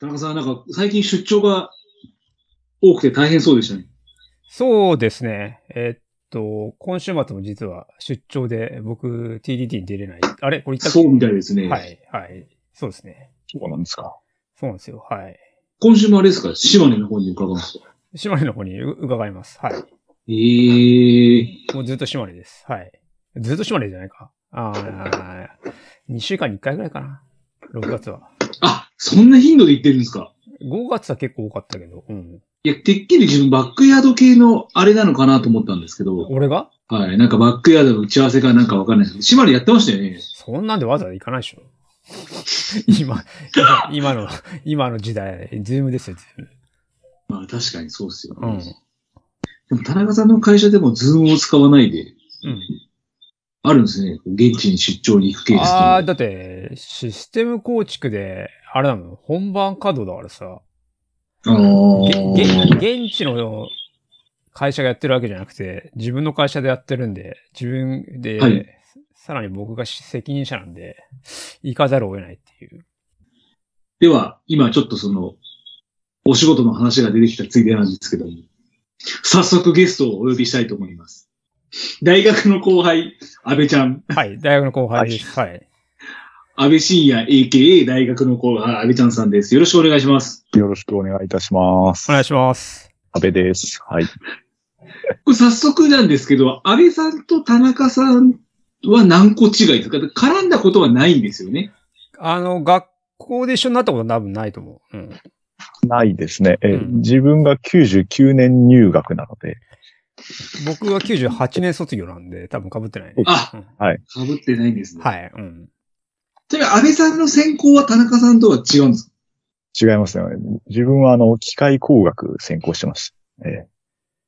山さん、なんか最近出張が多くて大変そうでしたね。そうですね。えっと、今週末も実は出張で僕 TDT に出れない。あれこれ言ったっけそうみたいですね。はい、はい。そうですね。そうなんですか。そうなんですよ。はい。今週もあれですか島根の方に伺いました。島根の方にう伺います。はい。ええもうずっと島根です。はい。ずっと島根じゃないか。ああ、2週間に1回ぐらいかな。6月は。あ、そんな頻度で行ってるんですか5月は結構多かったけど。うん。いや、てっきり自分バックヤード系のあれなのかなと思ったんですけど、俺がはい。なんかバックヤードの打ち合わせかなんかわかんないですけど、島根やってましたよね。そんなんでわざわざ行かないでしょ。 今、今今の、今の時代、ズームですよ、ズーム。まあ確かにそうですよ、ね。うんでも田中さんの会社でもズームを使わないで、うん。あるんですね。現地に出張に行くケースっていうのあはあ、だって、システム構築で、あれなの、本番稼働だからさ、あげーげ現地の会社がやってるわけじゃなくて、自分の会社でやってるんで、自分で、はいさらに僕が責任者なんで、行かざるを得ないっていう。では、今ちょっとその、お仕事の話が出てきたついでなんですけども、早速ゲストをお呼びしたいと思います。大学の後輩、安倍ちゃん。はい、大学の後輩です。はい。安倍晋也 AKA 大学の後輩、安倍ちゃんさんです。よろしくお願いします。よろしくお願いいたします。お願いします。安倍です。はい。これ早速なんですけど、安倍さんと田中さんは何個違いですか絡んだことはないんですよね。あの、学校で一緒になったこと多分ないと思う。うん。ないですね。えうん自分が99年入学なので、僕は98年卒業なんで、多分被ってない、ね。あ、うん被ってないんですね。い。はい、うん。ちなみに安倍さんの専攻は田中さんとは違うんですか違いますね。自分はあの、機械工学専攻してまし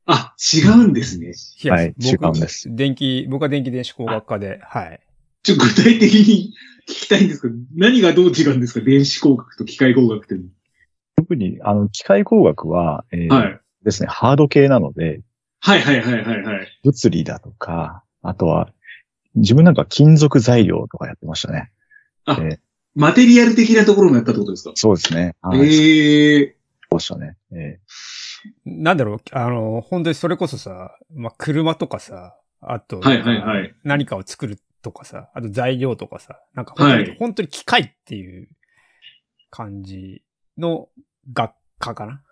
あ、違うんですね。いやはい僕主観です電気、僕は電気電子工学科で、はい。ちょ、具体的に聞きたいんですけど、何がどう違うんですか電子工学と機械工学っていうた。特に、あの、機械工学は、えーのは。はい。ですね、ハード系なので、はいはいはいはいはい。物理だとか、あとは、自分なんか金属材料とかやってましたね。マテリアル的なところもやったってことですかそうですね。はい。そうええでしたね。えなんだろう、あの、本当にそれこそさ、まあ、車とかさ、あと、はいはいはい。何かを作るとかさ、あと材料とかさ、なんか本当に、はい本当に機械っていう感じの学科かな。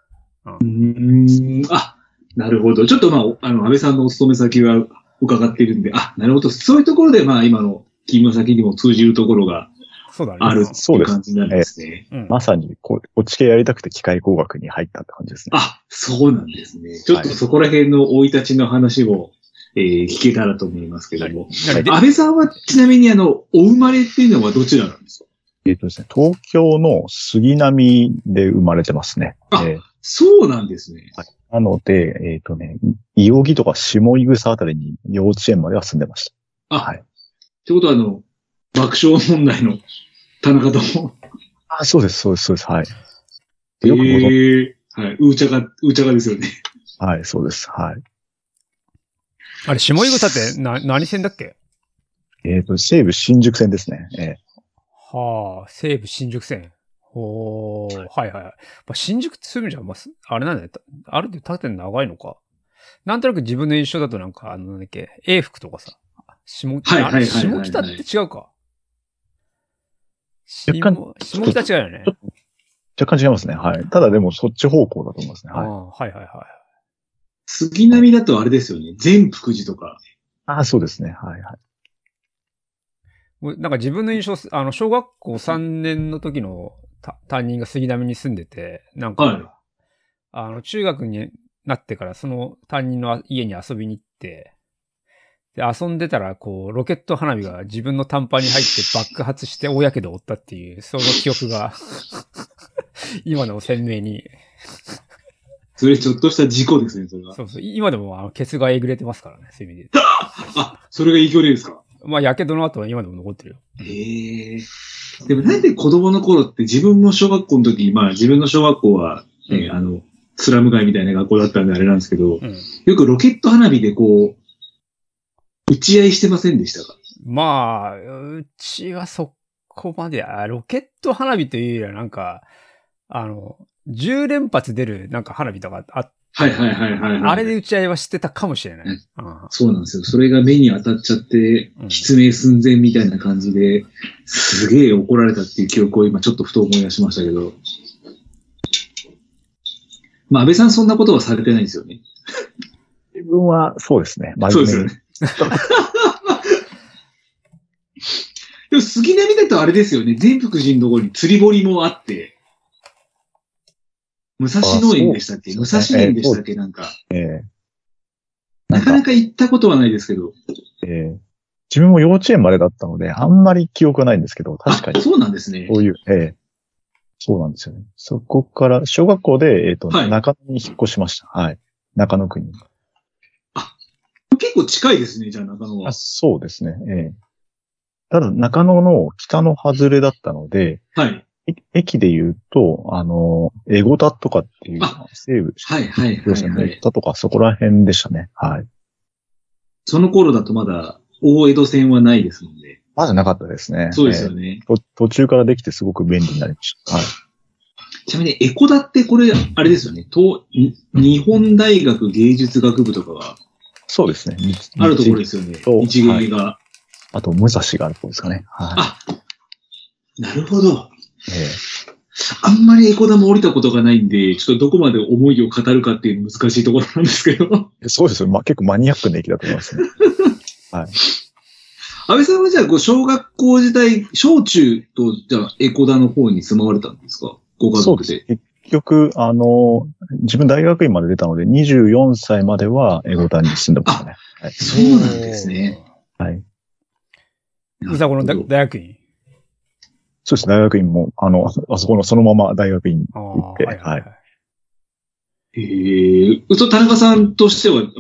うーん。あ、なるほど。ちょっとまあ、あの、安倍さんのお勤め先は伺ってるんで、あ、なるほど。そういうところで、まあ、今の勤務先にも通じるところがそうだね。あるってそういうです感じになるんですね。うんーまさにこ、こっち系やりたくて機械工学に入ったって感じですね。あ、そうなんですね。ちょっとそこら辺の生い立ちの話も、えー聞けたらと思いますけども。なんか安倍さんはちなみにあの、お生まれっていうのはどちらなんですかえっ、とですね、東京の杉並で生まれてますね。あえーそうなんですね。なので、えっ、とね、いいおぎとか下井草あたりに幼稚園までは住んでました。あ、はいってことはあの、爆笑問題の田中とも、あ、そうです、そうです、そうです。はい。えよくご存知、ー、はい、うーちゃか、うーちゃかですよね。 はい、そうです。はい。あれ、下井草ってな何線だっけえっ、と、西武新宿線ですね。えーはあ、西武新宿線。おー、はいはいはい。まあ、新宿ってそういう意味じゃ、まあ、すあれなんだよ。たある程度縦長いのか。なんとなく自分の印象だとなんか、あの、なんだっけ、英服とかさ。下北、はいはいはいはいはいあれ下北って違うか。下若干下北違うよね。ちょっ若干違いますね。はい。ただでも、そっち方向だと思いますね。あはい。あはいはいは杉並だとあれですよね。全福寺とか。あ、そうですね。はい、はい。い。もうなんか自分の印象す、あの、小学校3年の時のた担任が杉並に住んでて、なんか、はいあの、中学になってから、その担任の家に遊びに行って、で、遊んでたら、こう、ロケット花火が自分の短パンに入って爆発して大やけどを負ったっていう、その記憶が、 今でも鮮明に、それちょっとした事故ですね、それは。そうそう、今でも、あの、ケツがえぐれてますからね、そういう意味で。あ、それが影響でですかまあ、やけどの後は今でも残ってるよ。へえ。でもなんで子供の頃って自分も小学校の時、まあ自分の小学校は、ねうんあの、スラム街みたいな学校だったんであれなんですけど、うん。よくロケット花火でこう、打ち合いしてませんでしたかまあ、うちはそこまで、あロケット花火というよりはなんか、あの、10連発出るなんか花火とかあ、はいはいはいはい、はい。あれで打ち合いはしてたかもしれない。うんあそうなんですよ。それが目に当たっちゃってう、ん失明寸前みたいな感じで、すげえ怒られたっていう記憶を今ちょっとふと思い出しましたけど。まあ、安倍さんそんなことはされてないんですよね。自分はそうですね。そうで真すよ面目にね。でも杉並だとあれですよね。全福寺のところに釣り堀もあって、武蔵野園でしたっけあ武そう蔵ですね野園でしたっけなんか。ええなかなか行ったことはないですけど。ええ自分も幼稚園までだったので、あんまり記憶はないんですけど、確かあに。そうなんですねそ。ういう、ええそうなんですよね。そこから、小学校で、えっ、と、はい中野に引っ越しました。はい。中野区に。結構近いですね、じゃあ中野はあ。そうですね。ええただ、中野の北の外れだったので、はい。え駅で言うと、あの、エゴタとかっていうあ、西部、はいはいはですい、はね。エいゴ。タとか、そこら辺でしたね。はい。その頃だとまだ大江戸線はないですもんね。まだなかったですね。そうですえよね。えと途中からできてすごく便利になりました。はい。ちなみにエコダってこれ、あれですよね。東に日本大学芸術学部とかがそうですね。みあるところですよねそう。一芸が、あと、武蔵があるところですかね。はあ、なるほど。い。ええあんまりエコダも降りたことがないんで、ちょっとどこまで思いを語るかっていうの難しいところなんですけど。 そうですよ。まあ、結構マニアックな駅だと思いますね。 安倍さんはじゃあ、こう小学校時代、小中と、じゃあ、エコダの方に住まわれたんですかご家族で。結局、あの、自分大学院まで出たので、24歳まではエゴタに住んでましたね。はい。そうなんですね。はい、ー。いざこのな大るほど大学院。そうです。大学院も、あの、あそこのそのまま大学院。あー行ってはいええうと田中さんとしては、やっぱ、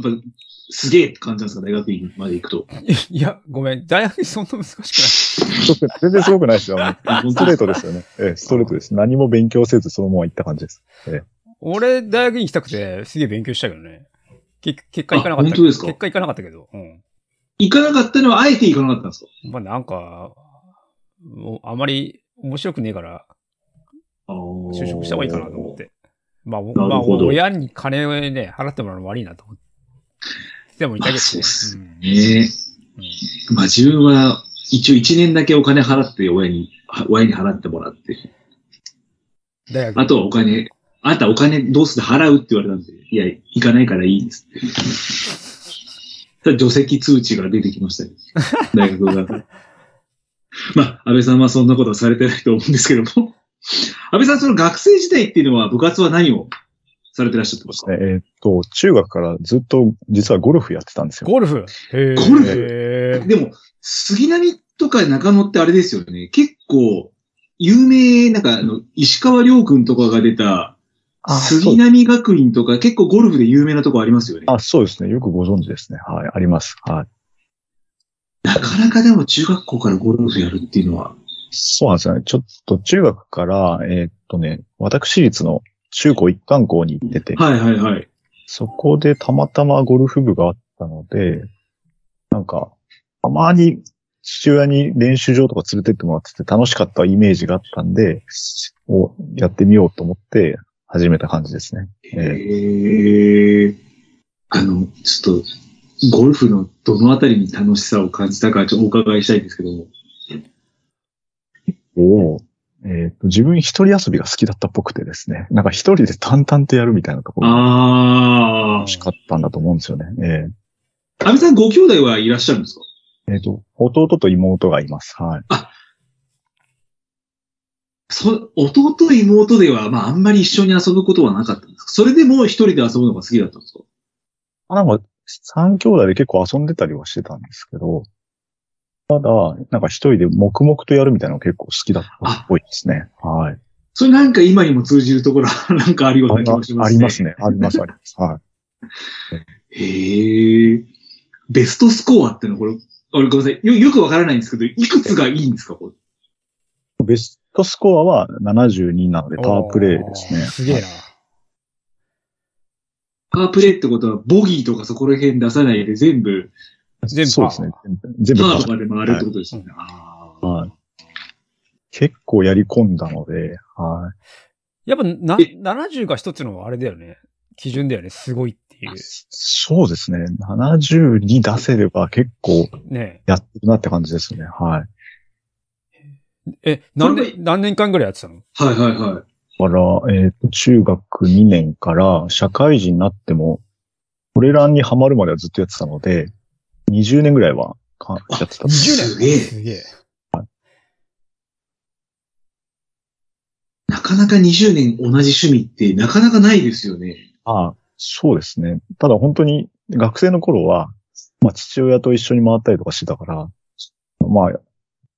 すげえって感じなんですか大学院まで行くと。い。 いや、ごめん。大学院そんな難しくない。そうですね 全然すごくないですよ。 もうあ本スト当でレーすトでかすよね。ええ、ストレートです。何も勉強せずそのまま行った感じです。俺、大学院行きたくて、すげえ勉強したけどね。結結果行かなかったあ本当ですか結果行かなかったけど。うん。行かなかったのは、あえて行かなかったんですかまあなんか、もうあまり面白くねえから、就職した方がいいかなと思っ。て。まあ、おなまるあ、ほど親に金をね、払ってもらうの悪いなと思って。でも、いたまあけどねそうっすうんええまあ自分は、一応一年だけお金払って、親に、は親に払ってもらって。大学あとはお金、あんたお金どうする払うって言われたんで、いや、行かないからいいですって。そしたら除籍通知が出てきましたよ。大学が。まあ、安倍さんはそんなことはされてないと思うんですけども。安倍さん、その学生時代っていうのは部活は何をされてらっしゃったんですかええっと、中学からずっと実はゴルフやってたんですよ。ゴルフへゴルフでも、杉並とか中野ってあれですよね。結構、有名、なんか、あの、石川亮君とかが出た、そう杉並学院とか、結構ゴルフで有名なとこありますよね。あ、そうですね。よくご存知ですね。はい。あります。はい。なかなかでも中学校からゴルフやるっていうのは。そうなんですよね。ちょっと中学から、えーっとね、私立の中高一貫校に行ってて、はいはいはい。そこでたまたまゴルフ部があったので、なんか、たまに父親に練習場とか連れてってもらってて楽しかったイメージがあったんで、をやってみようと思って始めた感じですね。ええー、あの、ちょっと、ゴルフのどのあたりに楽しさを感じたか、ちょっとお伺いしたいんですけども。ーをえーっと自分一人遊びが好きだったっぽくてですね、なんか一人で淡々とやるみたいなところがあ楽しかったんだと思うんですよね。えーあ。安倍さん、ご兄弟はいらっしゃるんですかえっ、と、弟と妹がいます。はい。そ弟、妹では、まあ、あんまり一緒に遊ぶことはなかったんですかそれでも一人で遊ぶのが好きだったんですかなんか、三兄弟で結構遊んでたりはしてたんですけど、ただ、なんか一人で黙々とやるみたいなのが結構好きだったっぽいですね。はい。それなんか今にも通じるところは なんかあるような気もしあますりね。ますね。あります、あります。はい。へえ。ベストスコアってのはこれ、俺ごめんなさい。よ、よくわからないんですけど、いくつがいいんですかこれベストスコアは72なので、パワープレイですね。おーすげえな。パワープレイってことは、ボギーとかそこら辺出さないで全部、全部そうですね。全部パー全と部。かで回るってことですよね。あーはい。結構やり込んだので、はやっぱな、え70が一つのあれだよね。基準だよね。すごいっていう。そうですね。70に出せれば結構ねやってるなって感じですね。はい。え。え、何そ年、何年間ぐらいやってたのはいはいはい。だから、えっ、と、中学2年から社会人になっても、これらにハマるまではずっとやってたので、20年ぐらいはかやってた。 20年すげえ。すげえ。なかなか20年同じ趣味ってなかなかないですよね。ああ、そうですね。ただ本当に学生の頃は、まあ父親と一緒に回ったりとかしてたから、まあ、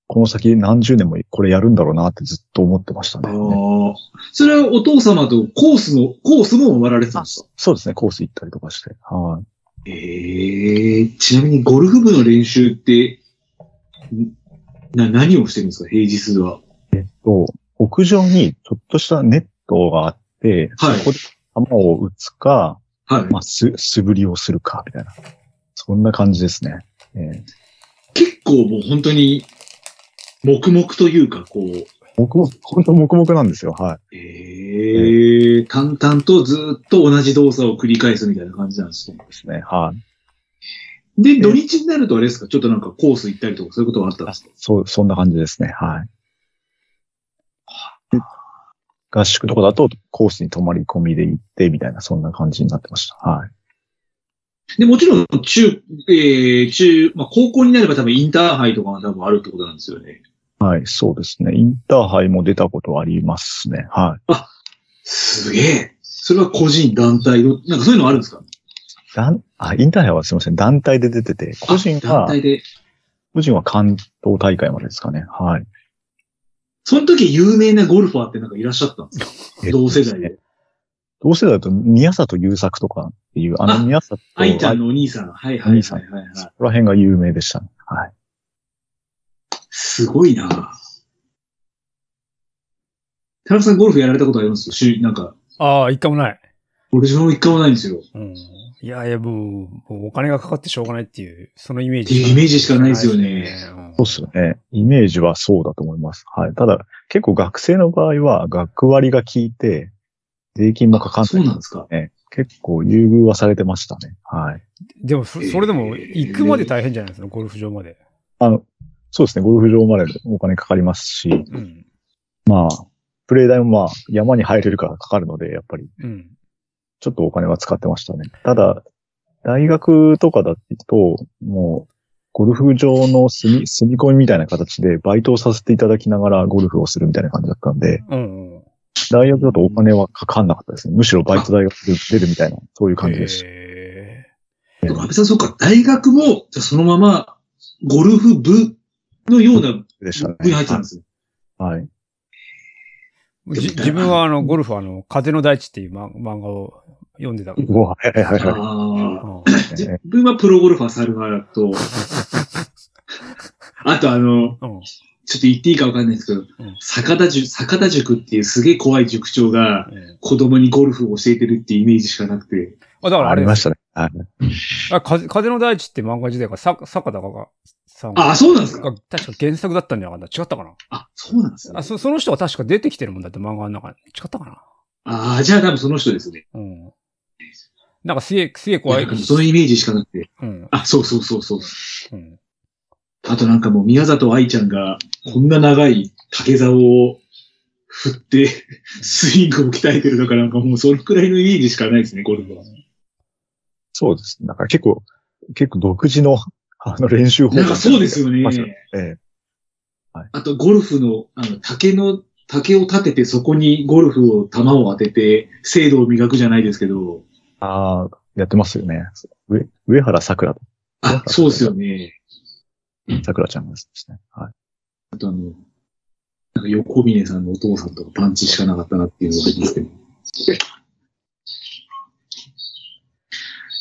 この先何十年もこれやるんだろうなってずっと思ってましたああね。ねー。それはお父様とコースの、コースも回られてたんですかそうですね、コース行ったりとかして。はい。ええちなみにゴルフ部の練習って、んな、何をしてるんですか平日は。と、屋上にちょっとしたネットがあって、はいそこで球を打つか、はい。まあ、す、素振りをするか、みたいな。そんな感じですね。えー結構もう本当に、黙々というか、こう、黙々、本当黙々なんですよ。はい。ええ淡々とずっと同じ動作を繰り返すみたいな感じなんですね。ですね。はい。で、土日になるとあれですかちょっとなんかコース行ったりとかそういうことはあったんですかそう、そんな感じですね。はい。で合宿とかだとコースに泊まり込みで行って、みたいな、そんな感じになってました。はい。で、もちろん、中、えー、中、まあ、高校になれば多分インターハイとかが多分あるってことなんですよね。はい、そうですね。インターハイも出たことありますね。はい。すげえ。それは個人、団体の、なんかそういうのあるんですか団、あ、インターハイはすいません。団体で出てて、個人団は、体で。個人は関東大会までですかね。はい。その時有名なゴルファーってなんかいらっしゃったんですか同世代で。同世代だと、宮里優作とかっていう、ああの宮里愛ちゃんのお兄さん。はいはいはいはいはい。そこら辺が有名でしたね。はい。すごいな田中さんゴルフやられたことありますしなんか、ああ、一回もない。俺自分も一回もないんですよ。うん。いやいや、もう、もうお金がかかってしょうがないっていう、そのイメージ。っていうイメージしかないですよねうんそうっすよね。イメージはそうだと思います。はい。ただ、結構学生の場合は、学割が効いて、税金もかかんそうなないんですか。ね。結構優遇はされてましたね。はい。でもそ、えーそれでも、行くまで大変じゃないですか、ゴルフ場まで。そうですね。ゴルフ場までお金かかりますし、うん。まあ、プレイ代もまあ、山に入れるからかかるので、やっぱり、うん。ちょっとお金は使ってましたね。ただ、大学とかだと、もう、ゴルフ場の 住み、住み込みみたいな形で、バイトをさせていただきながらゴルフをするみたいな感じだったんで、うんうん。大学だとお金はかかんなかったですね。むしろバイト大学で出るみたいな、そういう感じでした。へでも安倍さん、そうか、大学も、じゃあそのまま、ゴルフ部のようなでしたね。部に入ってたんですね。はい。ーじ自分は、あの、ゴルフは、あの、風の大地っていうま漫画を読んでた。うわ、はいはいはいはああ。うん自分はプロゴルファー猿原と、あとあの、うん。ちょっと言っていいかわかんないですけどん、坂田塾、坂田塾っていうすげえ怖い塾長がうん子供にゴルフを教えてるっていうイメージしかなくて、あ、だかい。らああれりでますしたね。はい。あ風風の大地って漫画時代から、さ坂田がさんあ、そうなんですかが確か原作だったんじゃなかった違ったかなあ、そうなんですねあ。そその人が確か出てきてるもんだって漫画の中に。違ったかなああ、じゃあ多分その人ですね。うん。なんかすげえ、すげえ怖い。そのイメージしかなくて。うん。あ、そうそうそうそう。うん。あとなんかもう宮里愛ちゃんがこんな長い竹竿を振って、スイングを鍛えてるとかなんかもうそのくらいのイメージしかないですね、ゴルフは。そうですね。だから結構、結構独自の、あの、練習法なんかそうですよねま。したええあと、ゴルフの、あの、竹の、竹を立てて、そこにゴルフを、球を当てて、精度を磨くじゃないですけど、ああ、やってますよね。上、上原桜と、あ、そうですよね。桜ちゃんがですね。はい。あとあの、なんか横峰さんのお父さんとかパンチしかなかったなっていうのがありますけど。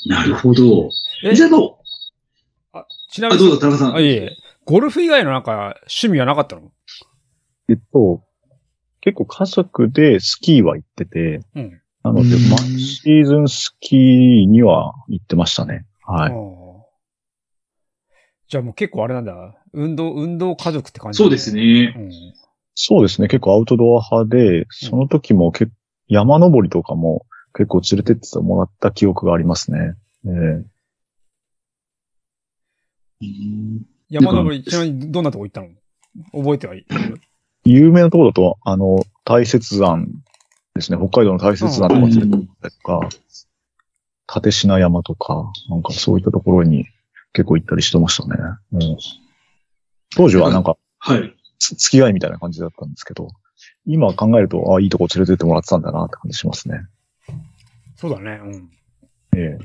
なるほど。えじゃあどうあちなみあ、に、どうぞ、田中さん。あ、いえいえ。ゴルフ以外のなんか趣味はなかったのえっと、結構家族でスキーは行ってて、うん。なので、うん毎シーズンスキーには行ってましたね。あはい。ーじゃあもう結構あれなんだ。運動、運動家族って感じ、そうです。ね。うん。そうですね。結構アウトドア派で、その時も結山登りとかも結構連れてってもらった記憶がありますね。ええうん山登り、ちなみにどんなとこ行ったの覚えてはいい。有名なところだと、あの、大雪山ですね。北海道の大雪山とか連れてったりとか、立品山とか、なんかそういったところに結構行ったりしてましたね。うん、当時はなんか、はい。つ付き合いみたいな感じだったんですけど、今考えると、あいいとこ連れてってもらってたんだなって感じしますね。そうだね。うん。え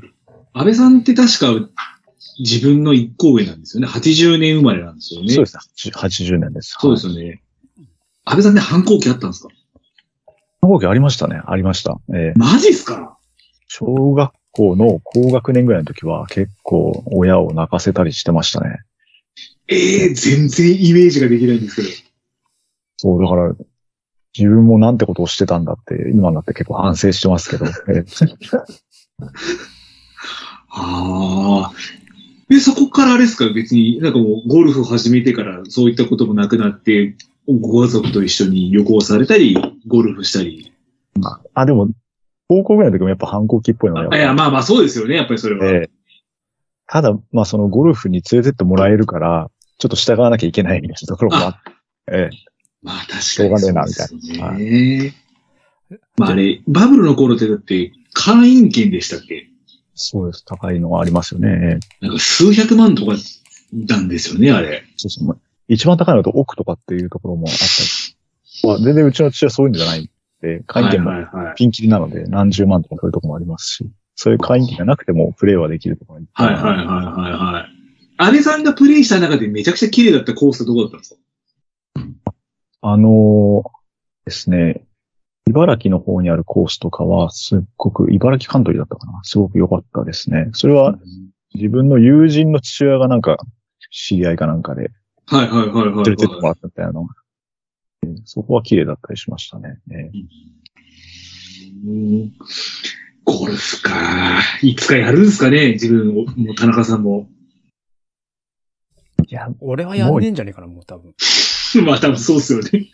安倍さんって確か自分の一個上なんですよね。80年生まれなんですよえね。そうですね。80年です。そうですよね。安倍さんって反抗期あったんですか反抗期ありましたね。ありました。ええマジっすか小学校の高学年ぐらいの時は結構親を泣かせたりしてましたね。ええ全然イメージができないんですけど。そう、だから、自分もなんてことをしてたんだって、今になって結構反省してますけど。えああ。え、そこからあれですか別に、なんかもうゴルフを始めてからそういったこともなくなって、ご家族と一緒に旅行されたり、ゴルフしたり。あ、でも、高校ぐらいの時もやっぱ反抗期っぽいのがあいや、やっまあまあそうですよね、やっぱりそれぱあは。って、ただ、まあそのゴルフに連れてってもらえるから、ちょっと従わなきゃいけないみたいなところもあって、ええまあ確かにそうしょうがねえなですよねみたいなはまああれ、バブルの頃ってだって、会員権でしたっけそうです。高いのがありますよね。ええなんか数百万とかなんですよね、あれ。そうそうまあ一番高いのだと奥とかっていうところもあったり。まあ全然うちの父はそういうんじゃないんで、会見もはいはいはい。ピンキリなので何十万とかそういうところもありますし、そういう会員がなくてもプレイはできるところに。はいはいはいはいはい。安倍さんがプレイした中でめちゃくちゃ綺麗だったコースはどこだったんですかあのーですね、茨城の方にあるコースとかは、すっごく、茨城カントリーだったかな。すごく良かったですね。それは自分の友人の父親がなんか、知り合いかなんかではいはいはいはいはい。連れてってもらったみたいなのが。えーそこは綺麗だったりしましたね。えーうんゴルフか。いつかやるんですかね自分も、もう田中さんも。いや、俺はやんねえんじゃねえかな、もう多分。 まあ多分そうですよね。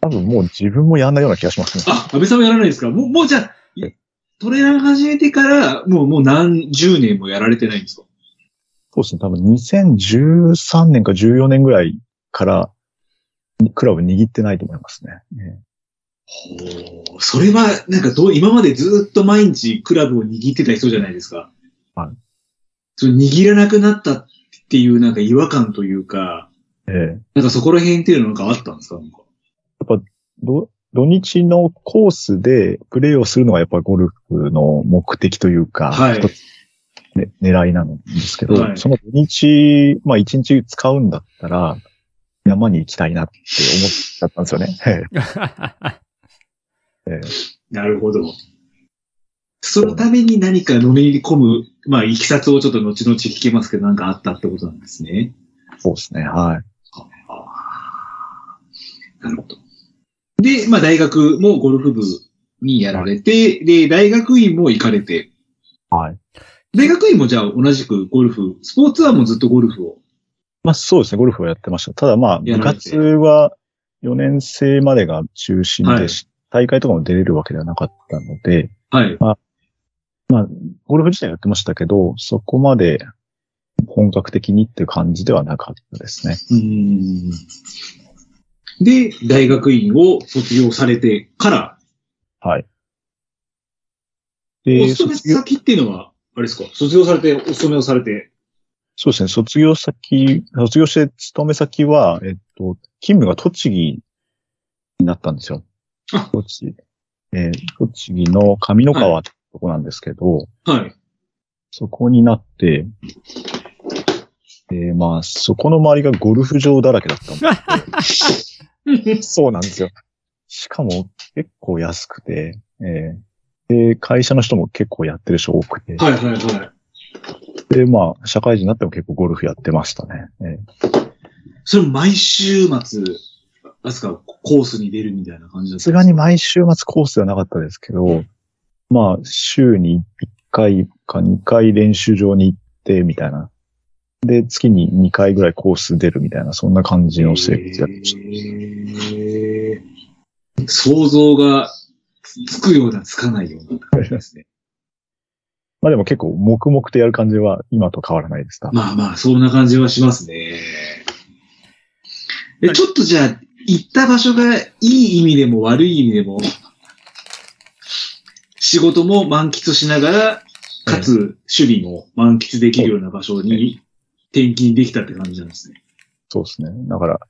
多分もう自分もやんないような気がしますね。あ、安倍さんもやらないですかもう、もうじゃあ、トレーナー始めてから、もう、もう何十年もやられてないんですかそうですね。多分2013年か14年ぐらいから、クラブ握ってないと思いますね。えーほうそれは、なんかどう、今までずっと毎日クラブを握ってた人じゃないですか。はい。その握らなくなったっていうなんか違和感というか、えーなんかそこら辺っていうのなんかあったんですかなんかど土日のコースでプレーをするのがやっぱりゴルフの目的というか、はい一つね、狙いなんですけど、はいその土日、まあ一日使うんだったら、山に行きたいなって思っちゃったんですよ ね。 ええなるほど。そのために何かのめり込む、まあ、いきさつをちょっと後々聞けますけど、なんかあったってことなんですね。そうですね、はい。あーなるほど。で、まあ、大学もゴルフ部にやられて、で、大学院も行かれて、はい。大学院もじゃあ同じくゴルフ、スポーツはもうずっとゴルフを。まあそうですね、ゴルフをやってました。ただまあや部られて活は4年生までが中心で、はい大会とかも出れるわけではなかったので、はい。ゴルフ自体やってましたけど、そこまで本格的にっていう感じではなかったですね。うん。で、大学院を卒業されてから、はい。おで、勤め卒業、先っていうのは、あれですか卒業されて、お勤めをされて。そうですね、卒業先、卒業して勤め先は、えっと、勤務が栃木になったんですあ。よ栃木。えー栃木の上野川ってとこなんですけど、はい。そこになって、で、まあ、そこの周りがゴルフ場だらけだったんでそうなんですよ。しかも、結構安くて、えーで、会社の人も結構やってる人多くて、はいはいはい。で、まあ、社会人になっても結構ゴルフやってましたね。えーそれ毎週末、あすか、コースに出るみたいな感じだったさすんでがすに毎週末コースではなかったですけど、まあ、週に1回か2回練習場に行って、みたいな。で、月に2回ぐらいコース出るみたいな、そんな感じの生活やってました。へー想像がつつくような、つかないような感じですね。まあでも結構黙々とやる感じは今と変わらないですか。まあまあ、そんな感じはしますね。え、はいちょっとじゃあ、行った場所がいい意味でも悪い意味でも、仕事も満喫しながら、かつ守備も満喫できるような場所に転勤できたって感じなんですね。そうですね。だから、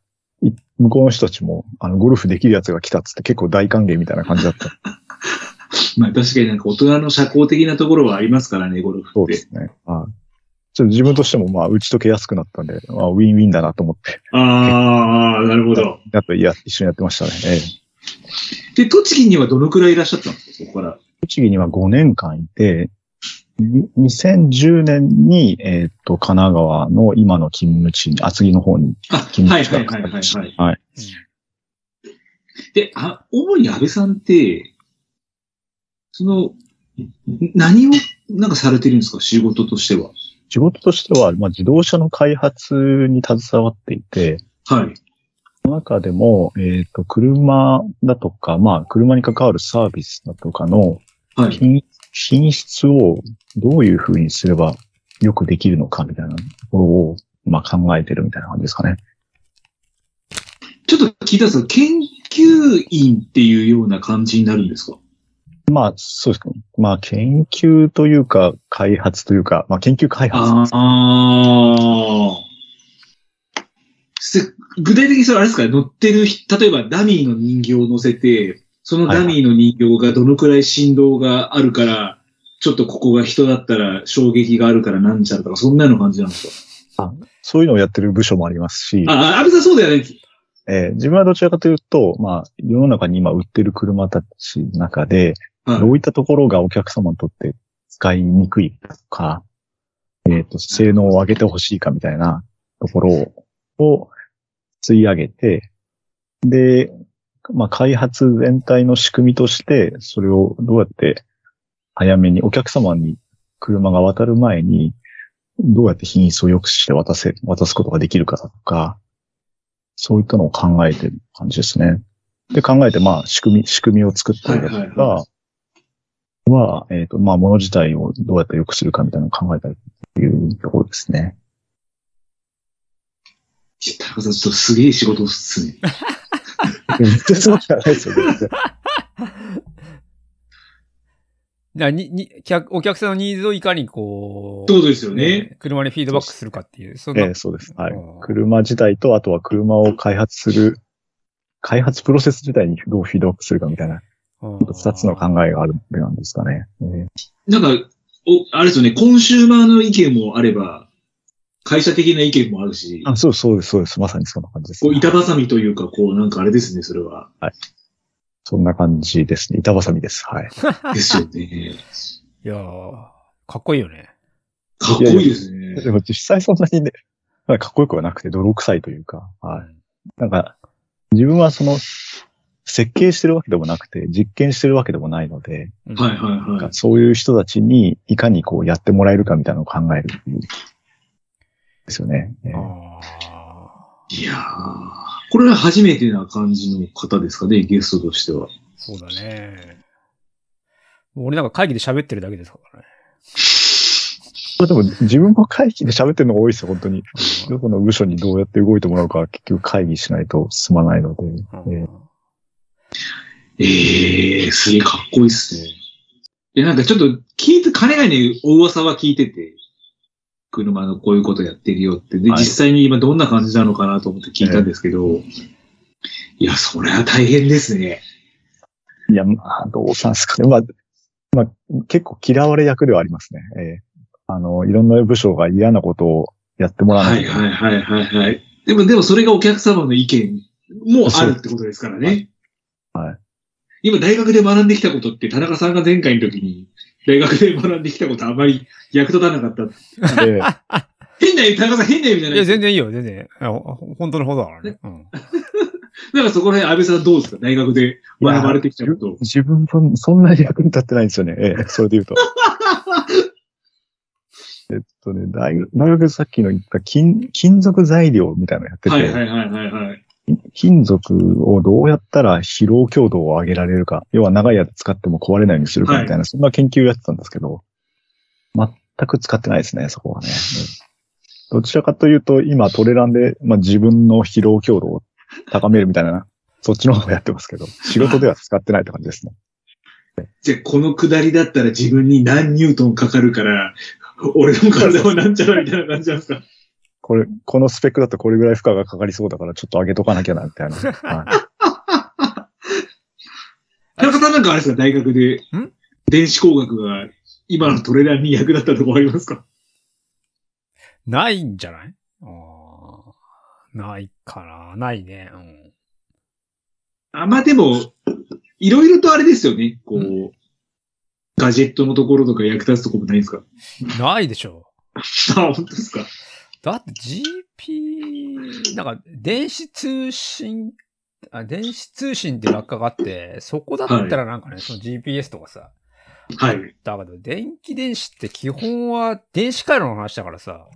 い向こうの人たちも、あの、ゴルフできるやつが来たっつって結構大歓迎みたいな感じだった。まあ確かになんか大人の社交的なところはありますからね、ゴルフそっうでて。すね。はい。ちょっと自分としても、まあ、打ち解けやすくなったんで、まあ、ウィンウィンだなと思って、ああ、なるほど。やっぱいや、一緒にやってましたね。ええ。で、栃木にはどのくらいいらっしゃったんですか、そこから。栃木には5年間いて、に2010年に、えーっと、神奈川の今の勤務地に、厚木の方にあ、勤はい務地はがいはいはい、はい。はい。で、あ、主に安倍さんって、その、ん何を、なんかされてるんですか仕事としては。仕事としては、まあ、自動車の開発に携わっていて、はい。その中でも、えーっと、車だとか、まあ、車に関わるサービスだとかのはい。品品質をどういうふうにすればよくできるのかみたいなところを、まあ、考えてるみたいな感じですかね。ちょっと聞いたんですが、研究員っていうような感じになるんですかまあ、そうですね。まあ、研究というか、開発というか、まあ、研究開あ発。あ。せ具体的にそれあれですかね乗ってる人、例えばダミーの人形を乗せて、そのダミーの人形がどのくらい振動があるから、ちょっとここが人だったら衝撃があるからなんちゃらとか、そんなような感じなんですかそういうのをやってる部署もありますし、あ、あ安倍さんそうだよね。えー自分はどちらかというと、まあ、世の中に今売ってる車たちの中で、はいどういったところがお客様にとって使いにくいかとか、えっ、と、性能を上げてほしいかみたいなところを吸い上げて、で、まあ、開発全体の仕組みとして、それをどうやって早めにお客様に車が渡る前に、どうやって品質を良くして渡せ、渡すことができるかだとか、そういったのを考えてる感じですね。で、考えて、まあ、仕組み、仕組みを作ったりだとか、はいはいはは、えっ、と、まあ、物自体をどうやって良くするかみたいなのを考えたりっていうところです ね。高田さん、ちょっとすげえ仕事っす ね。めっちゃそうじゃないですよ、全然じゃあにに客お客さんのニーズをいかにこってことですよう、ね。ね車にフィードバックするかっていう、そんえな、えそうです。はいうん。車自体と、あとは車を開発する、開発プロセス自体にどうフィードバックするかみたいな、二つの考えがあるわけなんですかね。ええなんか、お、あれですよね、コンシューマーの意見もあれば、会社的な意見もあるし、あ、そうそうです、そうです。まさにそんな感じです、こう、板挟みというか、こう、なんかあれですね、それは。 そんな感じですね。板挟みです。はい。ですよね。いやーかっこいいよね。かっこいいですね。でも実際そんなにね、なんかかっこよくはなくて泥臭いというか、はい。なんか、自分はその、設計してるわけでもなくて、実験してるわけでもないので、うんはいはいなんはいか。そういう人たちにいかにこうやってもらえるかみたいなのを考えるっていうですよね。えーああ、いやーこれは初めてな感じの方ですかね、ゲストとしては。そうだね。俺なんか会議で喋ってるだけですからね。まあでも自分も会議で喋ってるのが多いですよ、本当に。どこの部署にどうやって動いてもらうかは結局会議しないと進まないので。うんえーええー、すげえかっこいいっすね。いや、なんかちょっと聞いて、かねがね、お噂は聞いてて、車のこういうことやってるよって。で、はい実際に今どんな感じなのかなと思って聞いたんですけど、いや、それは大変ですね。いや、まあ、どうなんですかね。まあ、まあ、結構嫌われ役ではありますね。ええあの、いろんな部署が嫌なことをやってもらわなはいいと。はいはいはいはい。でも、でもそれがお客様の意見もあるってことですからね。はい。今、大学で学んできたことって、田中さんが前回の時に、大学で学んできたことあまり役立たなかった。で、変な意味、田中さん変な意味じゃないいや、です全然いいよ、全然。あほ本当の方だからね。うんなんかそこら辺、安倍さんどうですか大学で学ばれてきたことを。自分もそんなに役に立ってないんですよね。ええ、それで 言うと。えっとね、大学、大学でさっきの言った金、金属材料みたいなのやってて、はいはいはいはいはい。金属をどうやったら疲労強度を上げられるか、要は長い間使っても壊れないようにするかみたいな、そんな研究をやってたんですけど、全く使ってないですね、そこはね。うんどちらかというと、今トレランで、まあ、自分の疲労強度を高めるみたいな、そっちの方をやってますけど、仕事では使ってないって感じですね。じゃあ、この下りだったら自分に何ニュートンかかるから、俺の体はなんちゃらみたいな感じなんです かこれ、このスペックだとこれぐらい負荷がかかりそうだから、ちょっと上げとかなきゃな、みたいな。はい田中さんなんかあれですか大学でん、電子工学が今のトレーラーに役立ったとこありますかないんじゃないあーないかな。ないね。うん。あ、まあでも、いろいろとあれですよね。こう、うガジェットのところとか役立つとこもないですかないでしょ あ、本当ですかだって GP、なんか電子通信、あ電子通信って落下があって、そこだったらなんかね、その GPS とかさ、はい。だから電気電子って基本は電子回路の話だからさ、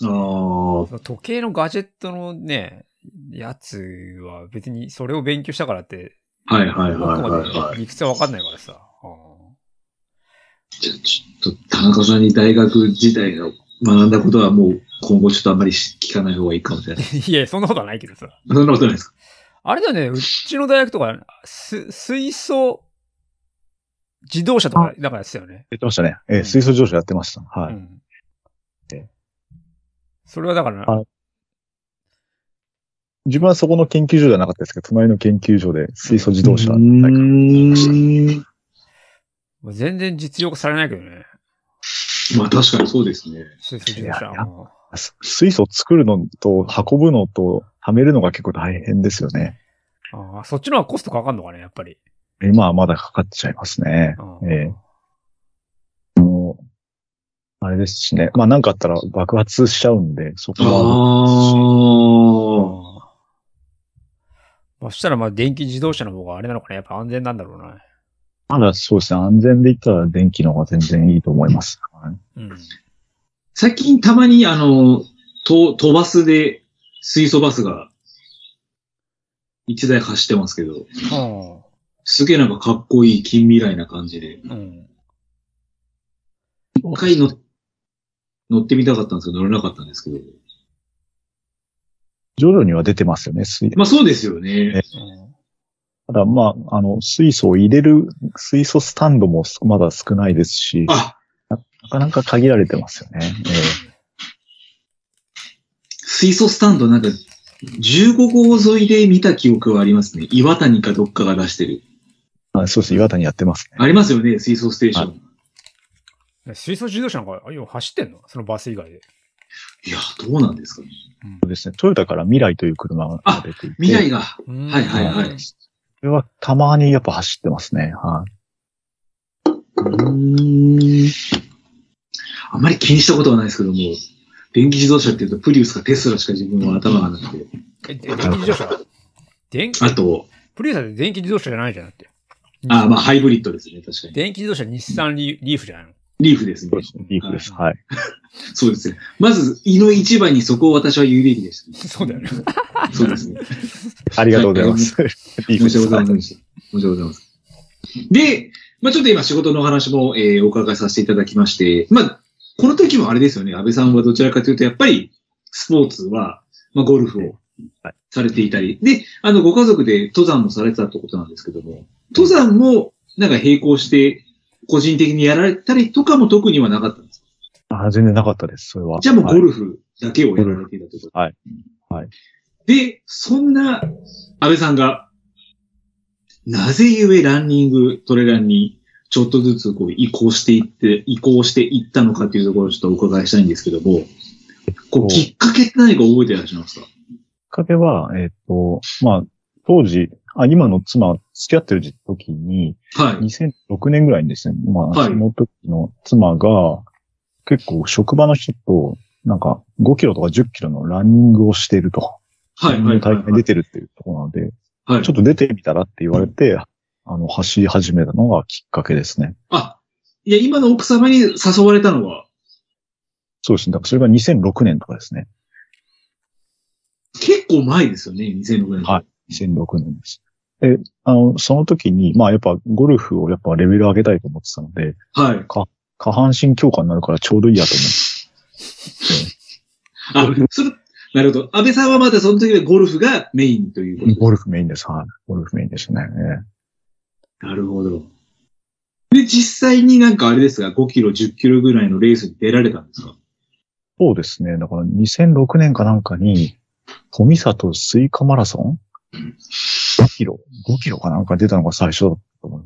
ああ、その時計のガジェットのね、やつは別にそれを勉強したからって、はいはいはい奥まはい、はい。で理屈はわかんないからさ。うんじゃあちょっと、田中さんに大学時代の学んだことはもう今後ちょっとあんまり聞かない方がいいかもしれない。 いや、そんなことはないけどさ。 そんなことないですかあれだよね、うちの大学とか、す水素、自動車とか、だからですよね。やってましたね。えうんー、水素上昇やってました。はうい。んでそれはだから、あ自分はそこの研究所じゃなかったですけど、隣の研究所で水素自動車う体験ーん。全然実用化されないけどね。まあ確かにそうですね。水素自動い車やいや。す水素を作るのと運ぶのと貯めるのが結構大変ですよね。ああ、そっちの方がコストかかんのかね、やっぱり。今はまだかかっちゃいますね。うんええあれですしね。まあ何かあったら爆発しちゃうんで、そこは。ああ。まあ、そしたらまあ電気自動車の方があれなのかな、やっぱ安全なんだろうな。まだそうですね。安全で言ったら電気の方が全然いいと思います。はいうん。最近たまにあの、と、飛ばすで水素バスが一台走ってますけど、すげえなんかかっこいい近未来な感じで、うん。うん。一回乗乗ってみたかったんですけど、乗れなかったんですけど。徐々には出てますよね。水まあそうですよねえ。ただまあ、あの、水素を入れる水素スタンドもまだ少ないですし、なあ、かなか限られてますよね。ええ水素スタンドなんか15号沿いで見た記憶はありますね。岩谷かどっかが出してる。あそうです。岩谷やってますね。ありますよね、水素ステーション。うん、水素自動車なんか、あ要は走ってんのそのバス以外で。いや、どうなんですかね。そうですね。トヨタから未来という車が出ていて。未来が。ははいはいはい。これはたまにやっぱ走ってますね。はい。うーんあんまり気にしたことはないですけども、電気自動車っていうと、プリウスかテスラしか自分は頭がなくて。え、で電気自動車電気あ、と、プリウスだって電気自動車じゃないじゃなくて。あまあ、ハイブリッドですね、確かに。電気自動車日産リリーフじゃないのリーフですね。リーフです。はい。そうですね。まず、胃の一番にそこを私は言うべきで した、そうだよね。そうですね。ありがとうございます。 リーフ申でし訳ごす。ざはまいいせんでした。申し訳ございません。で、まあ、ちょっと今仕事のお話も、えーお伺いさせていただきまして、まあ、この時もあれですよね、安倍さんはどちらかというと、やっぱりスポーツは、まあ、ゴルフをはいされていたり、で、あの、ご家族で登山もされてたってことなんですけども、登山もなんか並行して、個人的にやられたりとかも特にはなかったんですかあ全然なかったです。それは。じゃあもうはゴいルフだけをやられていたということはい。はい。で、そんな安倍さんが、なぜゆえランニング、トレランに、ちょっとずつこう移行していって、移行していったのかというところをちょっとお伺いしたいんですけども、こおううきっかけって何か覚えていらっしゃいますかきっかけは、えっ、と、まあ、当時、あ、今の妻、付き合ってる時に、はい。 2006年ぐらいにですね、まあ、はいその時の妻が、結構職場の人と、なんか5キロとか10キロのランニングをしていると。はい、はい、はい大会に出てるっていうところなので、はい。ちょっと出てみたらって言われて、あの、走り始めたのがきっかけですね。あ、いや、今の奥様に誘われたのは、そうですね。だからそれが2006年とかですね。結構前ですよね、2006年。はい2006年です。で、あの、その時に、まあやっぱゴルフをやっぱレベル上げたいと思ってたので、はい。下半身強化になるからちょうどいいやと思ってあ、それ、なるほど。安倍さんはまだその時はゴルフがメインということですゴルフメインです。はい。ゴルフメインですね。なるほど。で、実際になんかあれですが、5キロ、10キロぐらいのレースに出られたんですかそうですね。だから2006年かなんかに、富里スイカマラソン ?5 キロ ?5 キロかなんか出たのが最初だったと思う。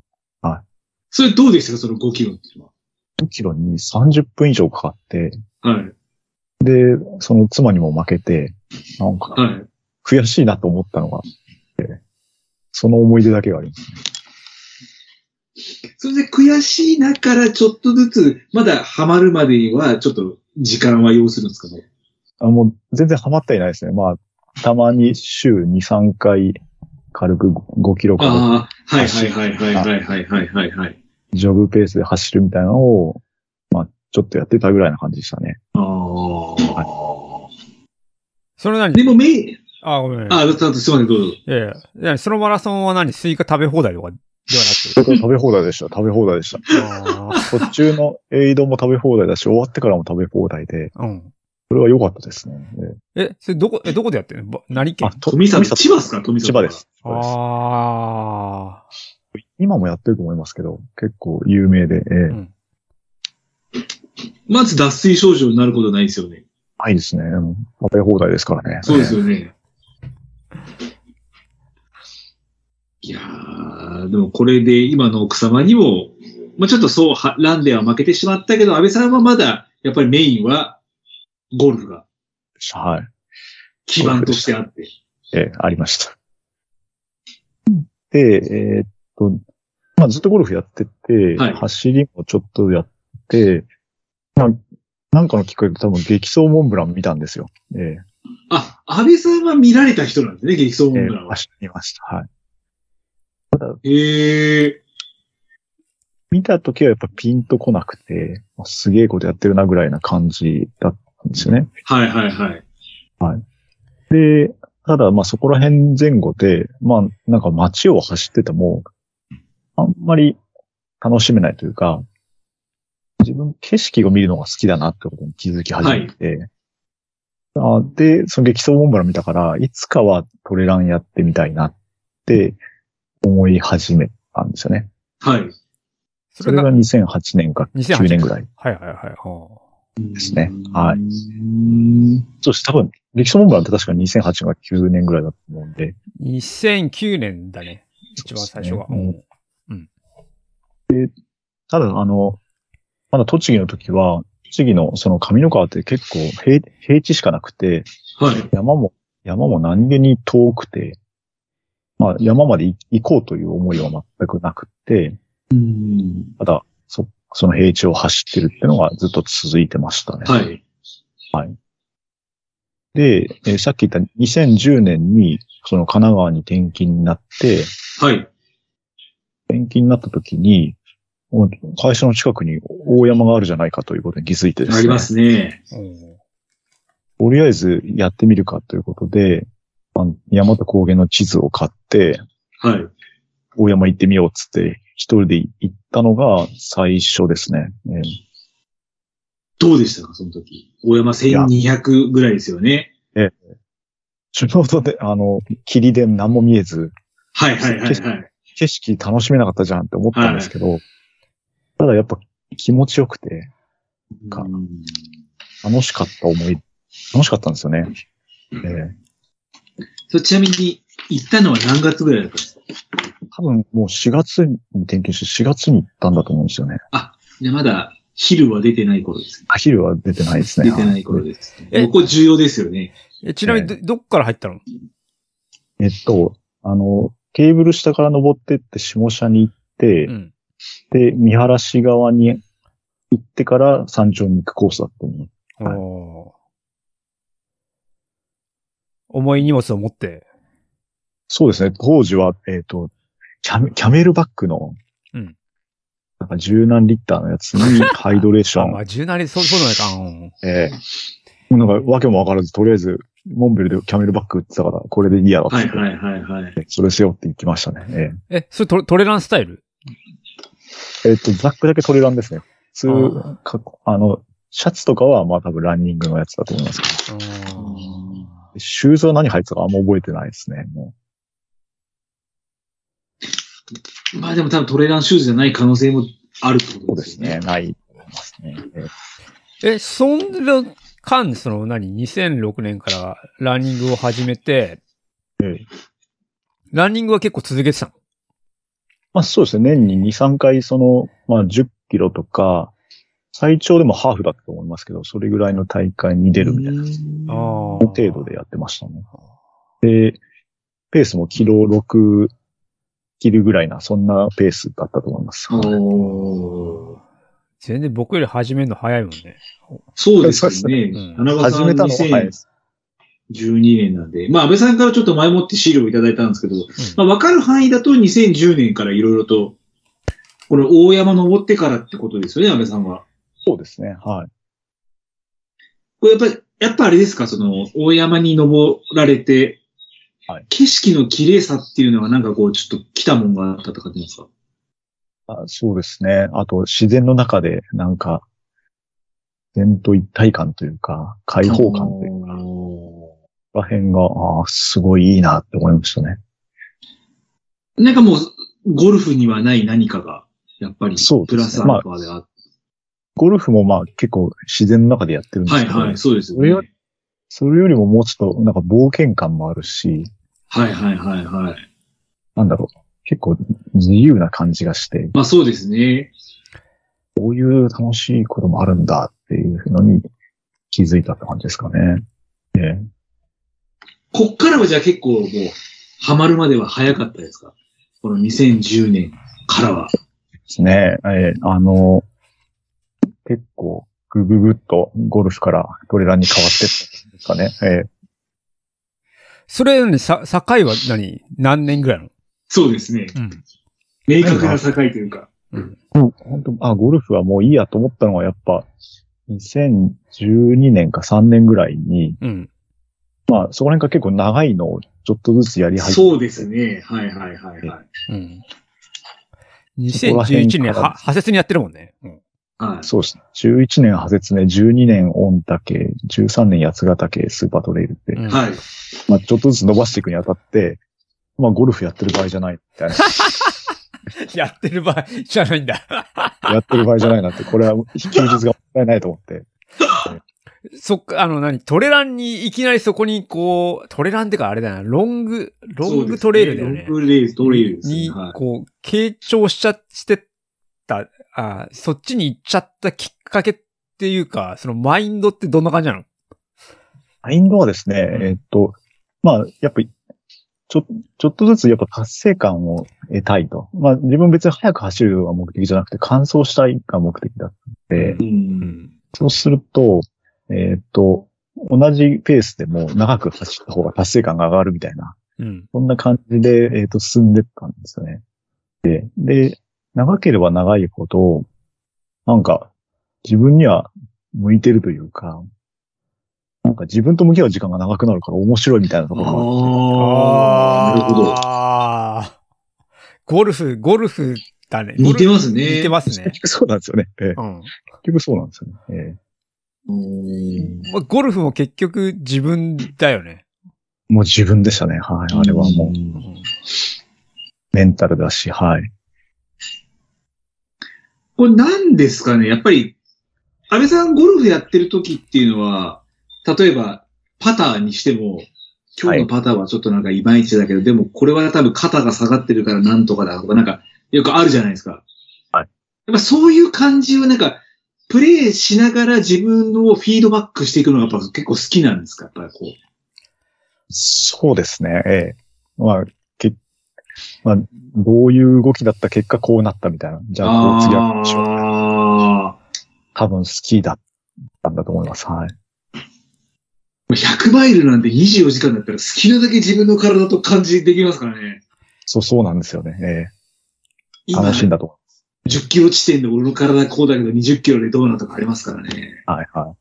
それどうでしたかその5キロっていうの5キロに30分以上かかって、は。はい。で、その妻にも負けて、なんかはい。悔しいなと思ったのがあって、その思い出だけがあります。それで悔しいなからちょっとずつ、まだハマるまでにはちょっと時間は要するんですかね。あもう全然ハマってはいないですね。まあ、たまに週2、3回、軽く5キロからああ、はいはいはいはいはいはいはいはいはい。ジョグペースで走るみたいなのを、まあ、ちょっとやってたぐらいな感じでしたね。ああ。それ何でもメイン、あ、ごめん。ああ、ちょっとすいません、どうぞ。いやいやいや。そのマラソンは何スイカ食べ放題とかでは食べ放題でした。食べ放題でした。なくて。 途中のエイドも食べ放題だし、終わってからも食べ放題で、あーうん。それは良かったですね。ええ、それどこ、え、どこでやってるのば何え県と富里、千葉ですか富里。千葉です。。そうですああ。今もやってると思いますけど、結構有名で、ええうん。まず脱水症状になることないですよね。ないですね。うん食べ放題ですからね。そうですえよね。 いやー、でもこれで今の奥様にも、まあちょっとそうは、ランでは負けてしまったけど、安倍さんはまだ、やっぱりメインは、ゴルフがえはい。基盤としてあって。ええありました。で、えーっと、まあ、ずっとゴルフやってて、はい走りもちょっとやって、まあ、なんかのきっかけで多分激走モンブラン見たんですよ。ええあ、安倍さんは見られた人なんですね、激走モえンえブランは。走りました。はい。へえ。見た時はやっぱピンとこなくて、あすげえことやってるなぐらいな感じだったんですよね。はいはいはい。で、ただまあそこら辺前後で、まあなんか街を走ってても、あんまり楽しめないというか、自分景色を見るのが好きだなってことに気づき始めて、あで、その激走モンブラン見たから、いつかはトレランやってみたいなって思い始めたんですよね。はい。そそれれがが、2008年か2008 9年ぐらい。はいはいはい。はですねはいい。そうです。多分、激走モンブランって確か2008年か9年ぐらいだと思うんで。あ2009年だね。一番最初が。そうですねうんただ、あの、まだ栃木の時は、栃木のその上野川って結構平平地しかなくて、はい。山も、山も何気に遠くて、まあ山まで行行こうという思いは全くなくて、うんただ、そ、その平地を走ってるっていうのがずっと続いてましたね。はい。で、えーさっき言った2010年に、その神奈川に転勤になって、はい。転勤になった時に、もう会社の近くに大山があるじゃないかということに気づいてですね。ありますね。うんとりあえずやってみるかということで、あの大和高原の地図を買って、はい。大山行ってみようっつって、一人で行ったのが最初ですね。えーどうでしたか、その時。大山1200ぐらいですよね。ちょうどで、あの、霧で何も見えず、はいはいはいはい。景色楽しめなかったじゃんって思ったんですけど、ただやっぱ気持ちよくて、かうん楽しかった思い、楽しかったんですよね。えーそれちなみに、行ったのは何月ぐらいだったんですか多分もう4月に転勤して4月に行ったんだと思うんですよね。いやまだ、昼は出てない頃です。アヒルは出てないですね。出てない頃です。えここ重要ですよね。えちなみにど、どっから入ったのえっと、あの、ケーブル下から登ってって下社に行って、うん。で、見晴らし側に行ってから山頂に行くコースだったの。はいおー重い荷物を持って。そうですね。当時は、えっ、と、キャメキャメルバックの、うんなんか十何リッターの やつにハイドレーショあ、まン。あ、柔軟に、そう、そうじゃないか。うんええもうなんか、わけもわからず、とりあえず、モンベルでキャメルバック打ってたから、これでいいやろっては言いって、はいはいはい。それ背負っていきましたね。えええ、それトレトレランスタイルえっと、ザックだけトレランですね。普あ通、かあの、シャツとかはまあ多分ランニングのやつだと思いますけど、うーんシューズは何入ってたかあんま覚えてないですね。もまあでも多分トレーランシューズじゃない可能性もあるってうこそうとでですすね。ね。ないと思いますね。えええ、そんな間、その何、2006年からランニングを始めて、ええランニングは結構続けてたのまあそうですね。年に2、3回その、まあ10キロとか、最長でもハーフだったと思いますけど、それぐらいの大会に出るみたいななああ。程度でやってましたね。で、ペースもキロ6切るぐらいな、そんなペースだったと思います。おー全然僕より始めるの早いもんね。そうですよねうん。田中さ始んめたのは早いです。 2012年なんで、まあ安倍さんからちょっと前もって資料をいただいたんですけど、まあ分かる範囲だと2010年からいろいろと、これ大山登ってからってことですよね、安倍さんは。そうですね。はい。これやっぱり、やっぱあれですか、その、大山に登られて、はい景色の綺麗さっていうのがなんかこう、ちょっと来たもんがあったって感じなんですかあそうですね。あと、自然の中で、なんか、自然と一体感というか、開放感というか、こら辺が、ああ、すごいいいなって思いましたね。なんかもう、ゴルフにはない何かが、やっぱり、そうですプねラスアルファであっゴルフもまあ結構自然の中でやってるんですはいけど、はい、そうですよそれね。よそれよりももうちょっとなんか冒険感もあるし、はいはいはいはい。なんだろう、結構自由な感じがして、まあそうですね。こういう楽しいこともあるんだっていうのに気づいたって感じですかね。ええこっからはじゃあ結構もう、ハマるまでは早かったですかこの2010年からは。ですね。えーあの、結構、ぐぐぐっとゴルフからトレランに変わってったんですかね。えーそれよりさ、境は何何年ぐらいなのそうですね。明確な境というか。本当あ、ゴルフはもういいやと思ったのはやっぱ、2012年か3年ぐらいに、うん。まあ、そこら辺から結構長いのをちょっとずつやり始めて。そうですね。はいはいはいはい。うん。こら辺2011年、かは、ら派切にやってるもんね。うん。はい。そうですね。11年破絶ね、12年御嶽、13年八ヶ岳、スーパートレイルって、うんはい。まあ、ちょっとずつ伸ばしていくにあたって、まあ、ゴルフやってる場合じゃない、みたいな。やってる場合じゃないんだ。やってる場合じゃないなって、これは休日がもったいないと思って。そっか、あの何、トレランに、いきなりそこにこう、トレランってかあれだな、ロング、ロングトレイルだよね。そうですロングレール、トレイルですね。には、いこう、傾聴しちゃしてった、あそっちに行っちゃったきっかけっていうか、そのマインドってどんな感じなのマインドはですね、んえーっと、まあ、やっぱり、ちょ、ちょっとずつやっぱ達成感を得たいと。まあ、自分別に速く走るのが目的じゃなくて、完走したいが目的だったので、う。うんん。そうすると、えーっと、同じペースでも長く走った方が達成感が上がるみたいな、うん。そんな感じで、えーっと、進んでったんですよね。で、で、長ければ長いほど、なんか、自分には向いてるというか、なんか自分と向き合う時間が長くなるから面白いみたいなところがああ、なるほど。あーゴルフ、ゴルフだね。似てますゴルフね。似てますね結。局 そうなんですよね。ええうん。結局そうなんですよね。ええうんまあゴルフも結局自分だよね。もう自分でしたね。はい。あれはもううんんうメンタルだし、はい。これ何ですかねやっぱり、安倍さんゴルフやってる時っていうのは、例えば、パターにしても、今日のパターはちょっとなんかいまいちだけど、でもこれは多分肩が下がってるからなんとかだとか、なんか、よくあるじゃないですか。はい。やっぱそういう感じをなんか、プレイしながら自分のフィードバックしていくのがやっぱ結構好きなんですかやっぱりこう。そうですね。ええ。まあ、け、まあ、どういう動きだった結果こうなったみたいな。じゃあ、こう次はこうしよう。あ多分好きだったんだと思います。はい。ー100マイルなんて24時間だったら好きなだけ自分の体と感じできますからね。そう、そうなんですよね。ええ。今楽しいんだと思10キロ地点で俺の体こうだけど20キロでどうなとかありますからねう。。はい、は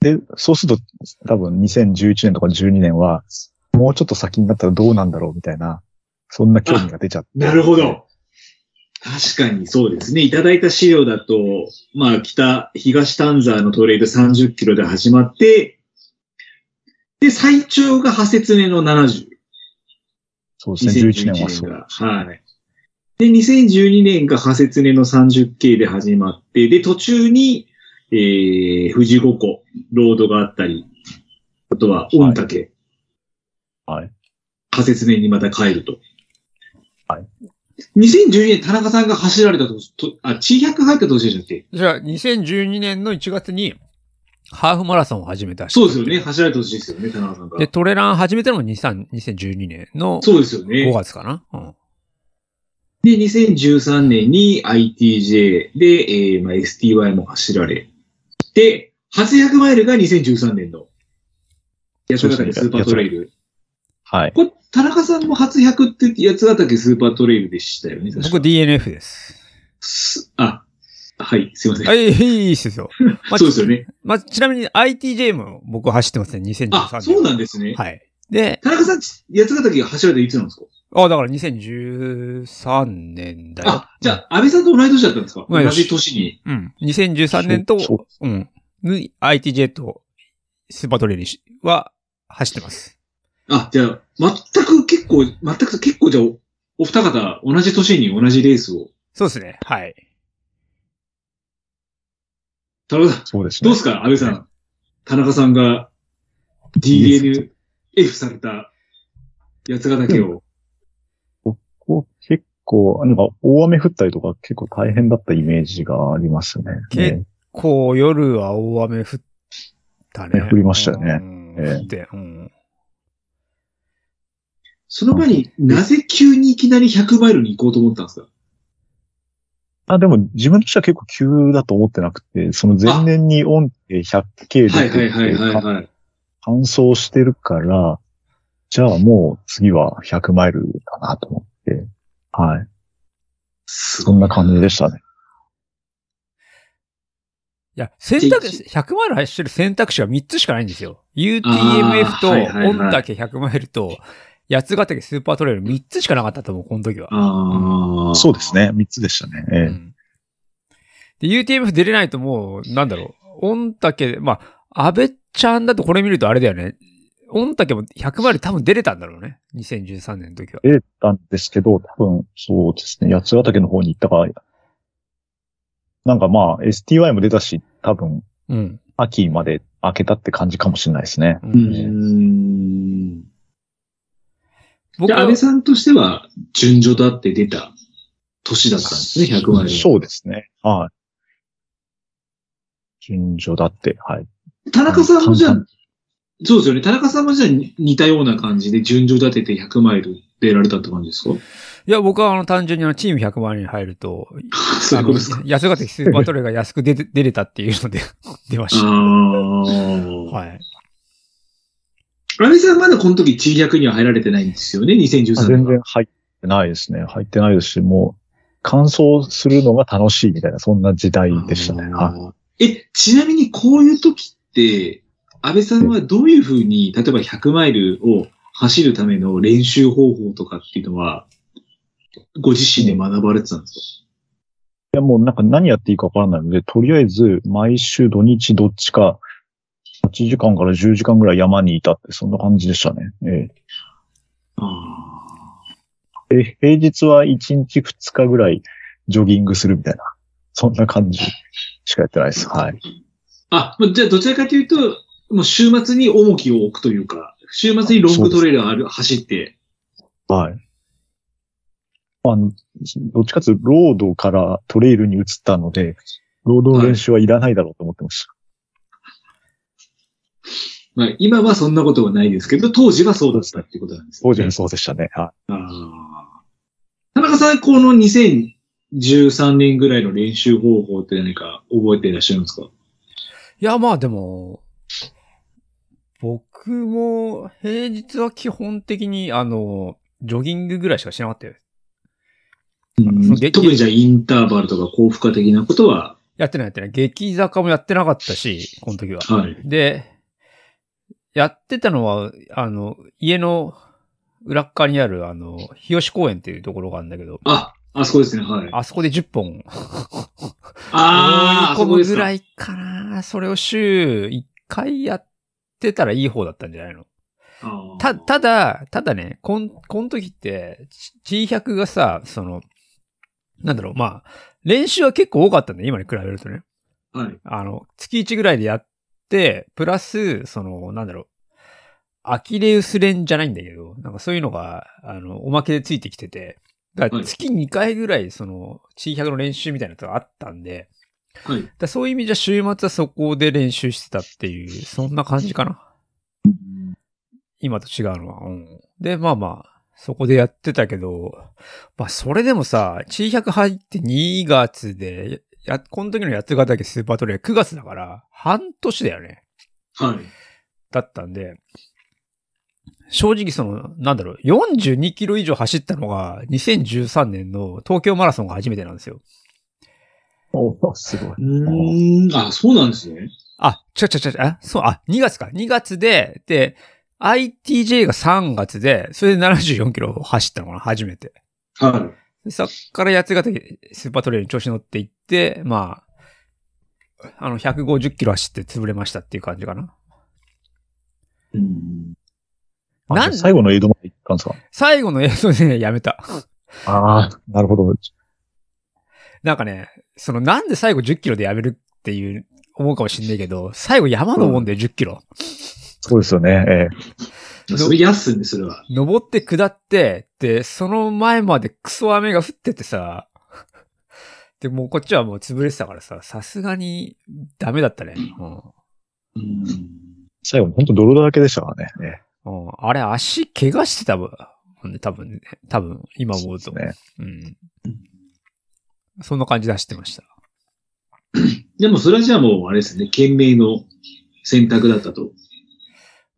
い。で、そうすると、多分2011年とか12年は、もうちょっと先になったらどうなんだろうみたいな、そんな興味が出ちゃって。なるほど。確かにそうですね。いただいた資料だと、まあ、北、東丹沢のトレイル30キロで始まって、で、最長が派説目の70。そうですね、2011 11年は年そう。が。はい。で、2012年が派説根の 30K で始まって、で、途中に、えー、富士五湖、ロードがあったり、あとは、御嶽、はい。派説根にまた帰ると。はい。 2012年、田中さんが走られたと、とあ、千百入った年でしたっけじゃあ、2012年の1月に、ハーフマラソンを始めたし。そうですよね。走られた年ですよね、田中さんで、が。トレラン始めたのも23 2012年のそうですよね5。月かな。うん。で、2013年に ITJ で、えーまあ、STY も走られ。で、初100マイルが2013年の、八ヶ岳スーパートレイル。はい。これ、田中さんも初100って八ヶ岳スーパートレイルでしたよね、確か僕 DNF です。すあ、はい、すいません。あいいいいっすよ。まあそうですよね。まあ、ちなみに ITJ も僕走ってますね、2013年。あ、そうなんですね。はい。で、田中さん、八ヶ岳が走られていつなんですかあ、だから2013年だよ。あ、じゃあ、安倍さんと同い年だったんですか同い同年じ年に。うん。2013年と、そううん。に ITJ とスーパートレイルは走ってます。あ、じゃあ、全く結構、全く結構じゃあ、おお二方、同じ年に同じレースを。そうですね。はい。田中さん、そうですね。どうですか安倍さん。田中さんが DNF された八ヶ岳を。こう結構、なんか大雨降ったりとか結構大変だったイメージがありますね。けねこう、夜は大雨降ったねね。降りましたよねうんええ降って、うん。その前になぜ急にいきなり100マイルに行こうと思ったんですかあでも自分としては結構急だと思ってなくて、その前年にオンって100 k はいではいはいはい完はい。走してるから、じゃあもう次は100マイルかなと思って。はい。すそんな感じでしたね。いや、選択肢、100マイル走ってる選択肢は3つしかないんですよ。UTMF と、あーはいはいはい御嶽100マイルと、八ヶ岳スーパートレイル3つしかなかったと思う、この時は。ああ。そうです。ね。3つでしたね。ええうんで、UTMF 出れないともう、なんだろう。御嶽、まあ、安倍ちゃんだとこれ見るとあれだよね。御嶽も100マイル多分出れたんだろうね。2013年の時は。出れたんですけど、多分そうですね、八ヶ岳の方に行ったから、なんかまあ STY も出たし、多分うん。秋まで開けたって感じかもしれないですね。ううーんん。僕じゃあ、安は倍、さんとしては、順序だって出た年だったんですね、100マイル。そうですね。はい。順序だって、はい。田中さんもじゃうあん、そうですよね。田中さんもじゃあ似たような感じで順序立てて100マイル出られたって感じですかいや、僕はあの、単純にあの、チーム100マイルに入ると、 そういうことですあかの安ヶ岳スーパートレイルが安く出て出れたっていうので、 出まあしあ。た。はい。安倍さんまだこの時中100には入られてないんですよね、2013あ年。全然。入ってないですね。入ってないですし、もう、乾燥するのが楽しいみたいな、そんな時代でしたね。はいい。え、ちなみにこういう時って、安倍さんはどういうふうに、例えば100マイルを走るための練習方法とかっていうのは、ご自身で学ばれてたんですいや、もうなんか何やっていいかわからないので、とりあえず毎週土日どっちか8時間から10時間ぐらい山にいたって、そんな感じでしたね。えかあえで平日は1日2日ぐらいジョギングするみたいな、そんな感じしかやってないです。はい。あ。あ、まあじゃあどちらかというと、もう週末に重きを置くというか、週末にロングトレイルを歩走って、はい。まあ、どっちかというと、ロードからトレイルに移ったので、ロードの練習はいらないだろうと思ってました。まあ、今はそんなことはないですけど、当時はそうだったっていうことなんですね当時はそうでしたね。はい。あー田中さん、この2013年ぐらいの練習方法って何か覚えていらっしゃいますかいや、まあでも、僕も平日は基本的にあの、ジョギングぐらいしかしなかったよ。うんで特にじゃあインターバルとか高負荷的なことはやってないやってない。劇坂もやってなかったし、この時は。はい。で、やってたのは、あの、家の裏っ側にある、あの、日吉公園っていうところがあるんだけど、あ、あそこですね、はい。あそこで10本、あー、あ追いそ込こむですぐ。からいかな。それを週1回やってたらいい方だったんじゃないのあーた、、ただ、ただね、こん、この時って、ち G100 がさ、その、なんだろう、まあ、練習は結構多かったんだよ、今に比べるとね。はい。あの、月1ぐらいでやって、プラス、その、なんだろう、アキレウス連じゃないんだけど、なんかそういうのが、あの、おまけでついてきてて、だからはい月2回ぐらい、その、地域100の練習みたいなのがあったんで、はい。だからそういう意味じゃ週末はそこで練習してたっていう、そんな感じかな。今と違うのは。うん。で、まあまあ、そこでやってたけど、まあそれでもさ、地域100入って2月で、や、この時のやつがだけスーパートレイ9月だから、半年だよね。はい。だったんで、正直その、なんだろう、42キロ以上走ったのが、2013年の東京マラソンが初めてなんですよ。おおすごい。うーん、あ、そうなんですね。あ、ちゃちゃちゃちゃ、あそう、あ、2月か。2月で、で、ITJ が3月で、それで74キロ走ったのかな、初めて。はでそっから八ヶ岳スーパートレイルに調子乗っていって、まあ、あの、150キロ走って潰れましたっていう感じかな。い。うん。あなんじゃあ最後のエイドまで行ったんですか最後の映像でね、やめた。ああ、なるほど。なんかね、そのなんで最後10キロでやめるっていう思うかもしんないけど、最後山登んで10キロ。そうですよね。ええそれ安いね、それは。登って下って、で、その前までクソ雨が降っててさ、 で、もうこっちはもう潰れてたからさ、さすがにダメだったね。ううん。最後、本当泥だらけでしたからね。ええん。うん、あれ、足怪我してたもんね、多分ね。多分、今思うと。そうですね。うん。そんな感じで走ってました。でも、それはじゃあもう、あれですね、懸命の選択だったと。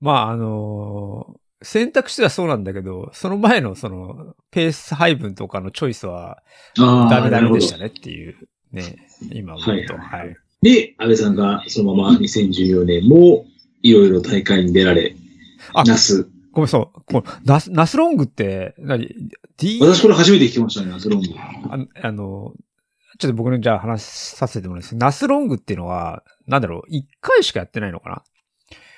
まあ、あのー選択肢はそうなんだけど、その前のその、ペース配分とかのチョイスはああ、ダメダなるメほでどしたねっていう、ね、今思うと。はい。で、安倍さんがそのまま2014年もいろいろ大会に出られ、あナス。ごめんそう。このナス、ナスロングって何、D、私これ初めて聞きましたね、ナスロング。あのあの、ちょっと僕のじゃあ話させてもらいます。ナスロングっていうのは、なんだろう、一回しかやってないのかな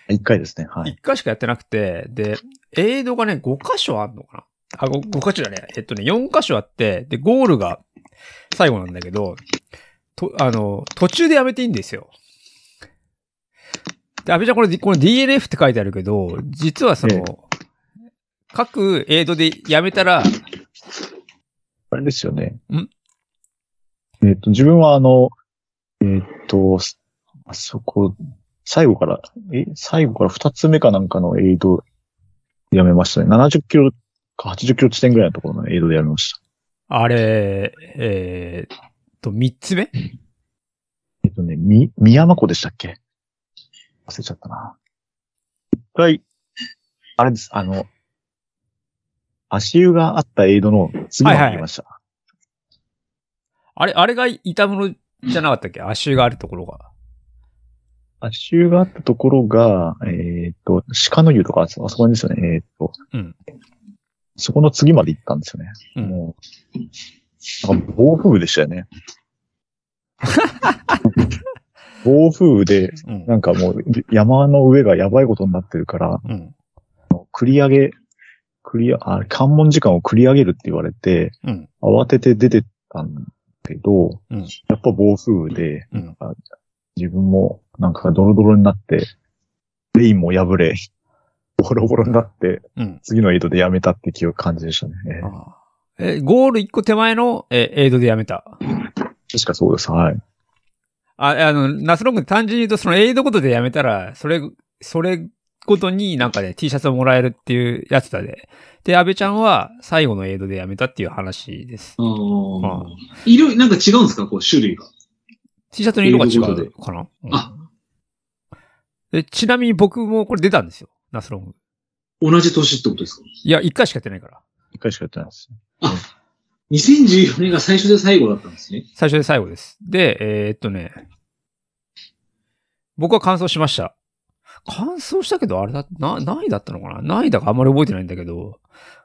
一回ですね。は一、い。回しかやってなくて、で、エイドがね、5箇所あるのかなあ、5, 箇所だね。えっとね、4箇所あって、で、ゴールが最後なんだけど、と、あの、途中でやめていいんですよ。で、安倍ちゃんこれ、この DNF って書いてあるけど、実はそええの、各エイドでやめたら、あれですよね。んえっ、と、自分はあの、えっ、と、すあそこ、最後から、え、最後から二つ目かなんかのエイドやめましたね。70キロか80キロ地点ぐらいのところのエイドでやめました。あれ、えーっと、3つ目えっ、とね、み、宮山湖でしたっけ忘れちゃったな。一回、あれです、あの、足湯があったエイドの次のに行きました。あれ、あれが痛むのじゃなかったっけ足湯があるところが。足湯があったところが、えーっ、と、鹿の湯とか、あそあそこにですよね、えーっ、と、うんそこの次まで行ったんですよね。うんもう、なんか暴風雨でしたよ ね。暴風雨で、うん。なんかもう山の上がやばいことになってるから、うん。繰り上げ、繰りあ、関門時間を繰り上げるって言われて、うん。慌てて出てったんだけど、うんやっぱ暴風雨で、うんなんか自分もなんかドロドロになって、レインも破れ、ボロボロになって、うん。次のエイドでやめたって記憶感じでしたね。えーあーえ、ゴール1個手前の、えーエイドでやめた。確かそうです。はい。あ、あの、ナスロングって単純に言うと、そのエイドごとでやめたら、それ、それごとになんかね、T シャツをもらえるっていうやつだで。で、安倍ちゃんは最後のエイドでやめたっていう話です。ああああ。いろいろ、なんか違うんですかこう、種類が。 T シャツの色が違エイドうごかな、うんあでちなみに僕もこれ出たんですよ。ナスロング。同じ年ってことですかいや、一回しかやってないから。一回しかやってないです。 2014年が最初で最後だったんですね。最初で最後です。で、えーっとね、僕は完走しました。完走したけど、あれだ、な、何位だったのかな何位だかあんまり覚えてないんだけど、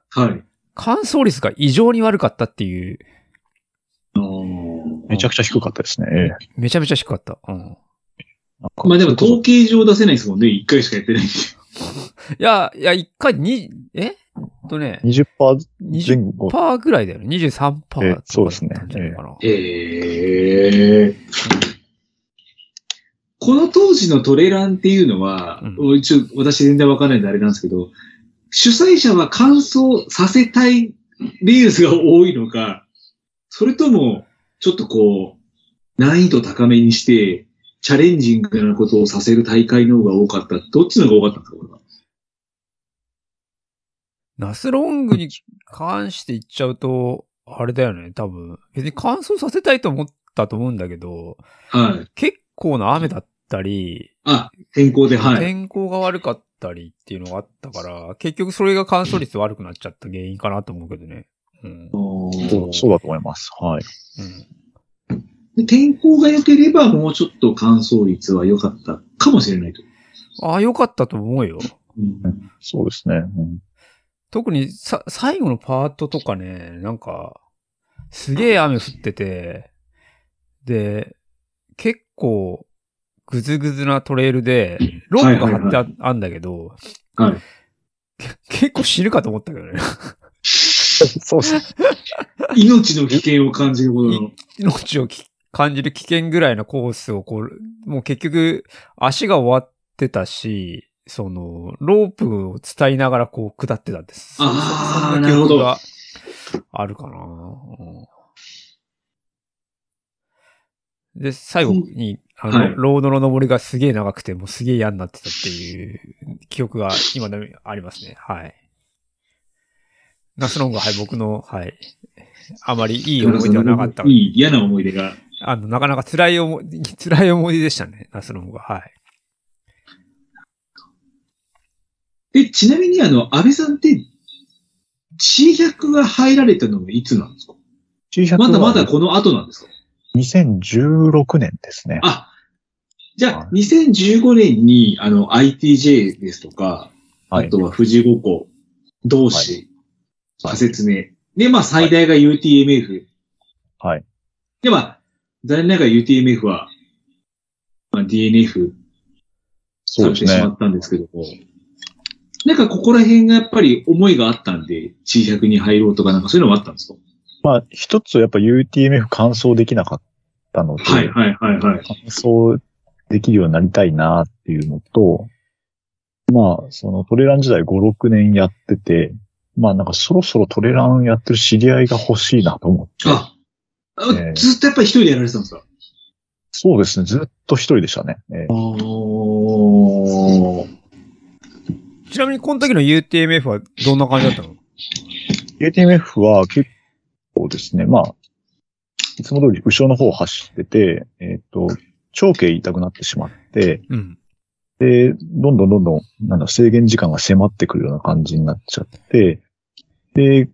はい。完走率が異常に悪かったっていう、めちゃくちくちゃ低かったですね。ええめちゃめちゃ低かった。うん。なんゃかまあでも統計上出せないですもんね。1回しかやってないんで。いや、いや、一回に、ええっとね、 20%前20%後。ぐらいだよね。23%だったえそうですねんじゃないかな。へえ。この当時のトレランっていうのは、う一応私全然わかんないんであれなんですけど、主催者は完走させたいレースが多いのか、それとも、ちょっとこう、難易度高めにして、チャレンジングなことをさせる大会の方が多かった。どっちの方が多かったんですかこれはナスロングに関して言っちゃうと、あれだよね、多分。別に乾燥させたいと思ったと思うんだけど、はい。結構な雨だったり、あ、天候で、はい。天候が悪かったりっていうのがあったから、結局それが乾燥率悪くなっちゃった原因かなと思うけどね。うん。おーそうそうだと思います。はい。うん、で天候が良ければ、もうちょっと乾燥率は良かったかもしれないと。ああ、良かったと思うよ。うんそうですね。 うん特にさ、最後のパートとかね、なんか、すげえ雨降ってて、で、結構、ぐずぐずなトレイルで、ロープが張ってあ,、んだけど、はいけ結構死ぬかと思ったけどね。そうですね。命の危険を感じるほどの。命をき感じる危険ぐらいのコースを、こう、もう結局、足が終わってたし、その、ロープを伝いながらこう下ってたんです。あーそん記憶がなるあるかな、うんで、最後に、あの、はいロードの登りがすげえ長くて、もうすげえ嫌になってたっていう記憶が今でもありますね。はい。ナスロングは、はい、僕の、はい。あまりいい思い出はなかったい。い嫌な思い出が。あの、なかなか辛い思い、辛い思い出でしたね、ナスロングは。はい。で、ちなみにあの、安倍さんって、C100 が入られたのはいつなんですか T100 まだまだこの後なんですか2016年ですね。あ、じゃはあ、2015年に、あの、ITJ ですとか、はいあとは富士五湖、同志、仮説ね。で、まあ、最大が UTMF。はい。で、まあ、残念ながら UTMF は、まあ、DNF そさうれですてしねま。ったんですけども、なんかここら辺がやっぱり思いがあったんで、C100 に入ろうとかなんかそういうのもあったんですかまあ、一つやっぱ UTMF 完走できなかったので、はいはいはいはい。完走できるようになりたいなっていうのと、まあ、そのトレラン時代5、6年やってて、まあなんかそろそろトレランやってる知り合いが欲しいなと思って。あ、あええずっとやっぱり一人でやられてたんですかそうですね。ずっと一人でしたね。えーおーちなみに、この時の UTMF はどんな感じだったの ATMF は結構ですね、まあ、いつも通り後ろの方を走ってて、えっ、と、長径痛くなってしまって、うん。で、どんどんどんどん、なんだ、制限時間が迫ってくるような感じになっちゃって、で、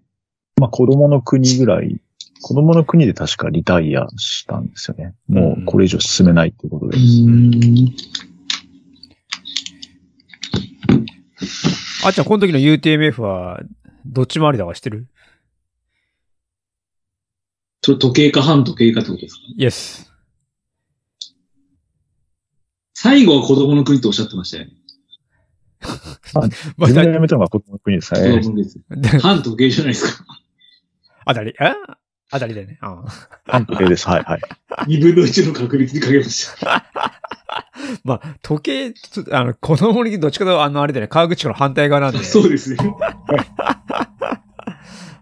まあ子供の国ぐらい、子供の国で確かリタイアしたんですよね。もうこれ以上進めないっていうことで。あっちゃん、この時の UTMF は、どっち回りだかしてるそれ時計か半時計かってことですかイエ ス。最後は子供の国とおっしゃってましたよね。ま自た、分が辞めたのが子供の国ですね子。供の国です。 で半時計じゃないですか。あたり、えあたりだよね。ああ半時計です。はいはい。二分の一の確率にかけました。まあ、時計、ちょっとあの、子供にどっちかというと、あの、あれだよね、川口湖の反対側なんで。 そうですね。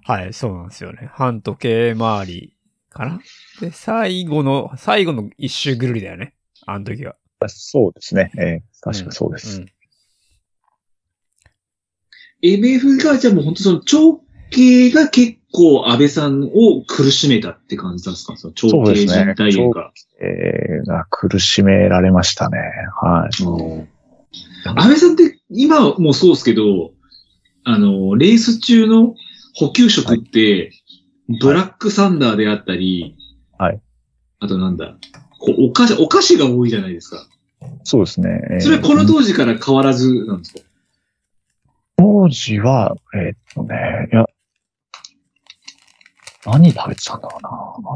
はい、そうなんですよね。半時計回りかなで、最後の、最後の一周ぐるりだよね。あの時は。そうですね。えー確かそうです。うん。 MF が、じゃあもう本当その長径が結構安倍さんを苦しめたって感じなんですかその長そう径ですね人体炎が。えーが苦しめられましたね。はい。うん安倍さんって今もそうですけど、あの、レース中の補給食って、ブラックサンダーであったり、はい。あとなんだ、こうお菓子、お菓子が多いじゃないですか。そうですね。えーそれはこの当時から変わらずなんですか当時は、えーっとね、いや、何食べてたんだろうな。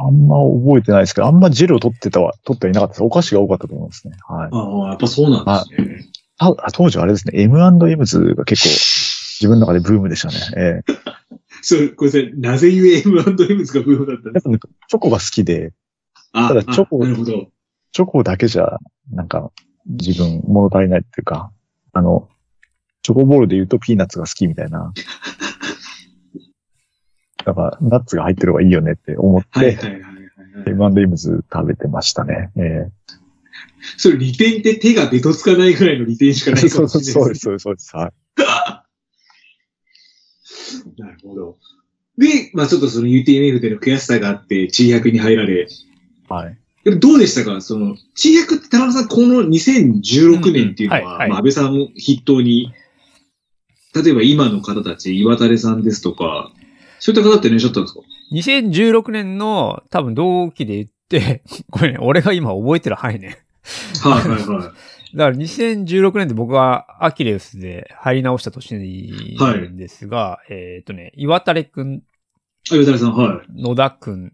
あんま覚えてないですけど、あんまジェルを取ってたは、取ってはいなかったです。お菓子が多かったと思うんですね。はい。ああ、やっぱそうなんですね。ああ当時はあれですね、M&M's が結構、自分の中でブームでしたね。ええ そう、これさ、なぜゆえ M&M がブームだったんでやっすぱねチョコが好きで、かただチョコあなるほど。チョコだけじゃ、なんか、自分物足りないっていうか、あの、チョコボールで言うとピーナッツが好きみたいな。だから、ナッツが入ってる方がいいよねって思っはいて、はいはいはいはい。 M&M's 食べてましたね。ええそれ利点って手がベトつかないぐらいの利点しかないか そもうしそうれなそいうです、そうです、そうです。はい。なるほど。で、まあちょっとその UTMF での悔しさがあって、地役に入られ。はい。でもどうでしたかその、地役って田中さん、この2016年っていうのは、うんうんはいはいまあ安倍さんも筆頭に、例えば今の方たち、岩垂さんですとか、そういった方っていらっしゃったんですか2016年の多分同期で言って、 これね、俺が今覚えてる範囲ね。はいはい はだから2016年で僕はアキレウスで入り直した年なんですが、えっ、とね、岩垂くん、い。岩垂さん、はい。野田くん、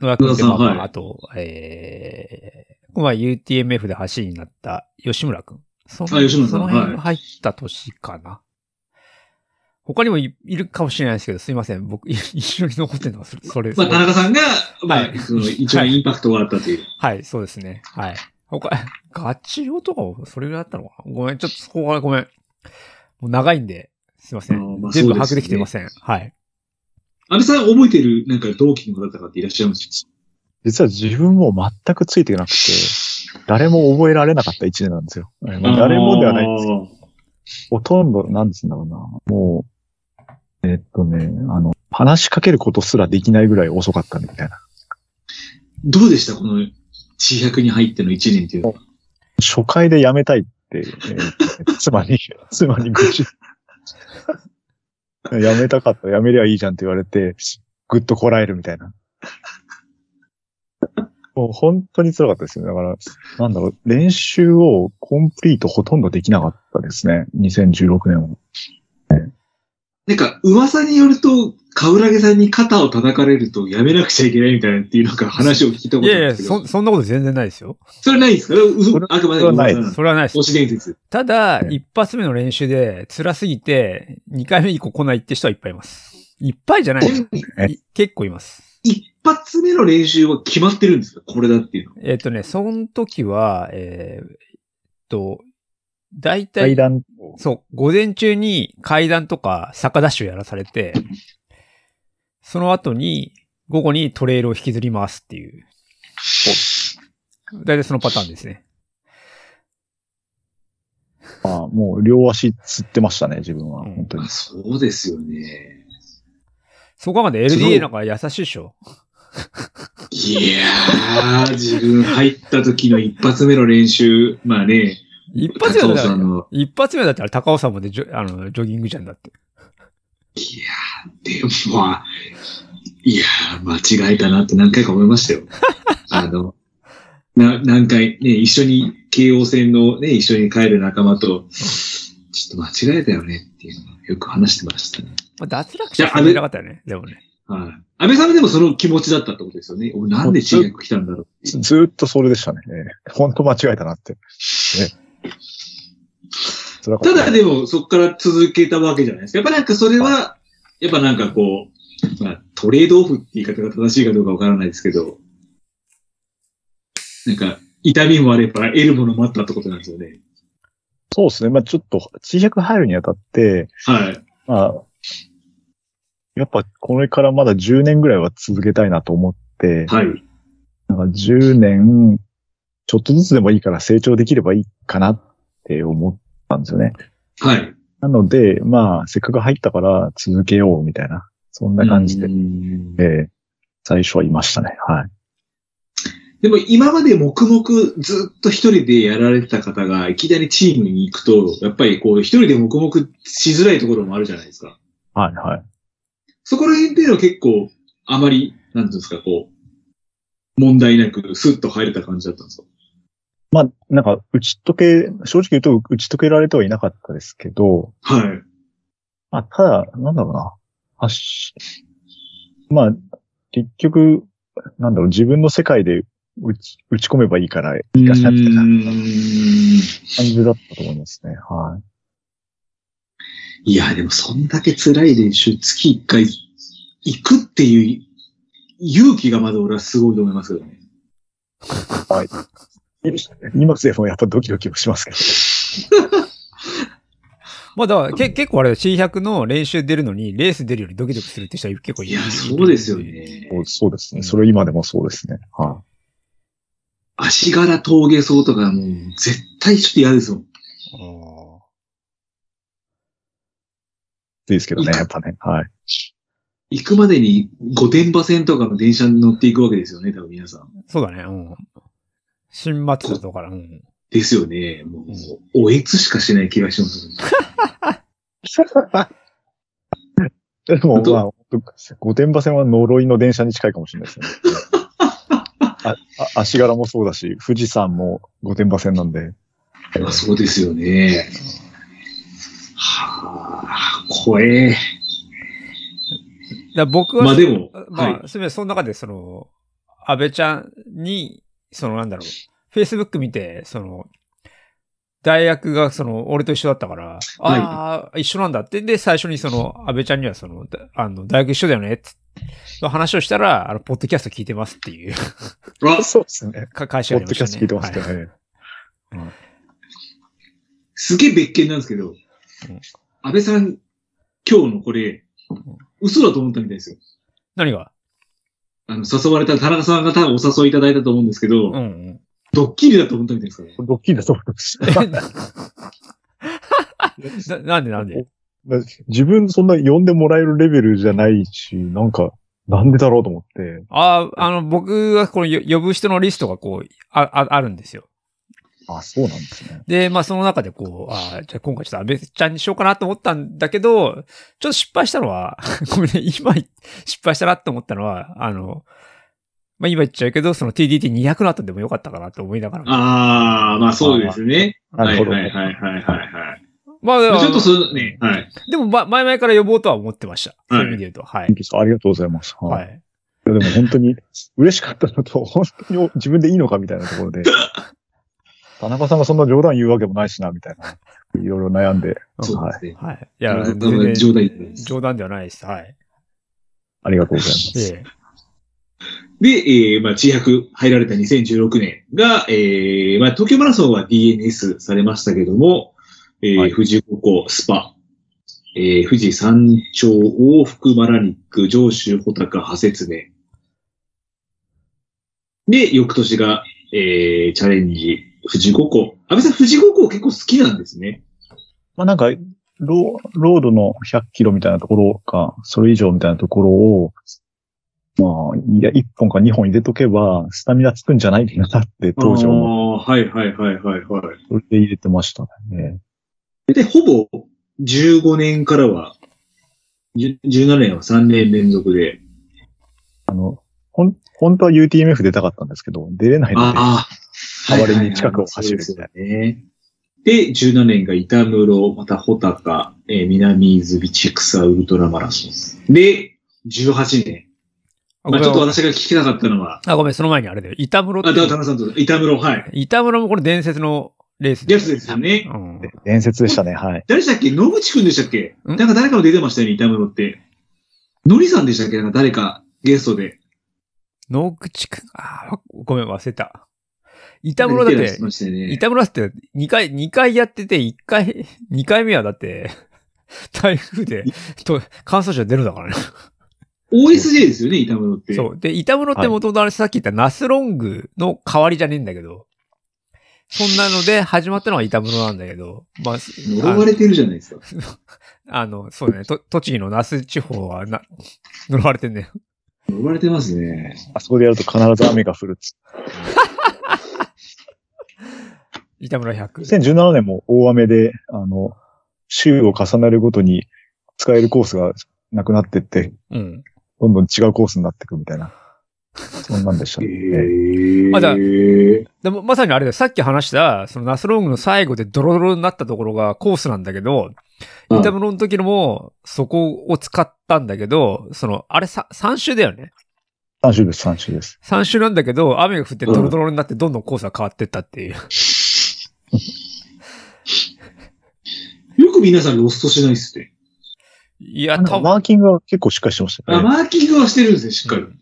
野田くんっ野田てまさあんまあ、はいあと、えー、まあ UTMF で走りになった吉村くん。そのあ吉村さんその辺はいが入った年かな。他にもいいるかもしれないですけど、すいません。僕、い 一緒に残ってるのはそれ、そまれ。あ田中さんが、まはあ、いその一番インパクトがあったという。はい、そうですね。はい。他、 ガチ用とかもそれぐらいだったのかなごめん、ちょっとそこはごめん。もう長いんで、すいませあーん。まあ全部そう把ですね握できてません。はい。安倍さん覚えてる、なんか同期の方とかっていらっしゃいます実は自分も全くついてなくて、誰も覚えられなかった一年なんですよ。えまあ誰もではないんですけど、いほとんど、なんつうんだろうな。もう、えっとね、あの、話しかけることすらできないぐらい遅かったみたいな。どうでしたこの、地百に入っての一年っていうのは。初回でやめたいって、えー妻に、妻に愚痴。 やめたかった、やめりゃいいじゃんって言われて、ぐっとこらえるみたいな。もう本当に辛かったですよ。だから、なんだろう、練習をコンプリートほとんどできなかったですね。2016年は。なんか、噂によると、カウラゲさんに肩を叩かれるとやめなくちゃいけないみたいなっていうなんか話を聞いたこいとあやるいんでや、すけど。そ、そんなこと全然ないですよ。それないですかそ嘘れあくまでそれはない噂でんそれはないです都。市伝説。ただ、一発目の練習で辛すぎて、二回目以降来ないって人はいっぱいいます。いっぱいじゃないちなみにえい結構います。一発目の練習は決まってるんですかこれだっていうのは。えっ、とね、その時は、えーっと、大体階、段、そう、午前中に階段とか坂ダッシュやらされて、その後に午後にトレイルを引きずり回すっていう。大体そのパターンですね。まあ、もう両足つってましたね、自分は。うん本当にあ。そうですよね。そこまで LDA なんか優しいでしょ。いやー、自分入った時の一発目の練習、まあね、一発高目尾だったさんら、の、一発目だったら高尾山までジョあのジョギングじゃんだって。でもまあ、いやー、間違えたなって何回か思いましたよ。あの、な、何回、ね、一緒に、京王線のね、一緒に帰る仲間と、ちょっと間違えたよねっていうのをよく話してましたね。まあ、脱落者されなかったよね。でもね。はい。安倍さんはでもその気持ちだったってことですよね。俺なんで中学来たんだろうってずずーっとそれでしたね。えー本当間違えたなって。ね、辛かたっただでも、そこから続けたわけじゃないですか。やっぱなんかそれは、やっぱなんかこう、まあ、トレードオフって言い方が正しいかどうかわからないですけど、なんか、痛みもあれば得るものもあったってことなんですよね。そうですね。まあちょっと、小さく入るにあたって、はい。まあ、やっぱこれからまだ10年ぐらいは続けたいなと思って、はい。なんか10年、ちょっとずつでもいいから成長できればいいかなって思ったんですよね。はい。なので、まあ、せっかく入ったから続けようみたいな、そんな感じでう、んえー最初はいましたね。はい。でも今まで黙々ずっと一人でやられてた方が、いきなりチームに行くと、やっぱりこう、一人で黙々しづらいところもあるじゃないですか。はい、はい。そこら辺っていうのは結構、あまり、なんていうんですか、こう、問題なく、スッと入れた感じだったんですかまあ、なんか、打ち解け、正直言うと打ち解けられてはいなかったですけど、はい。まあ、ただ、なんだろうな。はし、まあ、結局、なんだろう、自分の世界で打ち、打ち込めばいいから、いらっしゃってた感ん。じだったと思いますね。はい。いや、でもそんだけ辛い練習、月一回行くっていう勇気がまだ俺はすごいと思いますけどね。今でもやっぱドキドキもしますけど。まあだからけ結構あれ、C100 の練習出るのに、レース出るよりドキドキするって人は結構いるいや、そうですよ。ね。そうそうですね。それ今でもそうですね。は足柄峠走とかもう絶対ちょっと嫌ですもん。あーい。ですけどね、やっぱね。はい。行くまでに御殿場線とかの電車に乗っていくわけですよね、多分皆さん。そうだね。うん。新松戸とかなうん。ですよね。もう、おえつしかしない気がします。でも、あとまあ、ほんと御殿場線は呪いの電車に近いかもしれないですね。ああ足柄もそうだし、富士山も御殿場線なんで。まあそうですよね。はあ、怖え。だから僕は、まあでも、はまい。あ、すみません、その中で、その、安倍ちゃんに、その、なんだろう、Facebook 見て、その、大学が、その、俺と一緒だったから、ああ、一緒なんだって。で、最初に、その、安倍ちゃんには、その、だあの、大学一緒だよね、つの話をしたら、あの、ポッドキャスト聞いてますっていう、 あ、そうですね。か会社ポがッありドましキたね。ャスト聞いてましたはいね。すげえ別件なんですけどうん、安倍さん、今日のこれ、嘘だと思ったみたいですよ。何があの、誘われた田中さんが多分お誘いいただいたと思うんですけど、うん うん。ドッキリだと思ったみたいですからね。ドッキリだと思い ます。ななんでなんで自分そんな呼んでもらえるレベルじゃないし、なんか、なんでだろうと思って。ああ、あの、僕は、この、よ呼ぶ人のリストが、こう、あ、ああるんですよ。あ、そうなんですね。で、まあその中でこう、ああ、じゃあ今回ちょっと安倍ちゃんにしようかなと思ったんだけど、ちょっと失敗したのは、 ごめんね、今失敗したなと思ったのは、あの、まあ今言っちゃうけど、その TDT200 の後でもよかったかなと思いながら。ああ、まあそうですね。なはいるはほいど。はいはいはいはい。まあ、ちょっとそのね、はい。でも、ま、前々から呼ぼうとは思ってました。そういう意味で言うと、はい。ありがとうございます。はいはい。いやでも本当に嬉しかったのと、本当に自分でいいのかみたいなところで、 田中さんがそんな冗談言うわけもないしな、みたいな。いろいろ悩んで、そうはいですね。はい。いや、冗談全然冗談言ってないです冗談ではないです。はい。ありがとうございます。ええ。で、えー、まあ、知博入られた2016年が、えー、まあ、東京マラソンは DNS されましたけども、えーはい富士五湖、スパ、えー、富士山頂、往復マラニック、上州、穂高、派説明。で、翌年が、えー、チャレンジ、富士五湖。安倍さん、富士五湖結構好きなんですね。まあなんか、ローロードの100キロみたいなところか、それ以上みたいなところを、まあ、いや、1本か2本入れとけば、スタミナつくんじゃないかなって、当時も、ああー、はいはいはいはいはい。それで入れてましたね。で、ほぼ15年からは、じゅ17年は3年連続で。あの、ほん、本当は UTMF 出たかったんですけど、出れないので、ああ。代わりに近くを走るみたいなそうですよね。で、17年が板室、また穂高、えー南伊豆、千草、ウルトラマラソン。で、18年。あごめまあ、ちょんっと私が聞きたかったのは、あ、ごめん、その前にあれだよ。板室っあ、てだ田中さんと、板室、はい。板室もこれ伝説のレースやつですよね。うん。伝説でしたね、はい。誰でしたっけ野口くんでしたっけなんんか誰かも出てましたよね、板室って。のりさんでしたっけなんか誰かゲストで。野口くん、ああ、ごめん、忘れた。板室だっ出らしてま、したよね板室って2回、二回やってて、1回、2回 目はだって、 台風で、と、乾燥車出るだからね。 OSJ ですよね、板室って。そう。で、板室って元々あれさっき言ったナスロングの代わりじゃねえんだけど、そんなので始まったのは板室なんだけど、まあ、呪われてるじゃないです か。あの、そうだね、と栃木の那須地方はな、呪われてんね。呪われてますね。あそこでやると必ず雨が降るっつって板室100。 2017年も大雨で、あの、週を重ねるごとに使えるコースがなくなってって、うん。どんどん違うコースになっていくみたいな。そんなんでしたね。えまだえでも、まさにあれだよ。さっき話した、そのナスロングの最後でドロドロになったところがコースなんだけうど、んインタムロの時のも、そこを使ったんだけど、その、あれさ、3周だよね。 3種です、3種です。 3周なんだけど、雨が降ってドロドロになってどんどんコースが変わってったっていう。よく皆さんロストしないっすね。いや、なん多か分マーキングは結構しっかりしてましたあ、よね。マーキングはしてるんですね、しっかりうん。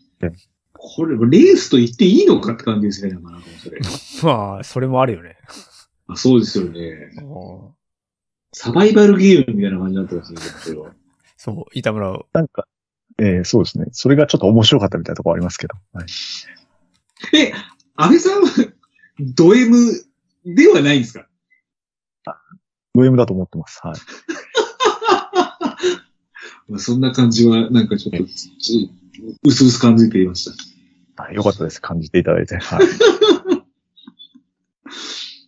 これ、レースと言っていいのかって感じですね、なんかなんかそれ。まあ、それもあるよね。あそうですよね。サバイバルゲームみたいな感じになってますね、これは。そう、板村を。なんか、えーそうですね。それがちょっと面白かったみたいなところありますけど。はいえ、安倍さんは、ド M ではないんですかド M だと思ってます。はい。まあそんな感じは、なんかちょっと、ちうすうす感じていました。はいよかったです。感じていただいて。はい。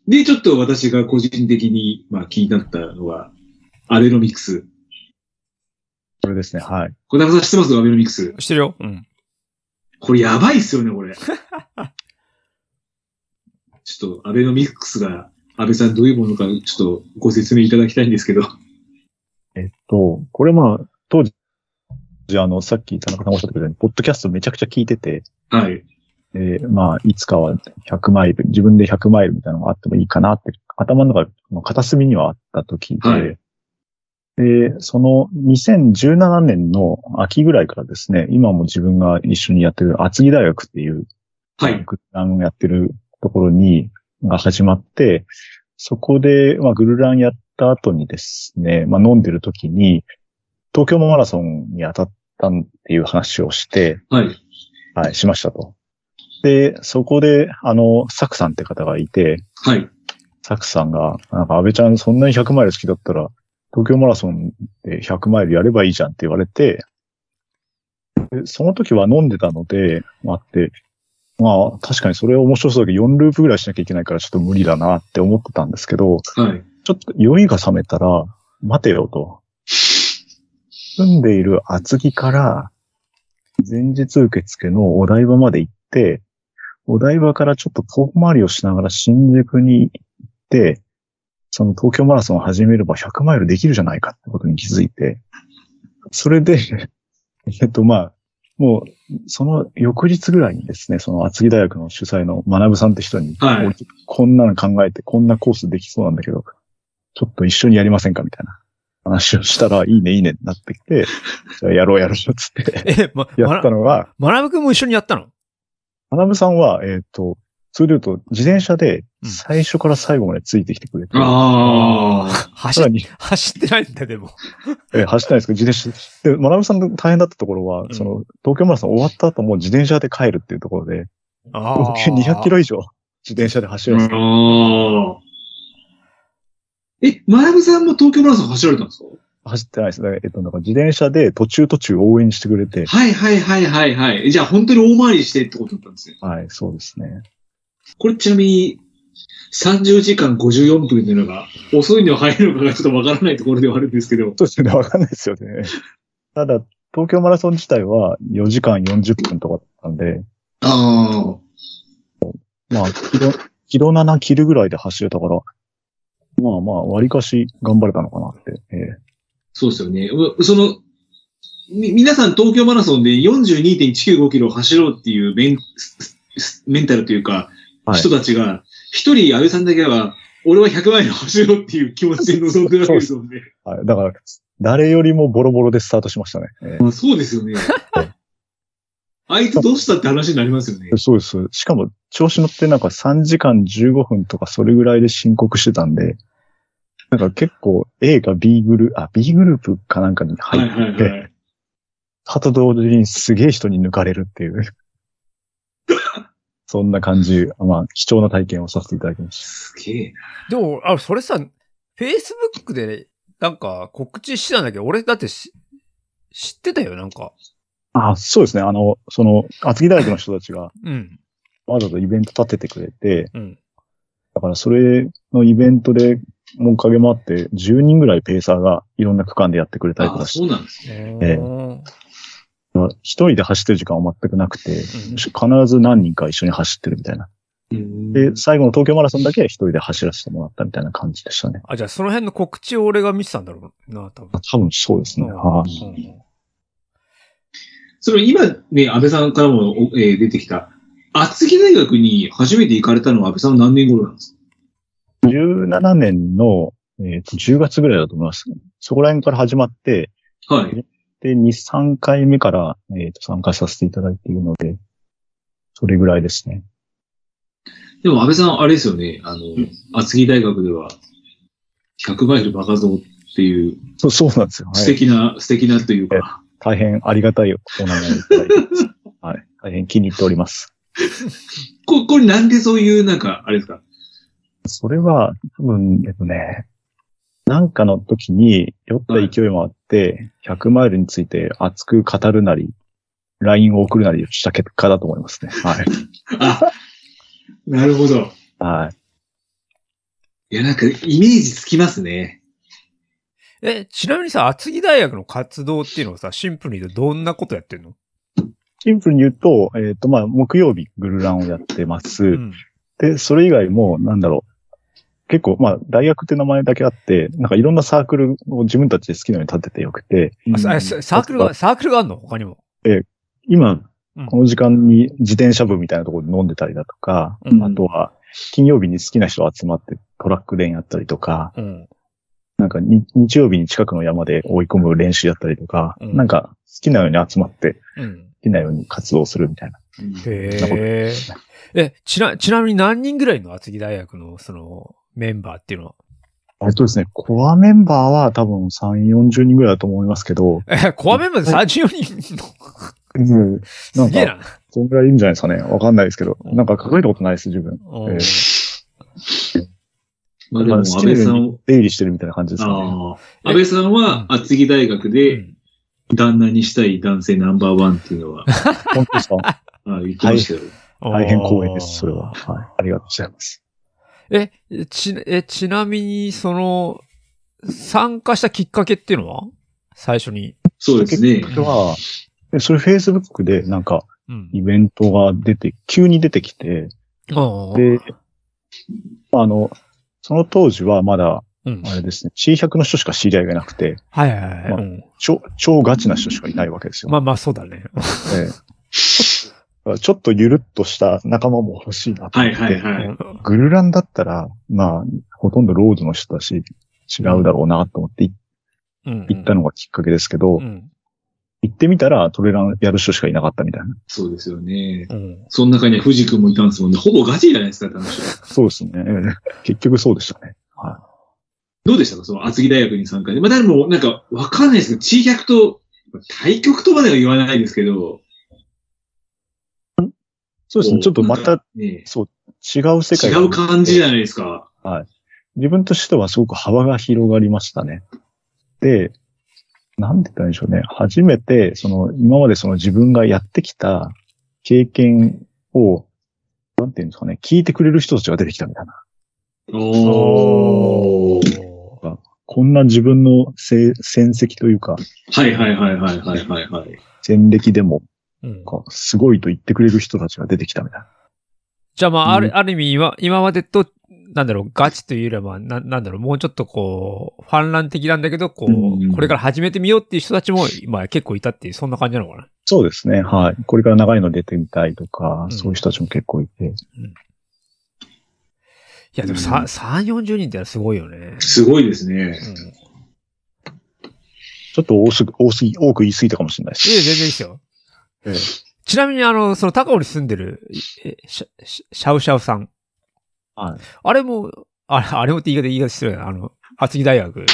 で、ちょっと私が個人的に、まあ、気になったのは、アベノミクス。それですね。はい。小高さん知ってますアベノミクス。してるよ。うん。これやばいっすよね、 これ。ちょっと、アベノミクスが、安倍さんどういうものか、ちょっとご説明いただきたいんですけど。えっと、これまあ、当時、あの、さっき田中さんがおっしゃったように、ポッドキャストめちゃくちゃ聞いてて、はい。えーまあ、いつかは100マイル、自分で100マイルみたいなのがあってもいいかなって、頭の中の片隅にはあった時で、はいで、その2017年の秋ぐらいからですね、今も自分が一緒にやってる厚木大学っていう、はい。グルランをやってるところに、が始まって、そこで、まあ、グルランやった後にですね、まあ、飲んでる時に、東京マラソンに当たったっていう話をして、はい。はい、しましたと。で、そこで、あの、サクさんって方がいて、はい。サクさんが、なんか安倍ちゃんそんなに100マイル好きだったら、東京マラソンで100マイルやればいいじゃんって言われて、でその時は飲んでたので、まあって、まあ確かにそれ面白そうだけど4ループぐらいしなきゃいけないからちょっと無理だなって思ってたんですけど、はい。ちょっと酔いが覚めたら、待てよと。住んでいる厚木から、前日受付のお台場まで行って、お台場からちょっと遠回りをしながら新宿に行って、その東京マラソンを始めれば100マイルできるじゃないかってことに気づいて、それで、 えっとまあ、もう、その翌日ぐらいにですね、その厚木大学の主催の学さんって人に、はい俺こんなの考えて、こんなコースできそうなんだけど、ちょっと一緒にやりませんかみたいな話をしたら、いいね、いいねってなってき て、じゃあやろうやろうっつって、え、ま、やったまのが、な、学君も一緒にやったの学さんは、えっ、と、それで言うと、自転車でうん最初から最後までついてきてくれて、ああ。さ走らっ、に、走ってないんだ、でも。えー走ってないですけど、自転車。で、学さんが大変だったところは、うんその、東京マラソン終わった後も自転車で帰るっていうところで、あ合計200キロ以上自転車で走るんですよああ。え、マヤブさんも東京マラソン走られたんですか走ってないです。だからえっと、なんか自転車で途中途中応援してくれて、はいはいはいはいはい。じゃあ本当に大回りしてってことだったんですね。はい、そうですね。これちなみに、30時間54分っていうのが、遅いのか早いのかがちょっとわからないところではあるんですけど、そうですね、わかんないですよね。ただ、東京マラソン自体は4時間40分とかだったんで、ああ。まあ、キロ、キロ7キルぐらいで走れたから、まあまあ、割かし頑張れたのかなって。ええそうですよね。うその、み、皆さん東京マラソンで42.195キロを走ろうっていうメン、ススメンタルというか、はい人たちが、一人安倍さんだけは、俺は100マイル走ろうっていう気持ちで臨んでるわけですもんね。はい、だから、誰よりもボロボロでスタートしましたね。えまあそうですよね。あいつどうしたって話になりますよねえ。そうです。しかも、調子乗ってなんか3時間15分とかそれぐらいで申告してたんで、なんか結構 A か B グループ、あ、B グループかなんかには入いって、はいはい。他と同時にすげえ人に抜かれるって いう。そんな感じ、まあ、貴重な体験をさせていただきましすげえな。でも、あ、それさ、Facebook で、なんか告知してたんだけど、俺だってし知ってたよ、なんか。た。あ、そうですね。あの、その、厚木大学の人たちがうん。わざとイベント立ててくれて、うん。だからそれのイベントで、もうおかげもあって、10人ぐらいペーサーがいろんな区間でやってくれたりとあ、かしてそうなんですね。ええ一人で走ってる時間は全くなくて、必ず何人か一緒に走ってるみたいな。うんで、最後の東京マラソンだけ一人で走らせてもらったみたいな感じでしたね。あ、じゃあその辺の告知を俺が見てたんだろうな、多分。多分そうですね。はいうんそれ今ね、安倍さんからも、おえー出てきた、厚木大学に初めて行かれたのは安倍さんは何年頃なんですか17年の、えーと10月ぐらいだと思います。そこら辺から始まって、はい。で、2、3回目から、えーと参加させていただいているので、それぐらいですね。でも安倍さん、あれですよね、あの、ん厚木大学では、100マイルバカ像っていう、そう、そうなんですよ。は素い。敵な、素敵なというか、大変ありがたいお名前をいただ いてますはい。大変気に入っております。こ、これなんでそういう、なんか、あれですかそれは、多分、えっとね、なんかの時に酔った勢いもあって、100マイルについて熱く語るなり、LINE を送るなりした結果だと思いますね。はい。 あ、なるほど。はい。いや、なんか、イメージつきますね。え、ちなみにさ、厚木大学の活動っていうのはさ、シンプルに言うとどんなことやってんのシンプルに言うと、えっ、と、まあ、木曜日、グルランをやってます。うん。で、それ以外も、なんだろう。結構、まあ、大学って名前だけあって、なんかいろんなサークルを自分たちで好きなように立ててよくて、あささサークルが、サークルがあんの他にも。今、うんこの時間に自転車部みたいなところで飲んでたりだとか、うんあとは、金曜日に好きな人集まってトラック練やったりとか、うん。なんかに日曜日に近くの山で追い込む練習やったりとか、うんなんか好きなように集まって、うん。好きなように活動するみたいな。うんへえ。え、ちな、ちなみに何人ぐらいの厚木大学の、その、メンバーっていうのはえっとですね、コアメンバーは多分3、40人ぐらいだと思いますけど、え、 コアメンバーで34人いんのうん、なんすげえか、な。そんぐらいいるんじゃないですかね。わかんないですけど、うんなんか考えたことないです、自分。うんえまあでも、まあ安倍さんを、出入りしてるみたいな感じですかね。ああ、安倍さんは厚木大学で旦那にしたい男性ナンバーワンっていうのは、本当 ですかあ言ってましたよ。大変光栄です、それは。。はい。ありがとうございます。え、ち、え、ちなみに、その、参加したきっかけっていうのは最初に。そうですね。僕は、えそれ Facebook でなんかうんイベントが出て、急に出てきて、うんで、あの、その当時はまだ、うん。あれですね、C100 の人しか知り合いがいなくて、はいはいはい。まあうん超、超ガチな人しかいないわけですよ。まあまあ、そうだね。ええだ からちょっとゆるっとした仲間も欲しいなとは思いって、はいはい。うグルランだったら、まあ、ほとんどロードの人だし、違うだろうなと思っていん。行ったのがきっかけですけど、うん。行ってみたらトレランやる人しかいなかったみたいな。そうですよね。うん。その中には藤君もいたんですもんね。ほぼガチじゃないですか、楽しい。そうですね。ええ 結局そうでしたね。どうでしたかその厚木大学に参加で。まあ、でも、なんか、わかんないですけど、地百と、対局とまでは言わないですけど。そうですね。ちょっとまたなんかね、違う世界違がう感じじゃないですか。自分としてはすごく幅が広がりましたね。で、なんて言ったらいいんでしょうね。初めて、その、今までその自分がやってきた経験を、なんていうんですかね、聞いてくれる人たちが出てきたみたいな。おー。こんな自分のせ戦績というか、はいはいはいはいはいはいはい。戦歴でも、うんなんかすごいと言ってくれる人たちが出てきたみたいな。じゃあまあ、あうる、ある意味今、今までと、なんだろう、ガチというよりは、まあ、ななんだろう、もうちょっとこう、ファンラン的なんだけど、こうんうんう、これから始めてみようっていう人たちも、まあ結構いたっていう、そんな感じなのかな。そうですね。はい。これから長いの出てみたいとか、うんそういう人たちも結構いて。いや、でもうさ、ん3、40人ってのはすごいよね。すごいですね。うん。いや、ちょっと多すぎ、多すぎ、多く言い過ぎたかもしれないです。全然いいですよ。ええちなみに、あの、その高尾に住んでる、え、シャ、シャシャウシャウさん。はい。あれも、あれ、あれもって言い方、言い方失礼だな。あの、厚木大学。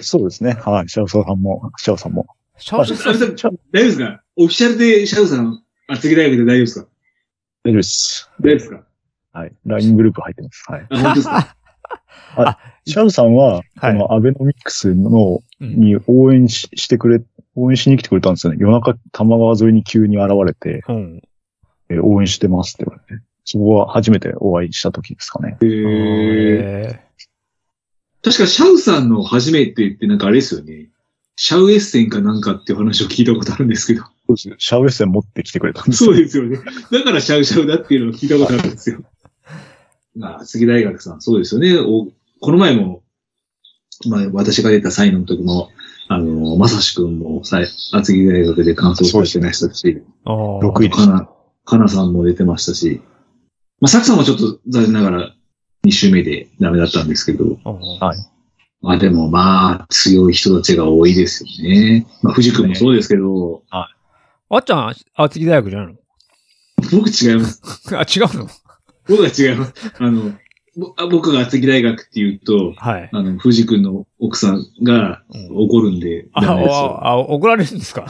そうですね。はい。シャオソさんも、シャオさんも。シ ャウシャウ安倍ささん、ん、大丈夫ですかオフィシャルでシャウさん、厚木大学で大丈夫ですか大丈夫です。大丈夫ですかはい。LINE グループ入ってます。はい。あ、本当 ですかシャウさんは、はいこのアベノミクスの、 うんに応援ししてくれ、応援しに来てくれたんですよね。夜中、多摩川沿いに急に現れて、うん。えー応援してますって言われて。そこは初めてお会いした時ですかね。へーえ確かシャウさんの初めてってなんかあれですよね。シャウエッセンかなんかっていう話を聞いたことあるんですけど。そうですね。シャウエッセン持ってきてくれ たんですそうよですよね。だからシャウシャウだっていうのを聞いたことあるんですよ。まあ、杉大学さん、そうですよね。おこの前も、まあ、私が出たサインの時も、あの、まさしくんもさい、厚木大学で感想をしてましたし、ああ。 6位でかした。な、かなさんも出てましたし、まあ、サクさんもちょっと残念ながら2周目でダメだったんですけど、ああはい。まあでもまあ、強い人たちが多いですよね。まあ、藤君もそうですけど、あっちゃん、厚木大学じゃないの僕違います。あ、違うの僕は違います。あの、ぼあ僕が厚木大学って言うと、はい。あの、藤君の奥さんがうん怒るんで、あダメですよ。あ、あ怒られるんですか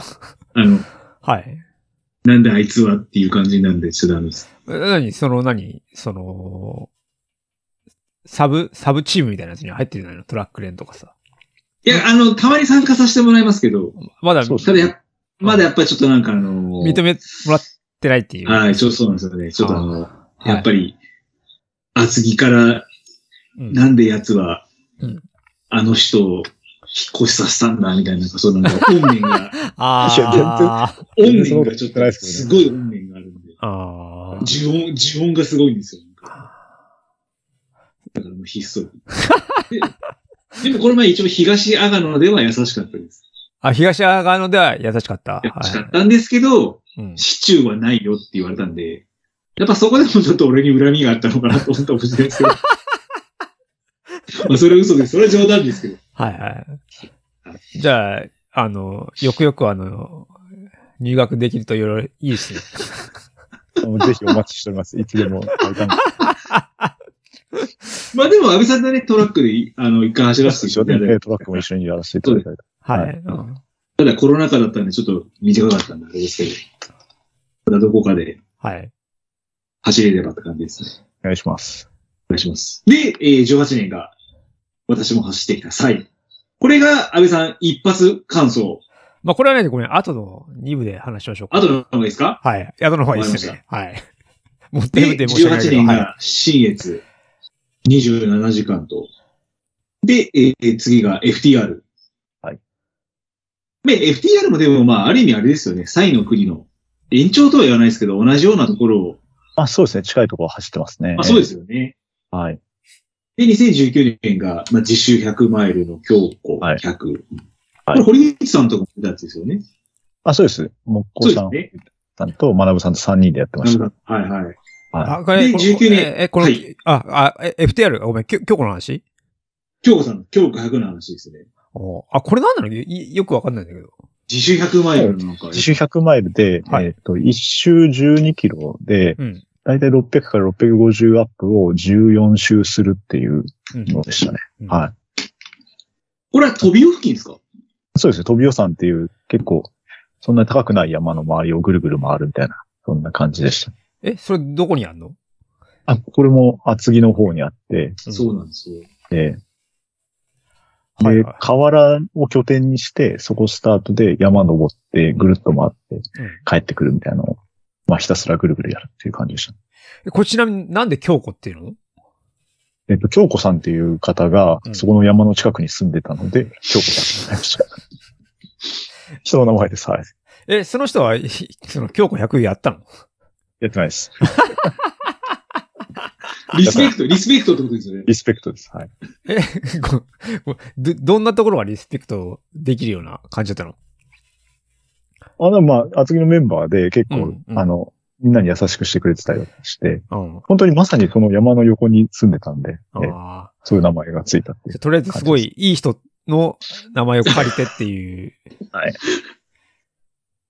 あの、はい。なんであいつはっていう感じなんで、ちょっとダメです。え何その何その、サブ、サブチームみたいなやつには入ってるのよ、トラック連とかさ。いや、あの、たまに参加させてもらいますけど、まだそ認うですただや、まだやっぱりちょっとなんかあの、めもらってないっていう。はい、ちょっとそうなんですよね。ちょっとあの、はいやっぱり、厚木から、うんなんで奴はうん、あの人を引っ越しさせたんだ、みたいな、なんかそうなんか、怨念が、いや全然あー怨 全然そん念なことがちょ言っってないと、ですけどねすごい怨念があるんで。あー。呪音、呪音がすごいんですよ。なんかだからもうひっそり。 ででもこの前一応東阿賀野では優しかったです。あ、東側のでは優しかった。優しかはったんですけど、い。うん市中はないよって言われたんで、やっぱそこでもちょっと俺に恨みがあったのかなと思ったかもしれないですけ ど。まあそれは嘘です。それは冗談ですけど。はいはい。じゃあ、あの、よくよくあの、入学できるといろいろいいですね。ぜひお待ちしております。 いつでも。まあでも安倍さんとね、トラックでいあの一回走らせて一緒いたで、だ いね、て、トラックも一緒にやらせていただいたり。はい。はいうんただコロナ禍だったんでちょっと短かったんであれですけど、またどこかではい。走れればって感じですね。お願いします。お願いします。で、えー18年が私も走ってきた際。これが安倍さん一発感想。まあ、これはね、ごめん、後の2部で話しましょうか。後の方がいいですかはい。宿の方がいいですよね。はい。 持ってるで、って申し訳ない18けど。年はい。が新越27時間と。で、えー次が FTR。はい。で、FTR もでもまあ、ある意味あれですよね。サイの国の延長とは言わないですけど、同じようなところを、あ、そうですね。近いところ走ってますね。。まあそうですすよね。はい。で、2019年が、まあ、実習100マイルの強行100。はいこれ、堀口さんとかも出たやつですよね。あ、そうです。木工さそうんですさんと、学さんと3人でやってました。はいはい。あ、これ、でこの19年え、えこの、はいあ、あ、え FTR、ごめん、きょ今日この話京子さん、京子100の話ですね。おあ、これなんなのいよくわかんないんだけど。自主100マイルのなんか、自主100マイルで、はいえっと、1周12キロで、うん。だいたい600から650アップを14周するっていううんのでしたね。うんはこれは飛び尾付近ですかい。そうですね。飛び予算っていう、結構、そんなに高くない山の周りをぐるぐる回るみたいな、そんな感じでした。え、それどこにあんのあ、これも厚木の方にあって、うんそうなんですよ。で、はいではい、河原を拠点にして、そこスタートで山登って、ぐるっと回ってうん、帰ってくるみたいなのを、まあひたすらぐるぐるやるっていう感じでした。えこれちなみになんで京子っていうのえっと、京子さんっていう方がう、んそこの山の近くに住んでたので、京子さんになりました。 人の名前です。はい。え、その人は、ひその京子100やったの やってないです。リスペクト、リスペクトってことですよね。リスペクトです。はい。え、ごごど、どんなところがリスペクトできるような感じだったのあの、でもまあ、厚木のメンバーで結う構ん、うんあの、みんなに優しくしてくれてたりとかして、うん。本当にまさにその山の横に住んでたんで、えああ。そういう名前がついたっていじゃうあ。とりあえずすごいいい人の名前を借りてっていう、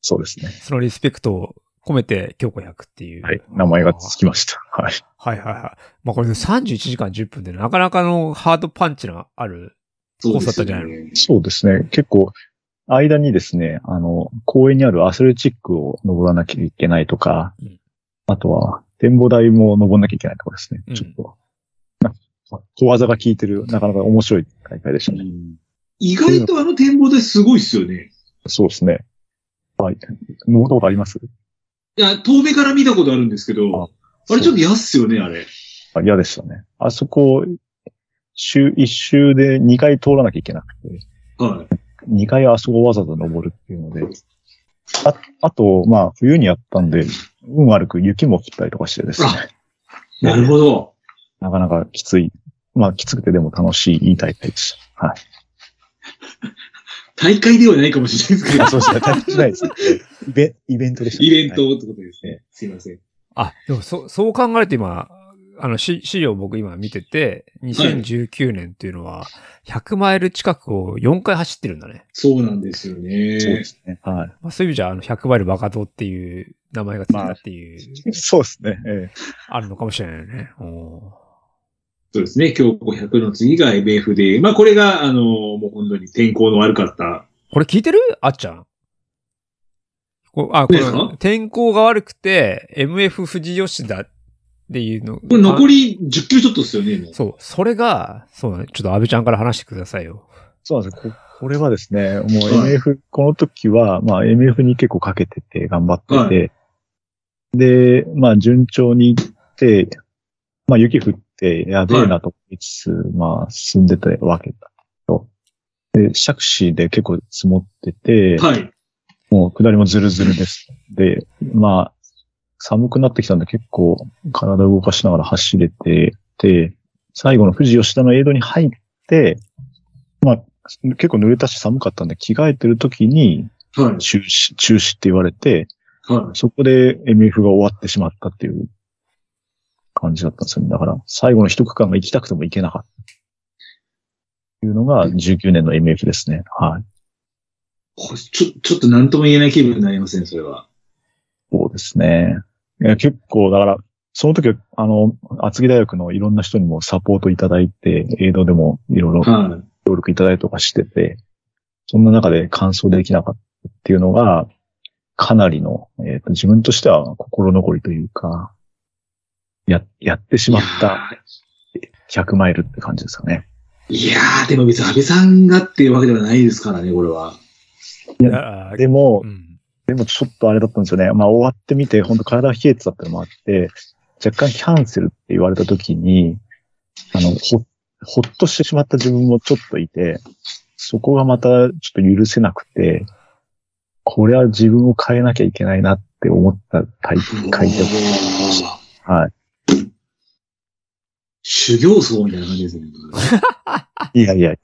そうですね。そのリスペクトを込めて京子100っていう。はい。名前がつきました。はい。はいはいはい。まあこれね31時間10分でなかなかのハードパンチのある。そうですコンサートよじゃないね。そうですね。結構、間にですね、あの、公園にあるアスレチックを登らなきゃいけないとか、うんあとは、展望台も登んなきゃいけないとかですね。うんちょっと、な小技が効いてる、なかなか面白い大会でしたうね。ん意外とあの展望台すごいですよね。そうですね。はい。登ったことありますいや、遠目から見たことあるんですけど、あれちょっと嫌っすよね、あれ。と嫌でしたね。あそこ、週、一周で2回通らなきゃいけなくて、はい。 2回あそこわざわざ登るっていうので、ああと、まあ、冬にやったんで、運悪く雪も降ったりとかしてですね。なるほど。なかなかきつい。まあ、きつくてでも楽しい、いい大会でし 大会ではないかもしれないですけた。どあ、、そうですね。大会じゃないですね。イベイベントでしたね、イベンはいトってことですね。すいません。あ、でもそ、そう考えると今、あの、資資料を僕今見てて、2019年っていうのは、100マイル近くを4回走ってるんだね。そうなんですよそうでね。すね。はまあ、そういう意味じゃ、あの、100マイルバカドっていう名前がついたっていう、い。そうですね。えあるのかもしれないよね。おそうですね。今日500の次が MF で、まあこれが、あの、もう本当に天候の悪かった。ーこれ聞いてるあっちゃん。こあ、これいいですか、天候が悪くて、MF 富士吉田っていうの。これ残りり10キロちょっとですよね、もうそう、それが、そうだね。ちょっと安倍ちゃんから話してくださいよ。えそうなんですよ。ここれはですね、もうはい MF、この時は、まあ MF に結構かけてて、頑張ってて、で、まあ順調に行って、まあ雪降って、やべえなと思いつつ、まあ進んでたわけだと。で、シャクシーで結構積もってて、はい。もう下りもズルズルです。で、まあ、寒くなってきたんで結構体を動かしながら走れて、で、最後の富士吉田のエイドに入って、まあ、結構濡れたし寒かったんで着替えてる時にはい。中止、中止って言われて、はそこで MF が終わってしまったっていう感じだったんですよね。だから最後の一区間が行きたくても行けなかった。っていうのが19年の MF ですね。はい。い。こちょ、ちょっと何とも言えない気分になりますね、それは。そうですね。いや結構、だから、その時は、あの、厚木大学のいろんな人にもサポートいただいて、映像でもいろいろは協力いただいたりとかしてて、そんな中で完走できなかったっていうのが、かなりの、えーと自分としては心残りというか、や、やってしい。まった。100マイルって感じですかね。いやー、でも別に安倍さんがっていうわけではないですからね、これは。いややでもう、ん。でもちょっとあれだったんですよね。まあ終わってみて、本当体が冷えてたってのもあって、若干キャンセルって言われた時に、あの、ほ、ほっとしてしまった自分もちょっといて、そこがまたちょっと許せなくて、これは自分を変えなきゃいけないなって思った大会で、はい。修行僧みたいな感じですね。いやいやい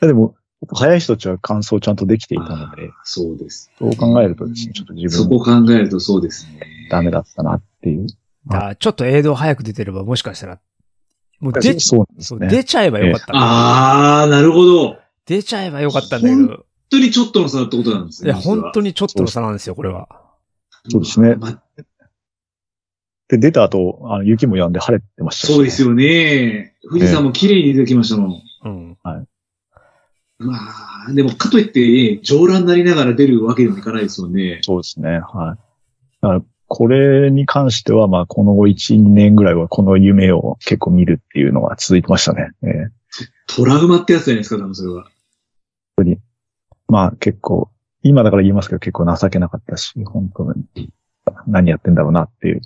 や。でも、早い人たちは感想ちゃんとできていたので、そうです。そう考えるとですね、ちょっと自そこ分を考えるとそうですね。ダメだったなっていう。だからちょっと映像早く出てれば、もしかしたら、もう出、そうなんですそう、ね。出ちゃえばよかったんだけど。あー、なるほど。本出ちゃえばよかったんだけど。当にちょっとの差ってことなんですいね。や、本当に。にちょっとの差なんですよ、これは。そうですねまあで、出た後、あの雪も止んで晴れてましたしね、そうですよね。富士山も綺麗に出てきましたもん。うん。まあ、でもかといって、上乱になりながら出るわけにもいかないですもんね。そうですね。はい。だからこれに関しては、まあ、この後1、2年ぐらいはこの夢を結構見るっていうのが続いてましたね。ええトラウマってやつじゃないですか、多分それは。まあ、結構、今だから言いますけど、結構情けなかったし、本当に何やってんだろうなっていう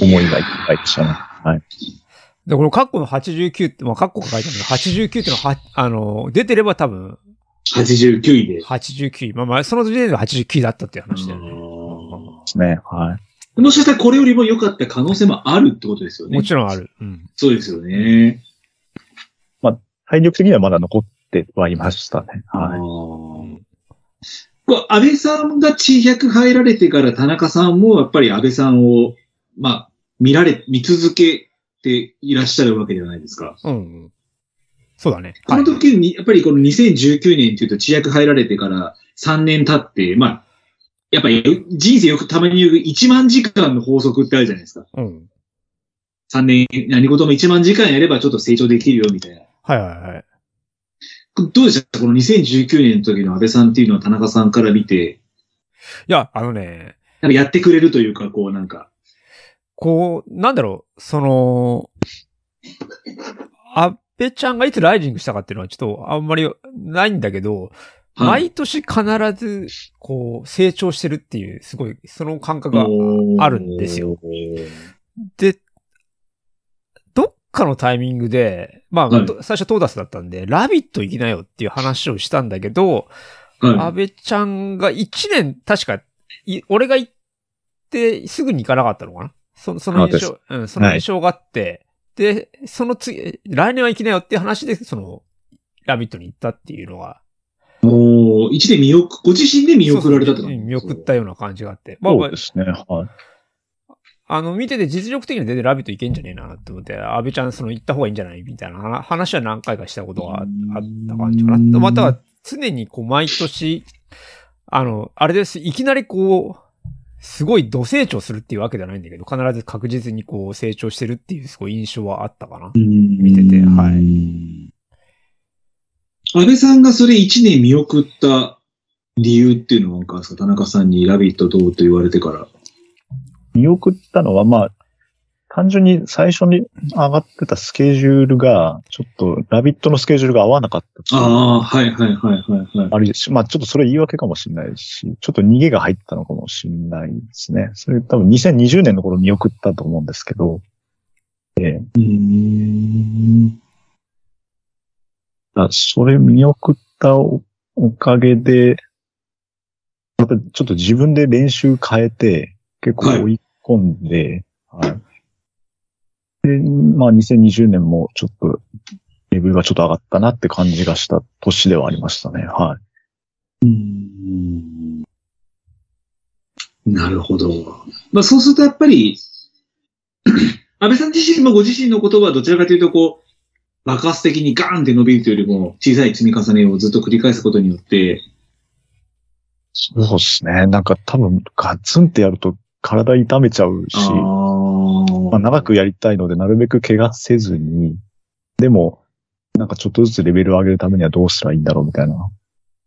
思いがいっぱいでしたね。はい。で、このカッコの89って、まあ、カッコが書いてあるんだけど、89っていうのは、はあの、出てれば多分、 89位で。 89位。まあまあ、その時点で89位だったっていう話だよあね。ーですね。はい。もしかしたらこれよりも良かった可能性もあるってことですよね。もちろんある。うん。そうですよね。体力的にはまだ残ってはいましたね。あはい。ーこれ安倍さんが地100入られてから田中さんもやっぱり安倍さんを、まあ、見られ、見続けていらっしゃるわけじゃないですか。うんうん。そうだね。この時に、やっぱりこの2019年っていうと地100入られてから3年経って、まあ、やっぱり人生よくたまに言う1万時間の法則ってあるじゃないですか。はい、うん。 3年、何事も1万時間やればちょっと成長できるよみたいな。はいはいはい。どうでしたこの2019年の時の安倍さんっていうのは田中さんから見て、いや、あのね、なんかやってくれるというか、こうなんか。こう、なんだろう、その、あっぺちゃんがいつライジングしたかっていうのはちょっとあんまりないんだけど、はい毎年必ず、こう、成長してるっていう、すごい、その感覚があるんですよ。。で、どっかのタイミングで、まあ、はいと最初トーダスだったんで、ラビット行きなよっていう話をしたんだけど、はい。安倍ちゃんが1年、確かい俺が行ってすぐに行かなかったのかなそその印象、うん、その印象があって、で、その次、来年は行きなよっていう話で、その、ラビットに行ったっていうのが、もう、一で見送、ご自身で見送られたってそこうとそう見送ったような感じがあって。まあ、そまうですね。はい。あ、あの、見てて実力的には全然ラビット行けんじゃねえなって思って、安倍ちゃんその行った方がいいんじゃないみたいな話は何回かしたことがあった感じかな。うんまたは、常にこう、毎年、あの、あれです。いきなりこう、すごい度成長するっていうわけではないんだけど、必ず確実にこう成長してるっていうすごい印象はあったかな。見。ててはい安倍さんがそれ一年見送った理由っていうのはなんかあるんですか田中さんにラビットどうと言われてから。見送ったのは、まあ、単純に最初に上がってたスケジュールが、ちょっと、ラビットのスケジュールが合わなかったっていうああ、はいはいはいはいはい。あるし、まあちょっとそれ言い訳かもしれないし、ちょっと逃げが入ったのかもしれないですね。それ多分2020年の頃見送ったと思うんですけど、うーん。だそれ見送ったおおかげで、やっぱりちょっと自分で練習変えて、結構追い込んで、はい。で、まあ2020年もちょっと、レベルがちょっと上がったなって感じがした年ではありましたね。はい。うーんなるほど。まあそうするとやっぱり、 安倍さん自身もご自身のことはどちらかというとこう、爆発的にガーンって伸びるというよりも小さい積み重ねをずっと繰り返すことによって、そうですね。なんか多分ガツンってやると体痛めちゃうし、まあ、長くやりたいのでなるべく怪我せずに、でも、なんかちょっとずつレベルを上げるためにはどうしたらいいんだろうみたいな、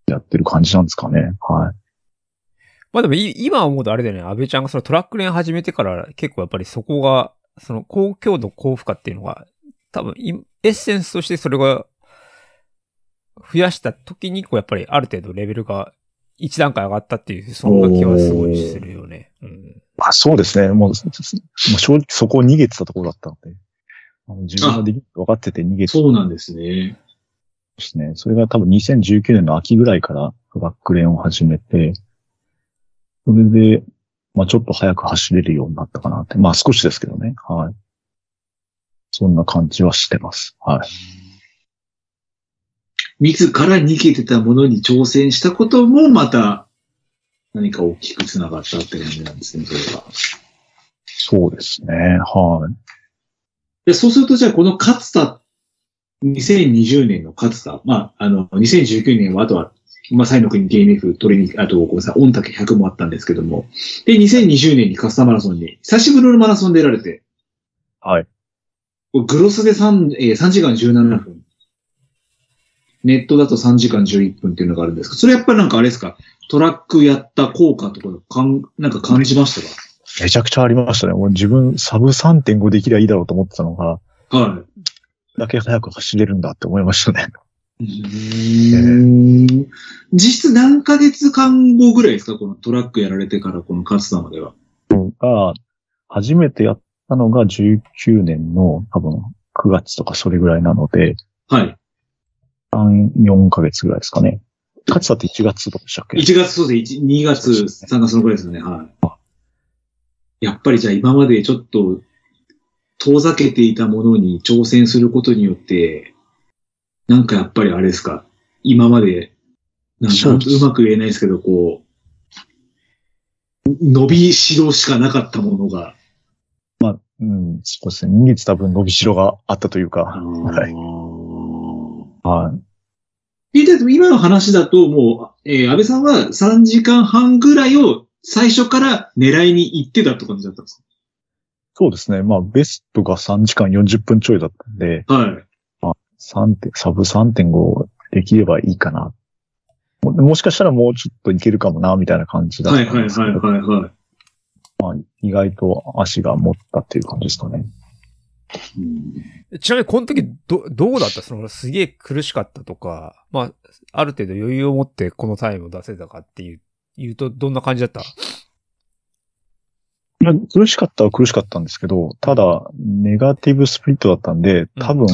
やってる感じなんですかね。はい。まあでもい今思うとあれだよね、安倍ちゃんがそのトラック連始めてから結構やっぱりそこが、その高強度高負荷っていうのが、多分いエッセンスとしてそれが増やした時にこうやっぱりある程度レベルが一段階上がったっていう、そんな気はすごいするよね。うん、まあそうですね。もう、すすもう正直そこを逃げてたところだったので、あの自分ができると分かってて逃げてたんそうなんですね。ですね。それが多分2019年の秋ぐらいからトラックレーンを始めて、それで、まあちょっと早く走れるようになったかなって。まあ少しですけどね。はい。そんな感じはしてます。はい。自ら逃げてたものに挑戦したこともまた何か大きく繋がったって感じなんですね、それは。そうですね。はい。で、そうするとじゃあこの勝田、2020年の勝田、まあ、あの、2019年はあとは、まあ、サイの国 DNF 取りに、あと、ごめんなさい、御嶽100もあったんですけども、で、2020年に勝田マラソンに、久しぶりのマラソン出られて、はい。グロスで3、えー3時間17分。ネットだと3時間11分っていうのがあるんですけど、それやっぱりなんかあれですか、トラックやった効果とかかん、なんか感じましためちゃくちゃありましたね。もう自分サブ3.5できりゃいいだろうと思ってたのが、かはい。だけ早く走れるんだって思いましたね。 実質何ヶ月間後ぐらいですかこのトラックやられてからこの勝田までは。が、初めてやったのが19年の多分9月とかそれぐらいなので、はい。 3、4ヶ月ぐらいですかね。勝田って1月とかでしたっけ1月、そうですね。1 2月、3月のぐらいですよね。はい。やっぱりじゃあ今までちょっと遠ざけていたものに挑戦することによって、なんかやっぱりあれですか今まで、なんかそうですうまく言えないですけど、こう、伸びしろしかなかったものが、うん、そうですね。逃げてた分伸びしろがあったというあか、のははい。え、でも今の話だと、もう、えー安倍さんは3時間半ぐらいを最初から狙いに行ってたって感じだったんですそうですね。まあ、ベストが3時間40分ちょいだったんで、かはい。 3点、サブ3.5できればいいかな。ももしかしたらもうちょっといけるかもな、みたいな感じだっはたいはいんですけはいど、はいはい。意外と足が持ったっていう感じですかね。ちなみにこの時ど、どうだったそのすげえ苦しかったとか、まあ、ある程度余裕を持ってこのタイムを出せたかっていう、言うとどんな感じだったいや苦しかったは苦しかったんですけど、ただ、ネガティブスプリットだったんで、多分、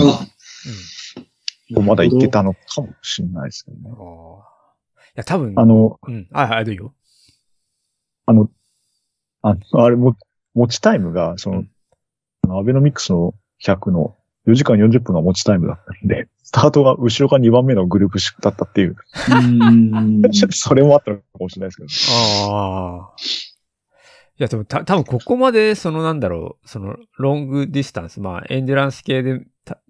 あ、まだいけなたのかもしれないですけどねう。ん。ああ。いや、多分、あの、うん。はいはい、どうよ。あの、あ、あれも、持ちタイムが、その、あのアベノミクスの100の4時間40分が持ちタイムだったんで、スタートが後ろが2番目のグループだったっていう、うん。それもあったのかもしれないですけど。ああ。いや、でもた、多分ここまで、そのなんだろう、その、ロングディスタンス、まあ、エンデュランス系でた、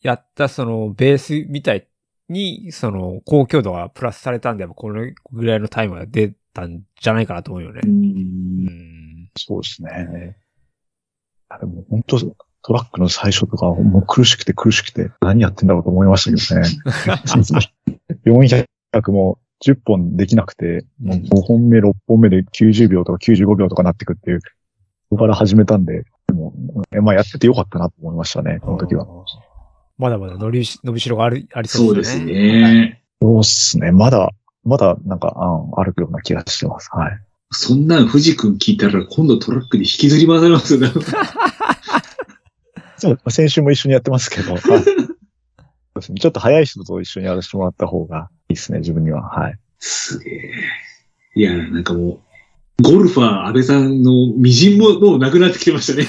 やった、その、ベースみたいに、その、高強度がプラスされたんで、やっぱこのぐらいのタイムが出たんじゃないかなと思うよねう。うんん。そうですね。あでも本当、トラックの最初とか、もう苦しくて苦しくて、何やってんだろうと思いま したけどね。400も10本できなくて、もう5本目、6本目で90秒とか95秒とかなってくっていう、そこから始めたんで、でもえまあやっててよかったなと思いましたね、この時は。。まだまだ伸びし、伸びしろがある、ありそそううでですすね。ね。そうっすね。まだ、まだなんか、ああるような気がしてます。はい。そんなの藤君聞いたら今度トラックで引きずり回されますよ。そう、先週も一緒にやってま すけど、はいそうですねちょっと早い人と一緒にやらせてもらった方がいいですね、自分には。はい。すげえ。いや、なんかもう、ゴルファー安倍さんの微塵ももうなくなってきてま したね。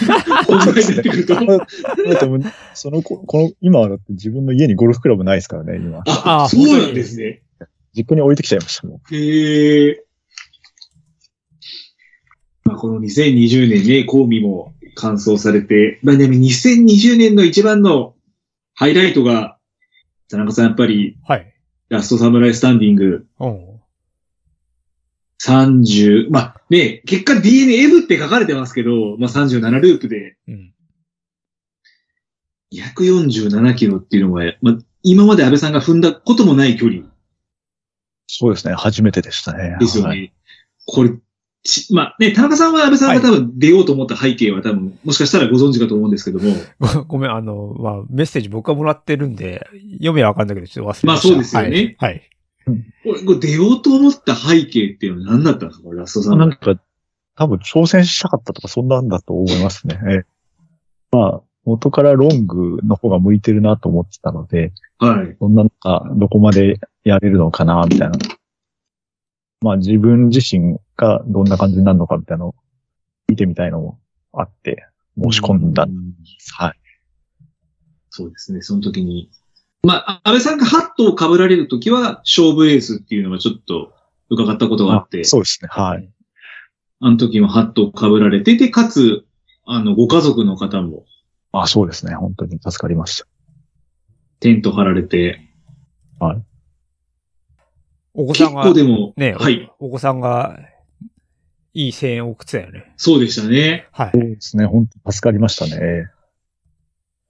こんなになってくると。だってもうそのこ、この、今はだって自分の家にゴルフクラブないですからね、今。ああそうなんですね。実家に置いてきちゃいましたもん。へえ。まあ、この2020年ね、コーミも完走されて、まあでも2020年の一番のハイライトが、田中さんやっぱりはい。ラストサムライスタンディングうん。 30、まあね、結果 DNF って書かれてますけど、まあ37ループでうん。 247キロっていうのは、まあ今まで安倍さんが踏んだこともない距離そうですね、初めてでしたね。ですよね。はいこれ、ちまあね、田中さんは安倍さんが多分出ようと思った背景は多分、もしかしたらご存知かと思うんですけども、ごごめん、あの、まあ、メッセージ僕はもらってるんで、読めはわかんないけど、ちょっと忘れました。まあそうですよねはい。はいこれこれ出ようと思った背景っていうのは何だったんですか、これラストさんなは。んか、多分挑戦したかったとかそんなんだと思いますね。ええまあ、元からロングの方が向いてるなと思ってたので、はい。そんな中、どこまでやれるのかな、みたいな。まあ自分自身がどんな感じになるのかみたいなのを見てみたいのもあって、申し込んだう。はい。そうですね、その時に。まあ、安倍さんがハットを被られる時は、勝負エースっていうのがちょっと伺ったことがあって、そうですね。はい。あの時もハットを被られてて、かつ、あの、ご家族の方もあそうですね。本当に助かりました。テント張られて、お子さ結んが。構でも、ね、おはい、お子さんが、いい声援を送ってたよね。そうでしたね。はいそ。うですね。本当に助かりましたね。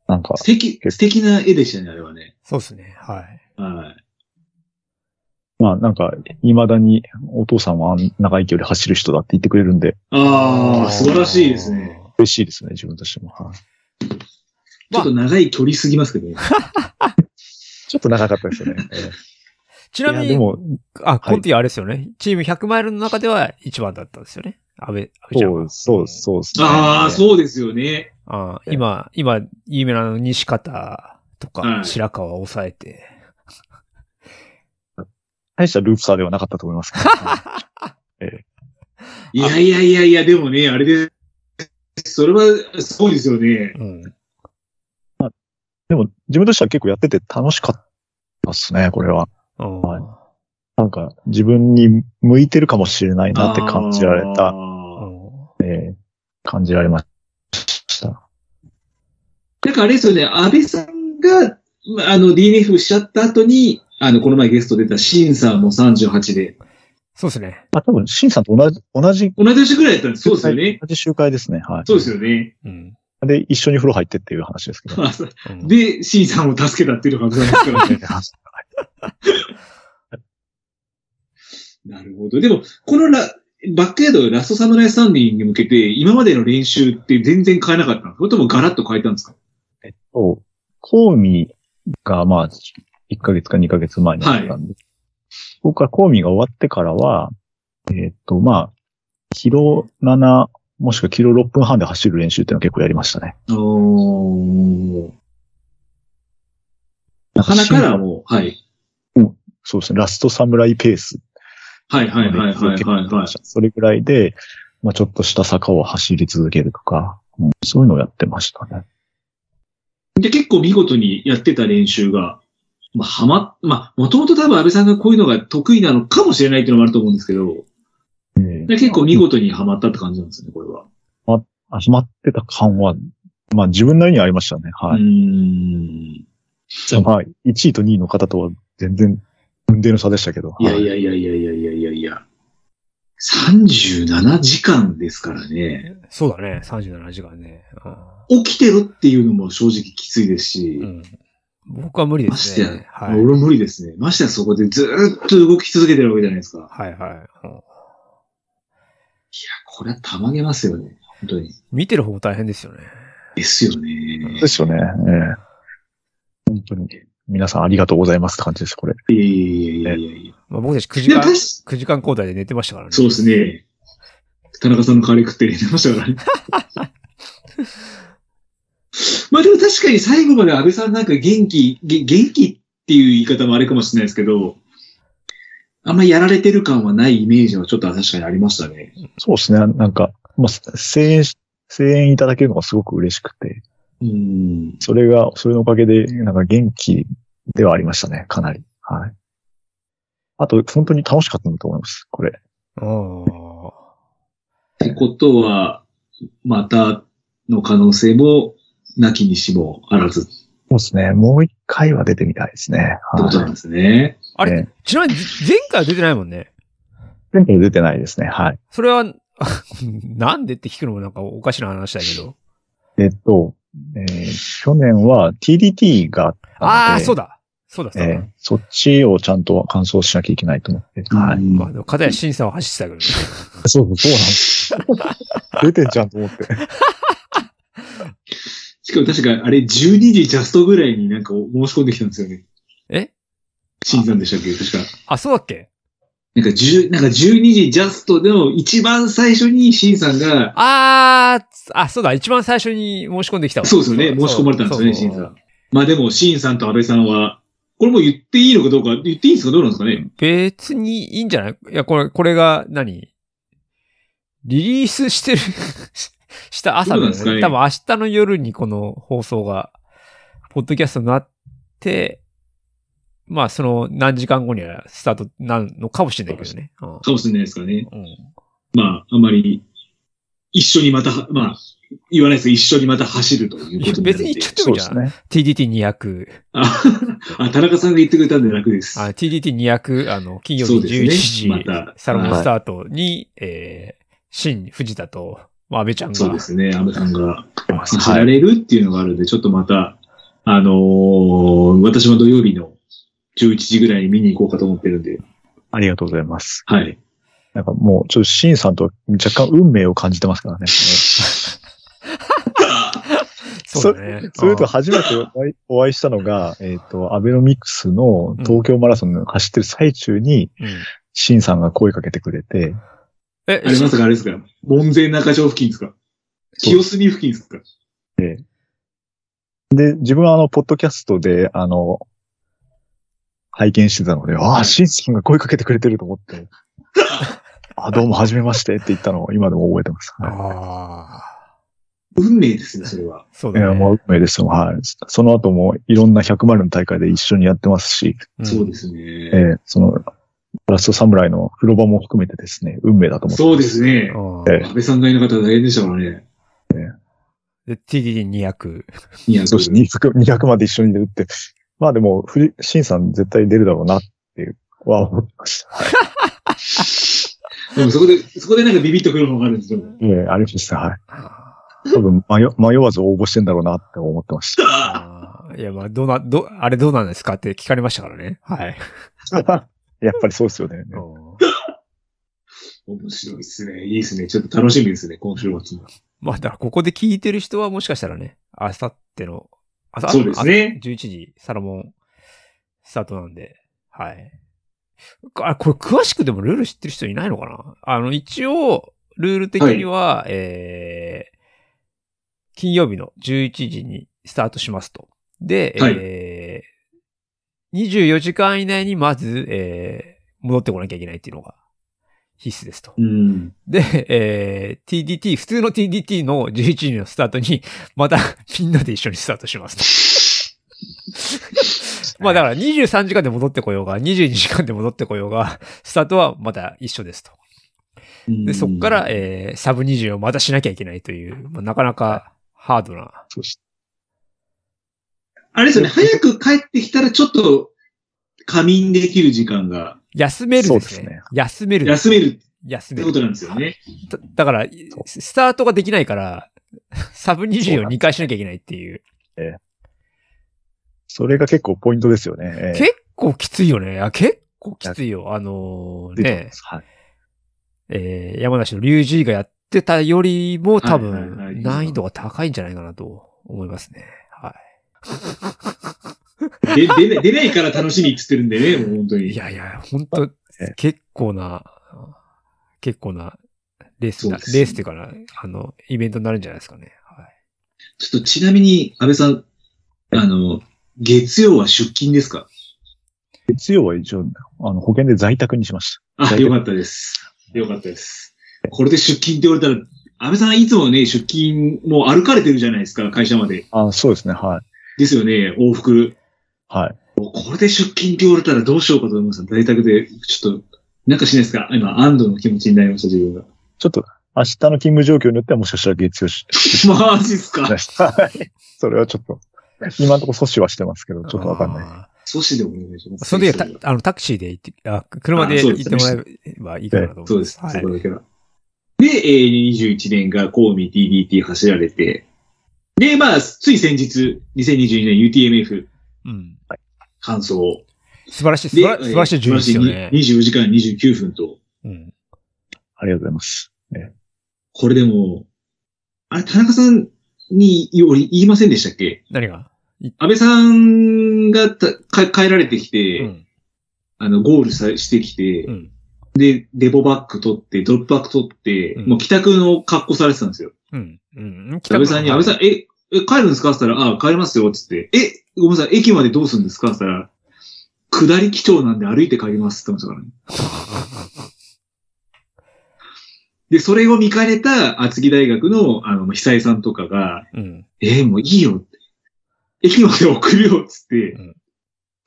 なんか、素敵、素敵な絵でしたね、あれはね。そうですね。はい。はい。まあなんか、未だにお父さんはあん長い距離走る人だって言ってくれるんで、ああ、素晴らしいですね。。嬉しいですね。自分としても。はいちょっと長い距離すぎますけどね。ちょっと長かったですよね。えちえなみいやでに、も、あ、今時あれですよね、チーム100マイルの中では一番だったんですよね。安倍、安倍ちゃんそはう、そう、そうですね。ああ、う。そうですよね。あー今、今、有名なの西方とはか、い白川を抑えて。大したループサーではなかったと思いますけど。いやいやいやいや、でもね、あれで、それは、すごいですよね。うん。でも、自分としては結構やってて楽しかったですね、これは。うんはいなんか、自分に向いてるかもしれないなって感じられあた、うー。ん感じられました。なんかあれですよね、安倍さんが、まあの、DNF しちゃった後に、あの、この前ゲスト出たシンさんも38で、そうですね。あ、多分、シンさんと同じ、同じ、同じ年ぐらいだったんです。そうですよね。同じ集会ですね、はい。そうですよね。うん。で、一緒に風呂入ってっていう話ですけど。うんで、シンさんを助けたっていう感じなんですからね。 なるほど。でも、このラ、バックヤードラストサムライスタンディングに向けて、今までの練習って全然変えなかったのそれともガラッと変えたんですかえっと、コーミが、まあ、1ヶ月か2ヶ月前にあったんで、ここからコーミが終わってからは、えっと、まあ、キロ7、もしくはキロ6分半で走る練習っていうのは結構やりましたね。お鼻からもう、はい。そうですね、ラストサムライペースはいはいはいはいはいはい。それぐらいで、まあちょっとした坂を走り続けるとか、うんそういうのをやってましたね。で、結構見事にやってた練習が、まあ、はま、まあ、もともと多分安倍さんがこういうのが得意なのかもしれないっていうのもあると思うんですけど、で結構見事にはまったって感じなんですね、これは。あハマってた感は、まあ自分なりにはありましたね。はい。うーん。まあ、1位と2位の方とは全然、運命の差でしたけど。いやいやや。いやいやいやいやいやいや。37時間ですからね。そうだね、37時間ね。あ起きてるっていうのも正直きついですしー、うん、僕は無理でましすてねや、。はい。俺無理ですね。ましてやそこでずーっと動き続けてるわけじゃないですか。いや、はいはい。うんこれはたまげますよね。本当に。見てる方も大変ですよね。ですよね。そうですよね。ええ本当に、皆さんありがとうございますって感じです、これ。いやいやいやいやいや。まあ、僕たち9い時や、間確、か9時間交代で寝てましたからね。そうですね。田中さんの代わり食って入れてましたからね。 まあでも確かに最後まで安倍さんなんか元気、げ元気っていう言い方もあれかもしれないですけど、あんまやられてる感はないイメージはちょっと確かにありましたね。そうですね。なんか、まあ、声援し、声援いただけるのがすごく嬉しくて、うん。それが、それのおかげで、なんか元気ではありましたね、かなり。はい。あと、本当に楽しかったんだと思います、これ。あーってことは、またの可能性も、なきにしもあらずってそうですね。もう一回は出てみたいですね。こはとなんですね。あい。れ、ねちなみにじ前回は出てないもんね。前回出てないですね。はい。それは、 なんでって聞くのもなんかおかしな話だけど。えっと、えー去年は TDT があったので、ああ、そうだ。そうだ、えそうだ。ーそっちをちゃんと完走しなきゃいけないと思って。はい。うんまあ、でも、片や審査を走ってたけどね。そう、そうなんです。 出てんじゃんと思って。しかも確かあれ12時ジャストぐらいになんか申し込んできたんですよね。え新さんでしたっけ確か。あ、そうだっけなんか10、なんか12時ジャストでも一番最初に新さんが、ああ、あ、そうだ。一番最初に申し込んできたわ。そうですよね。そう申し込まれたんですよね、そう新さん。まあでも、新さんと安倍さんは、これもう言っていいのかどうか、言っていいんですかどうなんですかね別にいいんじゃないいや、これ、これが何、リリースしてる、 した朝だよどうなんですかね。ね多分明日の夜にこの放送が、ポッドキャストになって、まあ、その何時間後にはスタートなのかもしれないけどね。うんかもしれないですからね。うんまあ、あんまり、一緒にまた、まあ、言わないですけど一緒にまた走るということになるんで。別に言っちゃってそもいういでじゃすん。ね。 TDT200。あ、あ田中さんが言ってくれたんで楽です。あ TDT200、あの、金曜日そうですね11時、またサロンスタートに、えー、新藤田と、まあ、安倍ちゃんそうがで、すね。安倍さんが走はらい。れるっていうのがあるんで、ちょっとまた、あのー私も土曜日の11時ぐらいに見に行こうかと思ってるんで、ありがとうございます。はい。なんかもう、ちょっとシンさんと若干運命を感じてますからね。そうだね。それとあー初めてお会いお会いしたのが、 えっ、と、アベノミクスの東京マラソンの走ってる最中に、うんシンさんが声かけてくれて、えあ、れまさかあれですか門前中条付近ですか清澄付近ですかで、自分はあの、ポッドキャストで、あの、拝見してたので、ああ、シンさんが声かけてくれてると思 って、あどうも、はじめましてって言ったのを今でも覚えてます。はいああ、運命ですね、それは。そういだや、ね。もう運命ですよ。はい。その後もいろんな100マルの大会で一緒にやってますし、うんそうですえね。ーその、ラストサムライの風呂場も含めてですね、運命だと思ってそうですね。うんえ安倍さんがいなかったら大変でしたからね。で TDD200。いや、そして200 200まで一緒に出るって。まあでも、藤新さん絶対出るだろうなっては思って ました。でもそこで、そこでなんかビビッとくるのがあるんですよ。ええ、ありました。はい。多分迷、迷わず応募してんだろうなって思ってましあーいや、まあ、どうな、ど、あれどうなんですかって聞かれましたからね。はい。 た。やっぱりそうですよね。うん面白いですね。いいですね。ちょっと楽しみですね、今週末も。まあ、だからここで聞いてる人はもしかしたらね、明後日の、あさそうですね。 11時、サロモン、スタートなんで、はい。あ、これ詳しくでもルール知ってる人いないのかなあの、一応、ルール的には、えー、金曜日の11時にスタートしますと。で、はいえー、24時間以内にまず、えー、戻ってこなきゃいけないっていうのが必須ですと。うん。で、えー TDT、普通の TDT の11時のスタートに、またみんなで一緒にスタートします と。まあだから23時間で戻ってこようが、22時間で戻ってこようが、スタートはまた一緒ですと。で、そこから、えーサブ20をまたしなきゃいけないという、まあなかなかハードな。そうしあれですよね、早く帰ってきたらちょっと仮眠できる時間が休めるですね。そうですね休める。休めるっ休めてるこ。となんですよね。だだから、スタートができないから、サブそう20なをんで2す回しなきゃいけないっていう。それが結構ポイントですよね。ええ結構きついよね。あ結構きついよ。あのーね、はい。えー山梨の龍二がやってたよりも多はいはいはい分難易度が高いんじゃないかなと思いますね。はで出ない出ないから楽しみって言ってるんでね、もう本当い。に。いやいや、本当え結構な、結構なレースな、そうですレースっていうかな、あの、イベントになるんじゃないですかね。はい。ちょっとちなみに、安倍さん、あの、月曜は出勤ですか月曜は一応、あの、保険で在宅にしましあ、大丈夫よかったです。よかったです。これで出勤って言われたら、安倍さんいつもね、出勤、もう歩かれてるじゃないですか、会社まで。た。あそうですね。はい。ですよね、往復。はい。もうこれで出勤って言われたらどうしようかと思いました。在宅で、ちょっと、なんかしないですか今、安堵の気持ちになりました、自分が。ちょっと、明日の勤務状況によってはもしかしたら月曜し、 マジっすか出した。 はいそれはちょっと、今のところ阻止はしてますけど、ちょっとわかんない。い。阻止でもお願いします。その時はたあのタクシーで行って、あ車であそう行っですてもらえばいいかなと思います。そうです、はそいこ。だけは。で、えー21年が神戸 DDT 走られて、で、まあ、つい先日、2022年 UTMF うん。完走。素晴らしい、素で、晴ら素晴らしい順位ですよねえー。24時間29分と、うん。ありがとうございます。これでも、あれ、田中さんにより言いませんでしたっけ何が安倍さんがたか帰られてきて、うん。あの、ゴールさしてきて、うん。で、デボバック取って、ドロップバック取って、うんもう帰宅の格好されてたんですよ。うん。うん。安安倍さんに、安倍さん、え、え帰るんですかって言ったら、あ帰りますよ、つって。え、ごめんなさい、駅までどうするんですかって言ったら、下り基調なんで歩いて帰りますって言ってましたからね。 で、それを見かねた厚木大学の、あの、久江さんとかが、ん。うん。えーもういいよって。駅まで送るよ、つって、うん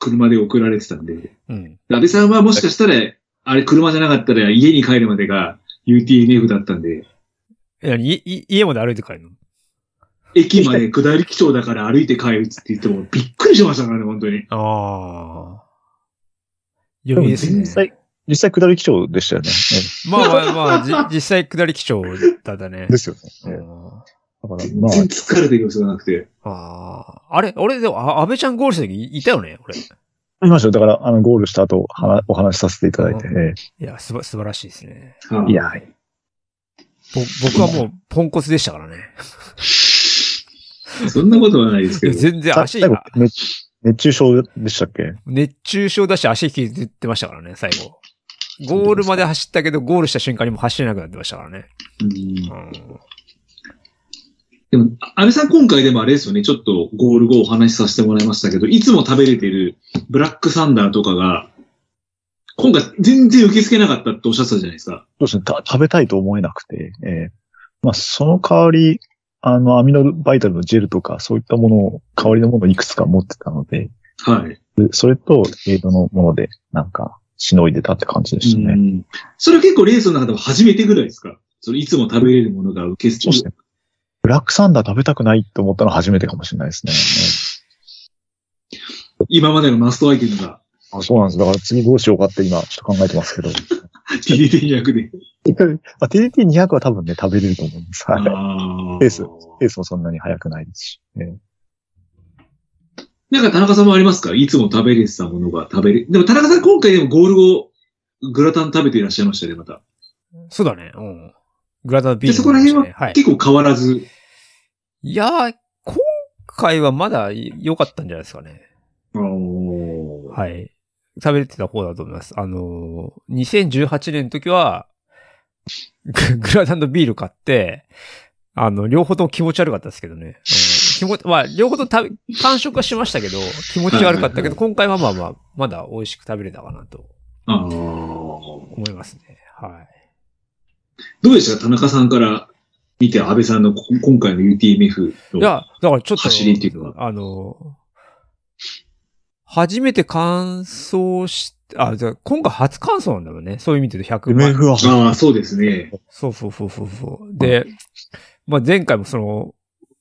車で送られてたんで。うん。安倍さんはもしかしたら、あれ車じゃなかったら家に帰るまでが UTNF だったんで、え何いい家まで歩いて帰るの駅まで下り基調だから歩いて帰るっつって言ってもびっくりしましたからね、本当に。ああ。で読もみです実ね。際、実際下り基調でしたよね。まあまあまあ、じ実 際下り基調だったねええ。ですようね。ええんだから、全まあ然、疲れてる様子がなくて。ああ。あれ俺でも、あ安倍ちゃんゴールした時いいたよね俺。いありましたよだから、あの、ゴールした後、はなお話しさせていただいて、うんえや、すば、素晴らしいですね。はえい。や、はいぼ僕はもう、ポンコツでしたからね。そんなことはないですいけやど。全然さ足最後、熱熱中症でしたっけ熱中症だし足引きずってましたからね、最後。ゴールまで走ったけど、ゴールした瞬間にもう走れなくなってましたからね。うんうんでも、安倍さん今回でもあれですよね、ちょっとゴール後お話しさせてもらいましたけど、いつも食べれてるブラックサンダーとかが、今回全然受け付けなかったっておっしゃってたじゃないですか。そうですね。た食べたいと思えなくて、ええまあ、その代わり、あの、アミノバイタルのジェルとか、そういったものを、代わりのものをいくつか持ってたので、はい。でそれと、エイドのもので、なんか、しのいでたって感じでしたうね。んそれは結構レースの中でも初めてぐらいですかそれいつも食べれるものが受けそ付うけですね。ブラックサンダー食べたくないと思ったのは初めてかもしれないですね。今までのマストアイテム がええあそうなんです。だから次どうしようかって今、ちょっと考えてますけど。 TDT200 で。 まあ、TDT200 は多分ね、食べれると思います。はい。あレース ペースもそんなに速くないですし。ええなんか田中さんもありますかいつも食べれてたものが食べれ、でも田中さん今回でもゴール後、グラタン食べていらっしゃいましたね、また。そうだね。うん。グラタンビーで、ルそこら辺ねははい。結構変わらず。いやー、今回はまだ良かったんじゃないですかね。ははい。食べれてた方だと思います。あのー、2018年の時は、グ グラタンとビール買って、あの、両方とも気持ち悪かったですけどね。うん、気持ち、まあ、両方とも食べ、完食はしましたけど、気持ち悪かったけど、今回はまあまあ、まだ美味しく食べれたかなとあー思いますね。はい。どうでした田中さんから見て安倍さんのこ今回の UTMF いの。や、だからちょっと、走りっていうのあの、初めて完走し、あ、じゃあ今回初完走なんだよね。そういう意味で言うと100 MF は、ああ、そうですね。そうそうそうそうそう。で、まあ前回もその、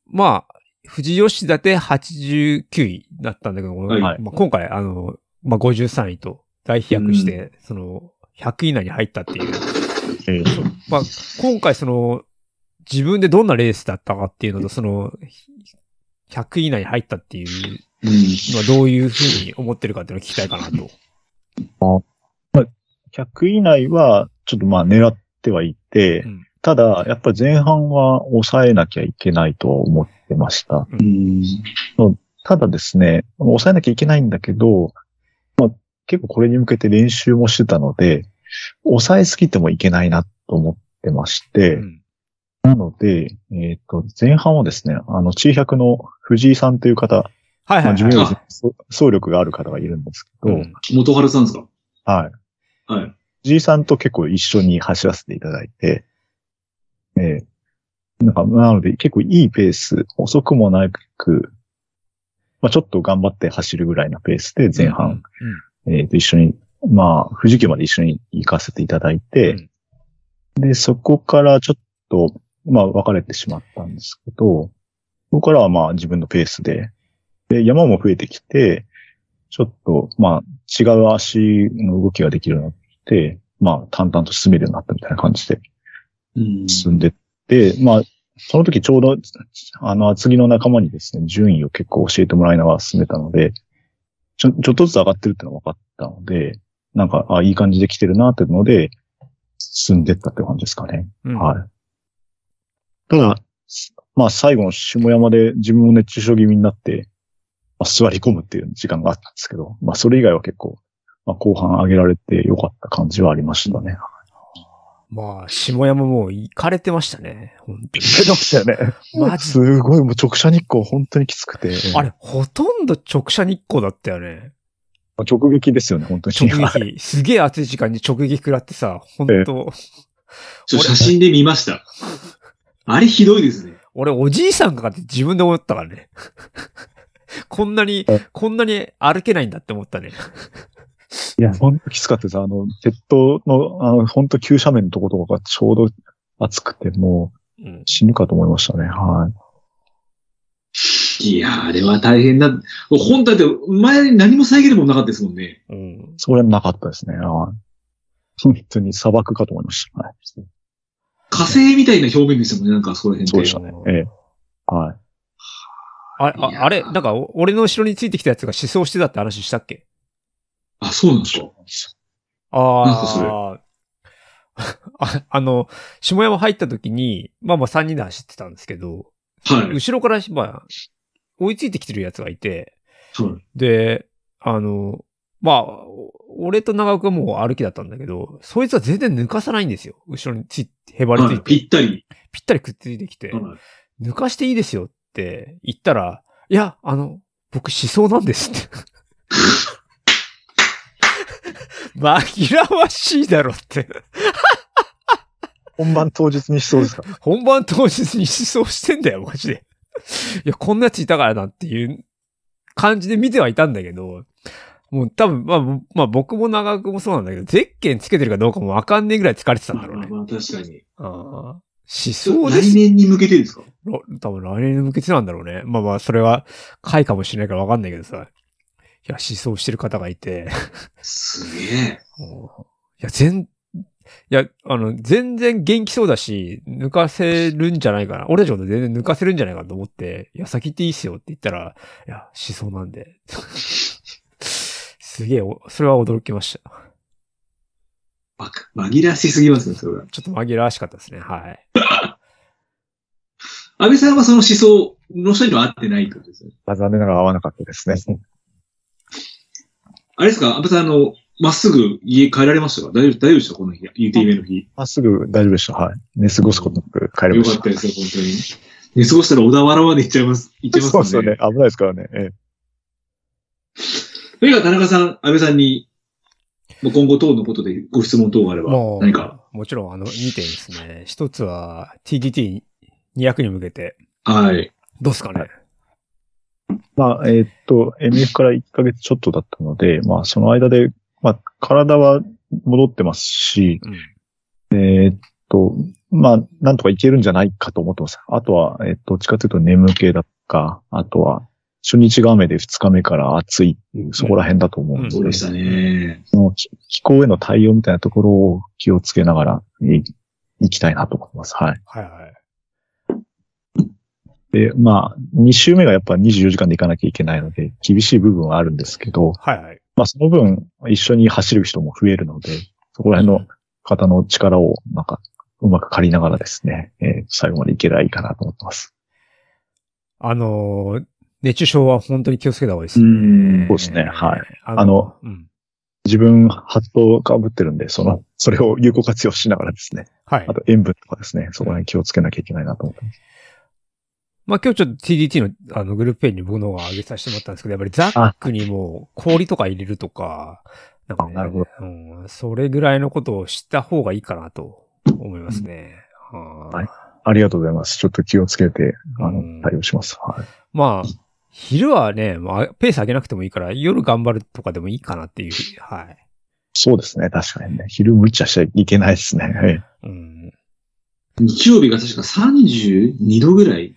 まあ、藤吉だって89位だったんだけど、はいまあ今回、あの、まあ53位と大飛躍して、その、100位以内に入ったっていう。えーとまあ、今回その、自分でどんなレースだったかっていうのと、その、100位以内に入ったっていううん。のはどういうふうに思ってるかっていうのを聞きたいかなと。 100以内は、ちょっとまあ狙ってはいて、うんただ、やっぱり前半は抑えなきゃいけないとは思ってました。うん。ただですね、抑えなきゃいけないんだけど、まあ、結構これに向けて練習もしてたので、抑えすぎてもいけないなと思ってまして、うんなので、えっ、と、前半はですね、あの、中100の藤井さんという方、はいまあ、はい、自分よはり走走力がある方がいるんですけい。ど、うん元春さんですかはい。はい。じいさんと結構一緒に走らせていただいて、ええなんか、なので結構いいペース、遅くもなく、まあちょっと頑張って走るぐらいなペースで前半、えっ、と一緒に、まあ、富士急まで一緒に行かせていただいて、で、そこからちょっと、まあ別れてしまったんですけど、そこからはまあ自分のペースで、で、山も増えてきて、ちょっと、まあ違う足の動きができるようになってで、まあ、淡々と進めるようになったみたいな感じでうん。進んでって、まあ、その時ちょうど、あの、厚木の仲間にですね、順位を結構教えてもらいながら進めたので、ちょ、ちょっとずつ上がってるってのが分かったので、なんか、あいい感じで来てるなっていうので、進んでったって感じですかね。うんはい。ただ、まあ、最後の下山で自分も熱中症気味になって、まあ、座り込むっていう時間があったんですけど、まあ、それ以外は結構、まあ、後半上げられて良かった感じはありましたね。まあ、下山も行かれてましたね。本当に出てましたよね。マジすごい、もう直射日光本当にきつくて。あれ、ほとんど直射日光だったよね。直撃ですよね、本当直に。撃。すげえ暑い時間に直撃食らってさ、本当ちょ写真で見ました。あれひどいですね。俺、おじいさんかって自分で思ったからね。 こんなにえ、こんなに歩けないんだって思ったね。いや、本当きつかったです。あの、鉄塔の、あの、本当急斜面のとことかがちょうど暑くて、もううん。死ぬかと思いましたね。はい。いやー、あれは大変だ。本体で前に何も遮るもんなかったですもんね。うん。それはなかったですね。はい。本当に砂漠かと思いました。はい。火星みたいな表面でしたもんね、なんかそこら辺そうで。でしたね。ええ。はい。あああれ、なんか、お俺の後ろについてきたやつが思想してたって話したっけあ、そうなんですか。なんすああ。 ああの、下山入った時に、まあまあ3人で走ってたんですけど、はい。後ろから、まあ、追いついてきてるやつがいて、はいで、あの、まあ、お俺と長尾くんはもう歩きだったんだけど、そいつは全然抜かさないんですよ。後ろについて、へばりつはいい、て、ぴったり。ぴったりくっついてきて、はい抜かしていいですよって言ったら、いや、あの、僕思想なんですって。 紛らわしいだろって。本番当日にしそうですか本番当日に思想してんだよ、マジで。いや、こんなやついたからなっていう感じで見てはいたんだけど、もう多分、まあ、まあ僕も長尾くもそうなんだけど、ゼッケンつけてるかどうかもわかんねえぐらい疲れてたんまあだろうまあね。まあ、確かに。ああ思想で来す年に向けてですかろ多分来年に向けてなんだろうね。まあまあ、それは回かもしれないからわかんないけどさ。いや、思想してる方がいて。すげえ。もういや、全、いや、あの、全然元気そうだし、抜かせるんじゃないかな。俺たちのこと全然抜かせるんじゃないかと思って、いや、先行っていいっすよって言ったら、いや、思想なんで。 すげえお、それは驚きました。バカ紛らわしすぎますね、それは。ちょっと紛らわしかったですね。はい。安倍さんはその思想の人には合ってないってことですね。あ残念ながら合わなかったですね。 あれですか安倍さん、あの、まっすぐ家帰られましたか大丈夫、大丈夫でしたこの日、UTM の日。まっすぐ大丈夫でした。はい。寝過ごすことなく帰れよまかしったですよ、本当に。寝過ごしたら小田原まで行っちゃいます。行っちゃいますそもうんですよね。。危ないですからね。ええというか、田中さん、安倍さんに、もう今後等のことでご質問等があれば、もう何か。もちろんあの2点ですね。一つは TDT200 に向けて、はい。どうすかね。まあ、えーっと、MF から1ヶ月ちょっとだったので、まあ、その間で、まあ、体は戻ってますし、うん。えーっと、まあ、なんとかいけるんじゃないかと思ってます。あとは、えーっと、どっちかというと眠気だとか、あとは、初日が雨で2日目から暑いっていう、そこら辺だと思うので、そうでしたね。その気気候への対応みたいなところを気をつけながらいいきたいなと思います。はい。はいはい。で、まあ、2週目がやっぱ24時間で行かなきゃいけないので、厳しい部分はあるんですけど、はいはい。まあ、その分、一緒に走る人も増えるので、そこら辺の方の力を、なんか、うまく借りながらですね、えー最後までいければいいかなと思ってます。あのー、熱中症は本当に気をつけた方がいいですうね。んそうですねはい。ああの、うん。自分、ハットを被ってるんで、その、それを有効活用しながらですね、はいあ。と塩分とかですね、そこら辺気をつけなきゃいけないなと思ってます。まあ今日ちょっと TDT のあのグループページに僕の方が上げさせてもらったんですけど、やっぱりザックにもう氷とか入れるとか、なんか、ね、あなるほどうん。それぐらいのことを知った方がいいかなと思いますね。はいありがとうございます。ちょっと気をつけて、あうんの、対応します。はい。まあ、昼はね、まあ、ペース上げなくてもいいから、夜頑張るとかでもいいかなっていう。はい。そうですね、確かにね。昼無茶しちゃいけないですね。はいうん。日曜日が確か32度ぐらい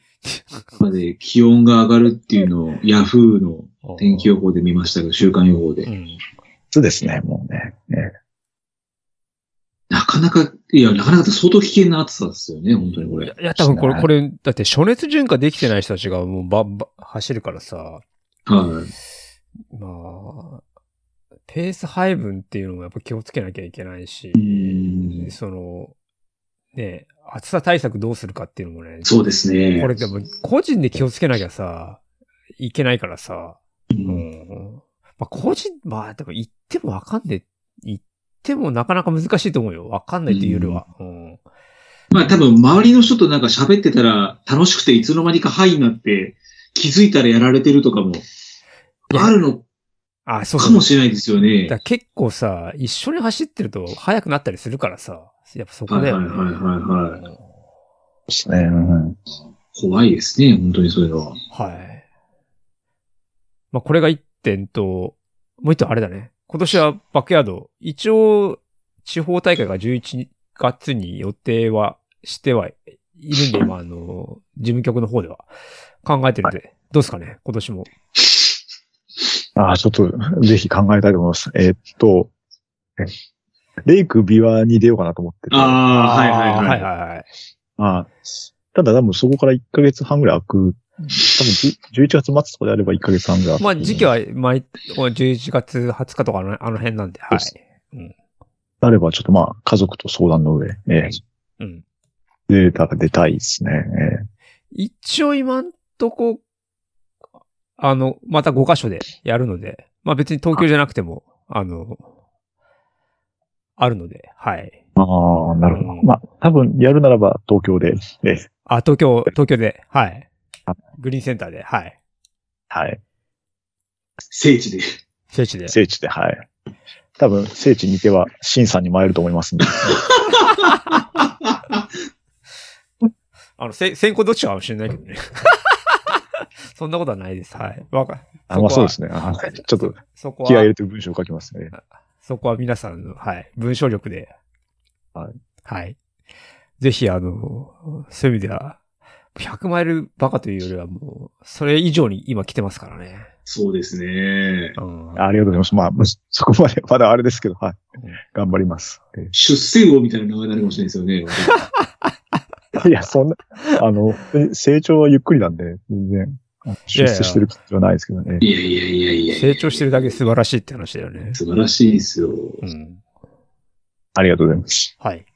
まで気温が上がるっていうのをヤフーの天気予報で見ましたけど、週間予報うで。ん。そうですね、もうね。ねなかなか、いや、なかなかって相当危険な暑さですよね、本当にこれ。いや、多分これ、しないこれ、だって、暑熱順化できてない人たちがもうバンバン走るからさ、はい。まあ、ペース配分っていうのもやっぱ気をつけなきゃいけないしう、ーんその、ね、暑さ対策どうするかっていうのもね、そうですね。これでも個人で気をつけなきゃさ、いけないからさ、うんうんまあ個人、まあでも言ってもわかんない、言ってもなかなか難しいと思うよ。わかんないっていうよりは。うんまあ多分周りの人となんか喋ってたら楽しくていつの間にかハイになって気づいたらやられてるとかもあるのあ、そうかそうも。しれないですよだねか。ら結構さ、一緒に走ってると速くなったりするからさ、やっぱそこはいはだいよはいね。はいはい。うんですね。うん怖いですね、本当にそういうのは。はい。まあ、これが一点と、もう一点あれだね。今年はバックヤード、一応、地方大会が11月に予定はしてはいるんで、今、あの、事務局の方では考えてるんで、どうですかね、今年も。ああ、ちょっと、ぜひ考えたいと思います。えーっと、えレイクビワに出ようかなと思ってて。ああ、はいはいは。はいいはいはい。ああただ多分そこから1ヶ月半ぐらい空く。多分じ11月末とかであれば1ヶ月半ぐらい空く。まあ、時期は毎、11月20日とかあのあの辺なんで、はい。そうあればちょっとまあ、家族と相談の上、えうん。えデータが出たいですね。え一応今んとこ、あの、また5箇所でやるので、まあ別に東京じゃなくても、あの、あるので、はい。えああ、なるほど。うんまあ、多分やるならば東京で、ええあ、東京、東京で、はい。グリーンセンターで、はい。はい。聖地で。聖地で。聖地で、はい。多分聖地にては、シンさんに参ると思い ますんで。あの、せ先行どっちかもしれないけどね。 そんなことはないです。はい。わかあまあこそうはですね。あちょっとそこ気合い入は、れて文章を書きますね。そこは皆さんの、はい、文章力で。はい。はい。ぜひ、あの、そういう意味では、100マイルバカというよりはもう、それ以上に今来てますからね。そうですね。うん。ありがとうございます。まあ、むそこまで、 まだあれですけど、はいうん。頑張ります。え出世王みたいな名前になるかもしれないですよね。ーいや、そんな、あの、成長はゆっくりなんで、全然、あの出世してる感じはないですけどね。いやいやいやいやいや。成長してるだけ素晴らしいって話だよね。素晴らしいですよ。うん。ありがとうございます。はい。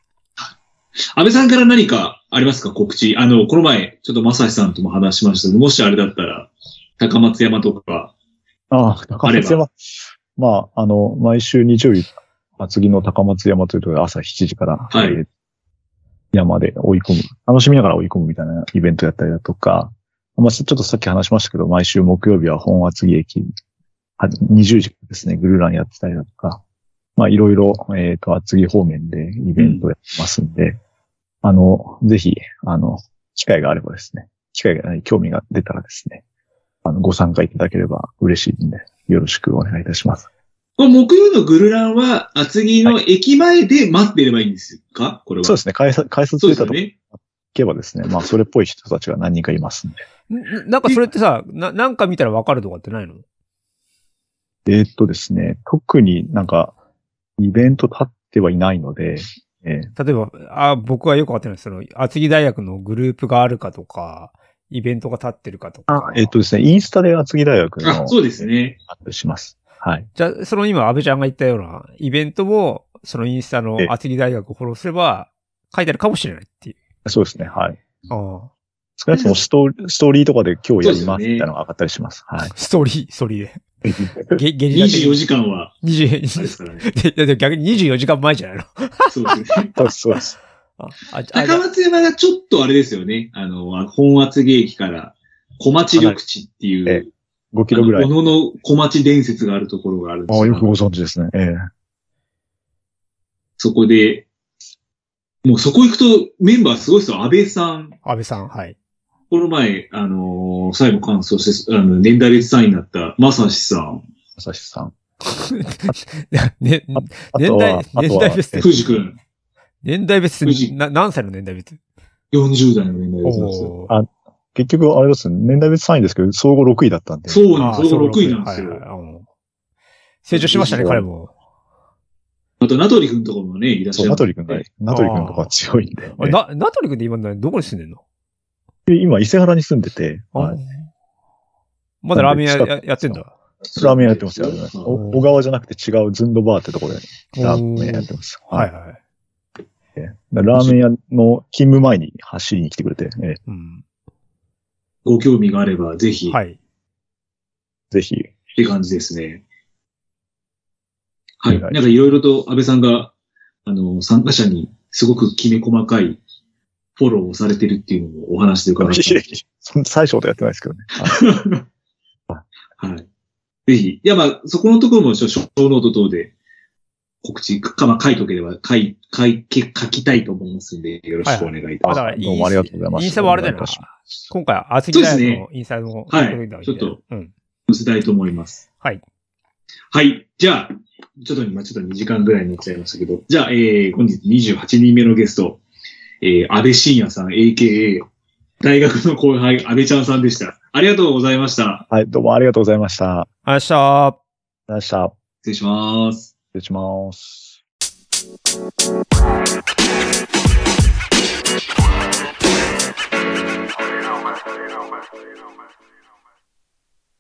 安倍さんから何かありますか告知。あの、この前、ちょっとまさしさんとも話しましたけど、もしあれだったら、高松山とか、ああ、高松山。まあ、あの、毎週日曜日、厚木の高松山というところで朝7時から、はいー山で追い込む。楽しみながら追い込むみたいなイベントやったりだとか、まあ、ちょっとさっき話しましたけど、毎週木曜日は本厚木駅、は20時からですね、グルーランやってたりだとか、まあいろいろ、えっ、と、厚木方面でイベントやってますんで、あの、ぜひ、あの、機会があればですね、機会がない、興味が出たらですね、あの、ご参加いただければ嬉しいんで、よろしくお願いいたします。この木曜のグルランは、厚木の駅前で待ってればいいんですかこれは。そうですね、改札、改札そうで出すたよとこ行ね。けばですね、まあそれっぽい人たちが何人かいますんで。んなんかそれってさ、な、なんか見たらわかるとかってないのえーっとですね、特になんか、イベント立ってはいないので、えー例えば、あ、僕はよくわかってないです。その、厚木大学のグループがあるかとか、イベントが立ってるかとか。えーっとですね、インスタで厚木大学の、あ、そうですね。アップします。はい。じゃあ、その今、安倍ちゃんが言ったようなイベントも、そのインスタのええ厚木大学をフォローすれば、書いてあるかもしれないっていう。そうですね、はい。あ少なくともストーリー、ストーリーとかで今日やりますみたいなのが上がったりします。あはい。ストーリー、ストーリーで。 ゲゲリラ的24に。時間は、あれで24すからね。時。でで逆に24時間前じゃないのそうです ね。そうです、そうです。あ、あ、あ高松山がちょっとあれですよね。あの、本厚木駅から小町緑地っていえう、 5キあロぐらの、い。小野の小町伝説があるところがあるんですああ、よくごよ。存知ですね。ええそこで、もうそこ行くとメンバーすごいですよ。安倍さん、安倍さん、はい。 この前、あのー最後完走して、あの、年代別3位になった、まさしさん、朝日さん。ね、あ年と代は、あ年と代は、別え藤くん、年代別っ藤てな、何歳の年代別40代の年代別なんですよ。おーあ結局、あれですね、年代別3位ですけど、総合6位だったんで。。そううなんです。そこ6位なんですはよ。いはいうん成長しましたね、彼も。あと、名取くんとかもね、いらっしゃそる。う、ナトリ君が、ナトリ君とか強いんで。あな、ナトリ君って今何どこに住んでんのええ今、伊勢原に住んでて、はいまだラーメン屋近くややってんだ。ラーメン屋やってますよ。そうお小川じゃなくて違うズンドバーってところでラーメン屋やってます。はい。はい。だからラーメン屋の勤務前に走りに来てくれて、ええうん。ご興味があれば、ぜひ、っはい。ぜひ。て感じですね。はい。お願ないんかいろいろと安倍さんが、あの、参加者にすごくきめ細かいフォローをされてるっていうのをお話で伺って。そん最初とやってないですけどね。 はい。ぜひ。いや、まあ、そこのところも、小ノート等で、告知か、まあ、書いとければ、書い、書い、書きたいと思いますんで、よろしくお願いいたしまあだす。かはらい。インスどうもありがとうございますインスタはあれだよお願ないいたしま。今回、厚木そうです大学のインスタはいのいただいてちょっと。うん。載せたいと思います。はい。はい。じゃあ、ちょっと今、ちょっと2時間ぐらいになっちゃいましたけど、じゃあ、えー、本日28人目のゲスト、えー、安倍晋也さん、AKA、大学の後輩、安倍ちゃんさんでした。ありがとうございました。はい、どうもありがとうございました。ありがとうございました。ありがとうございました。失礼します。失礼します。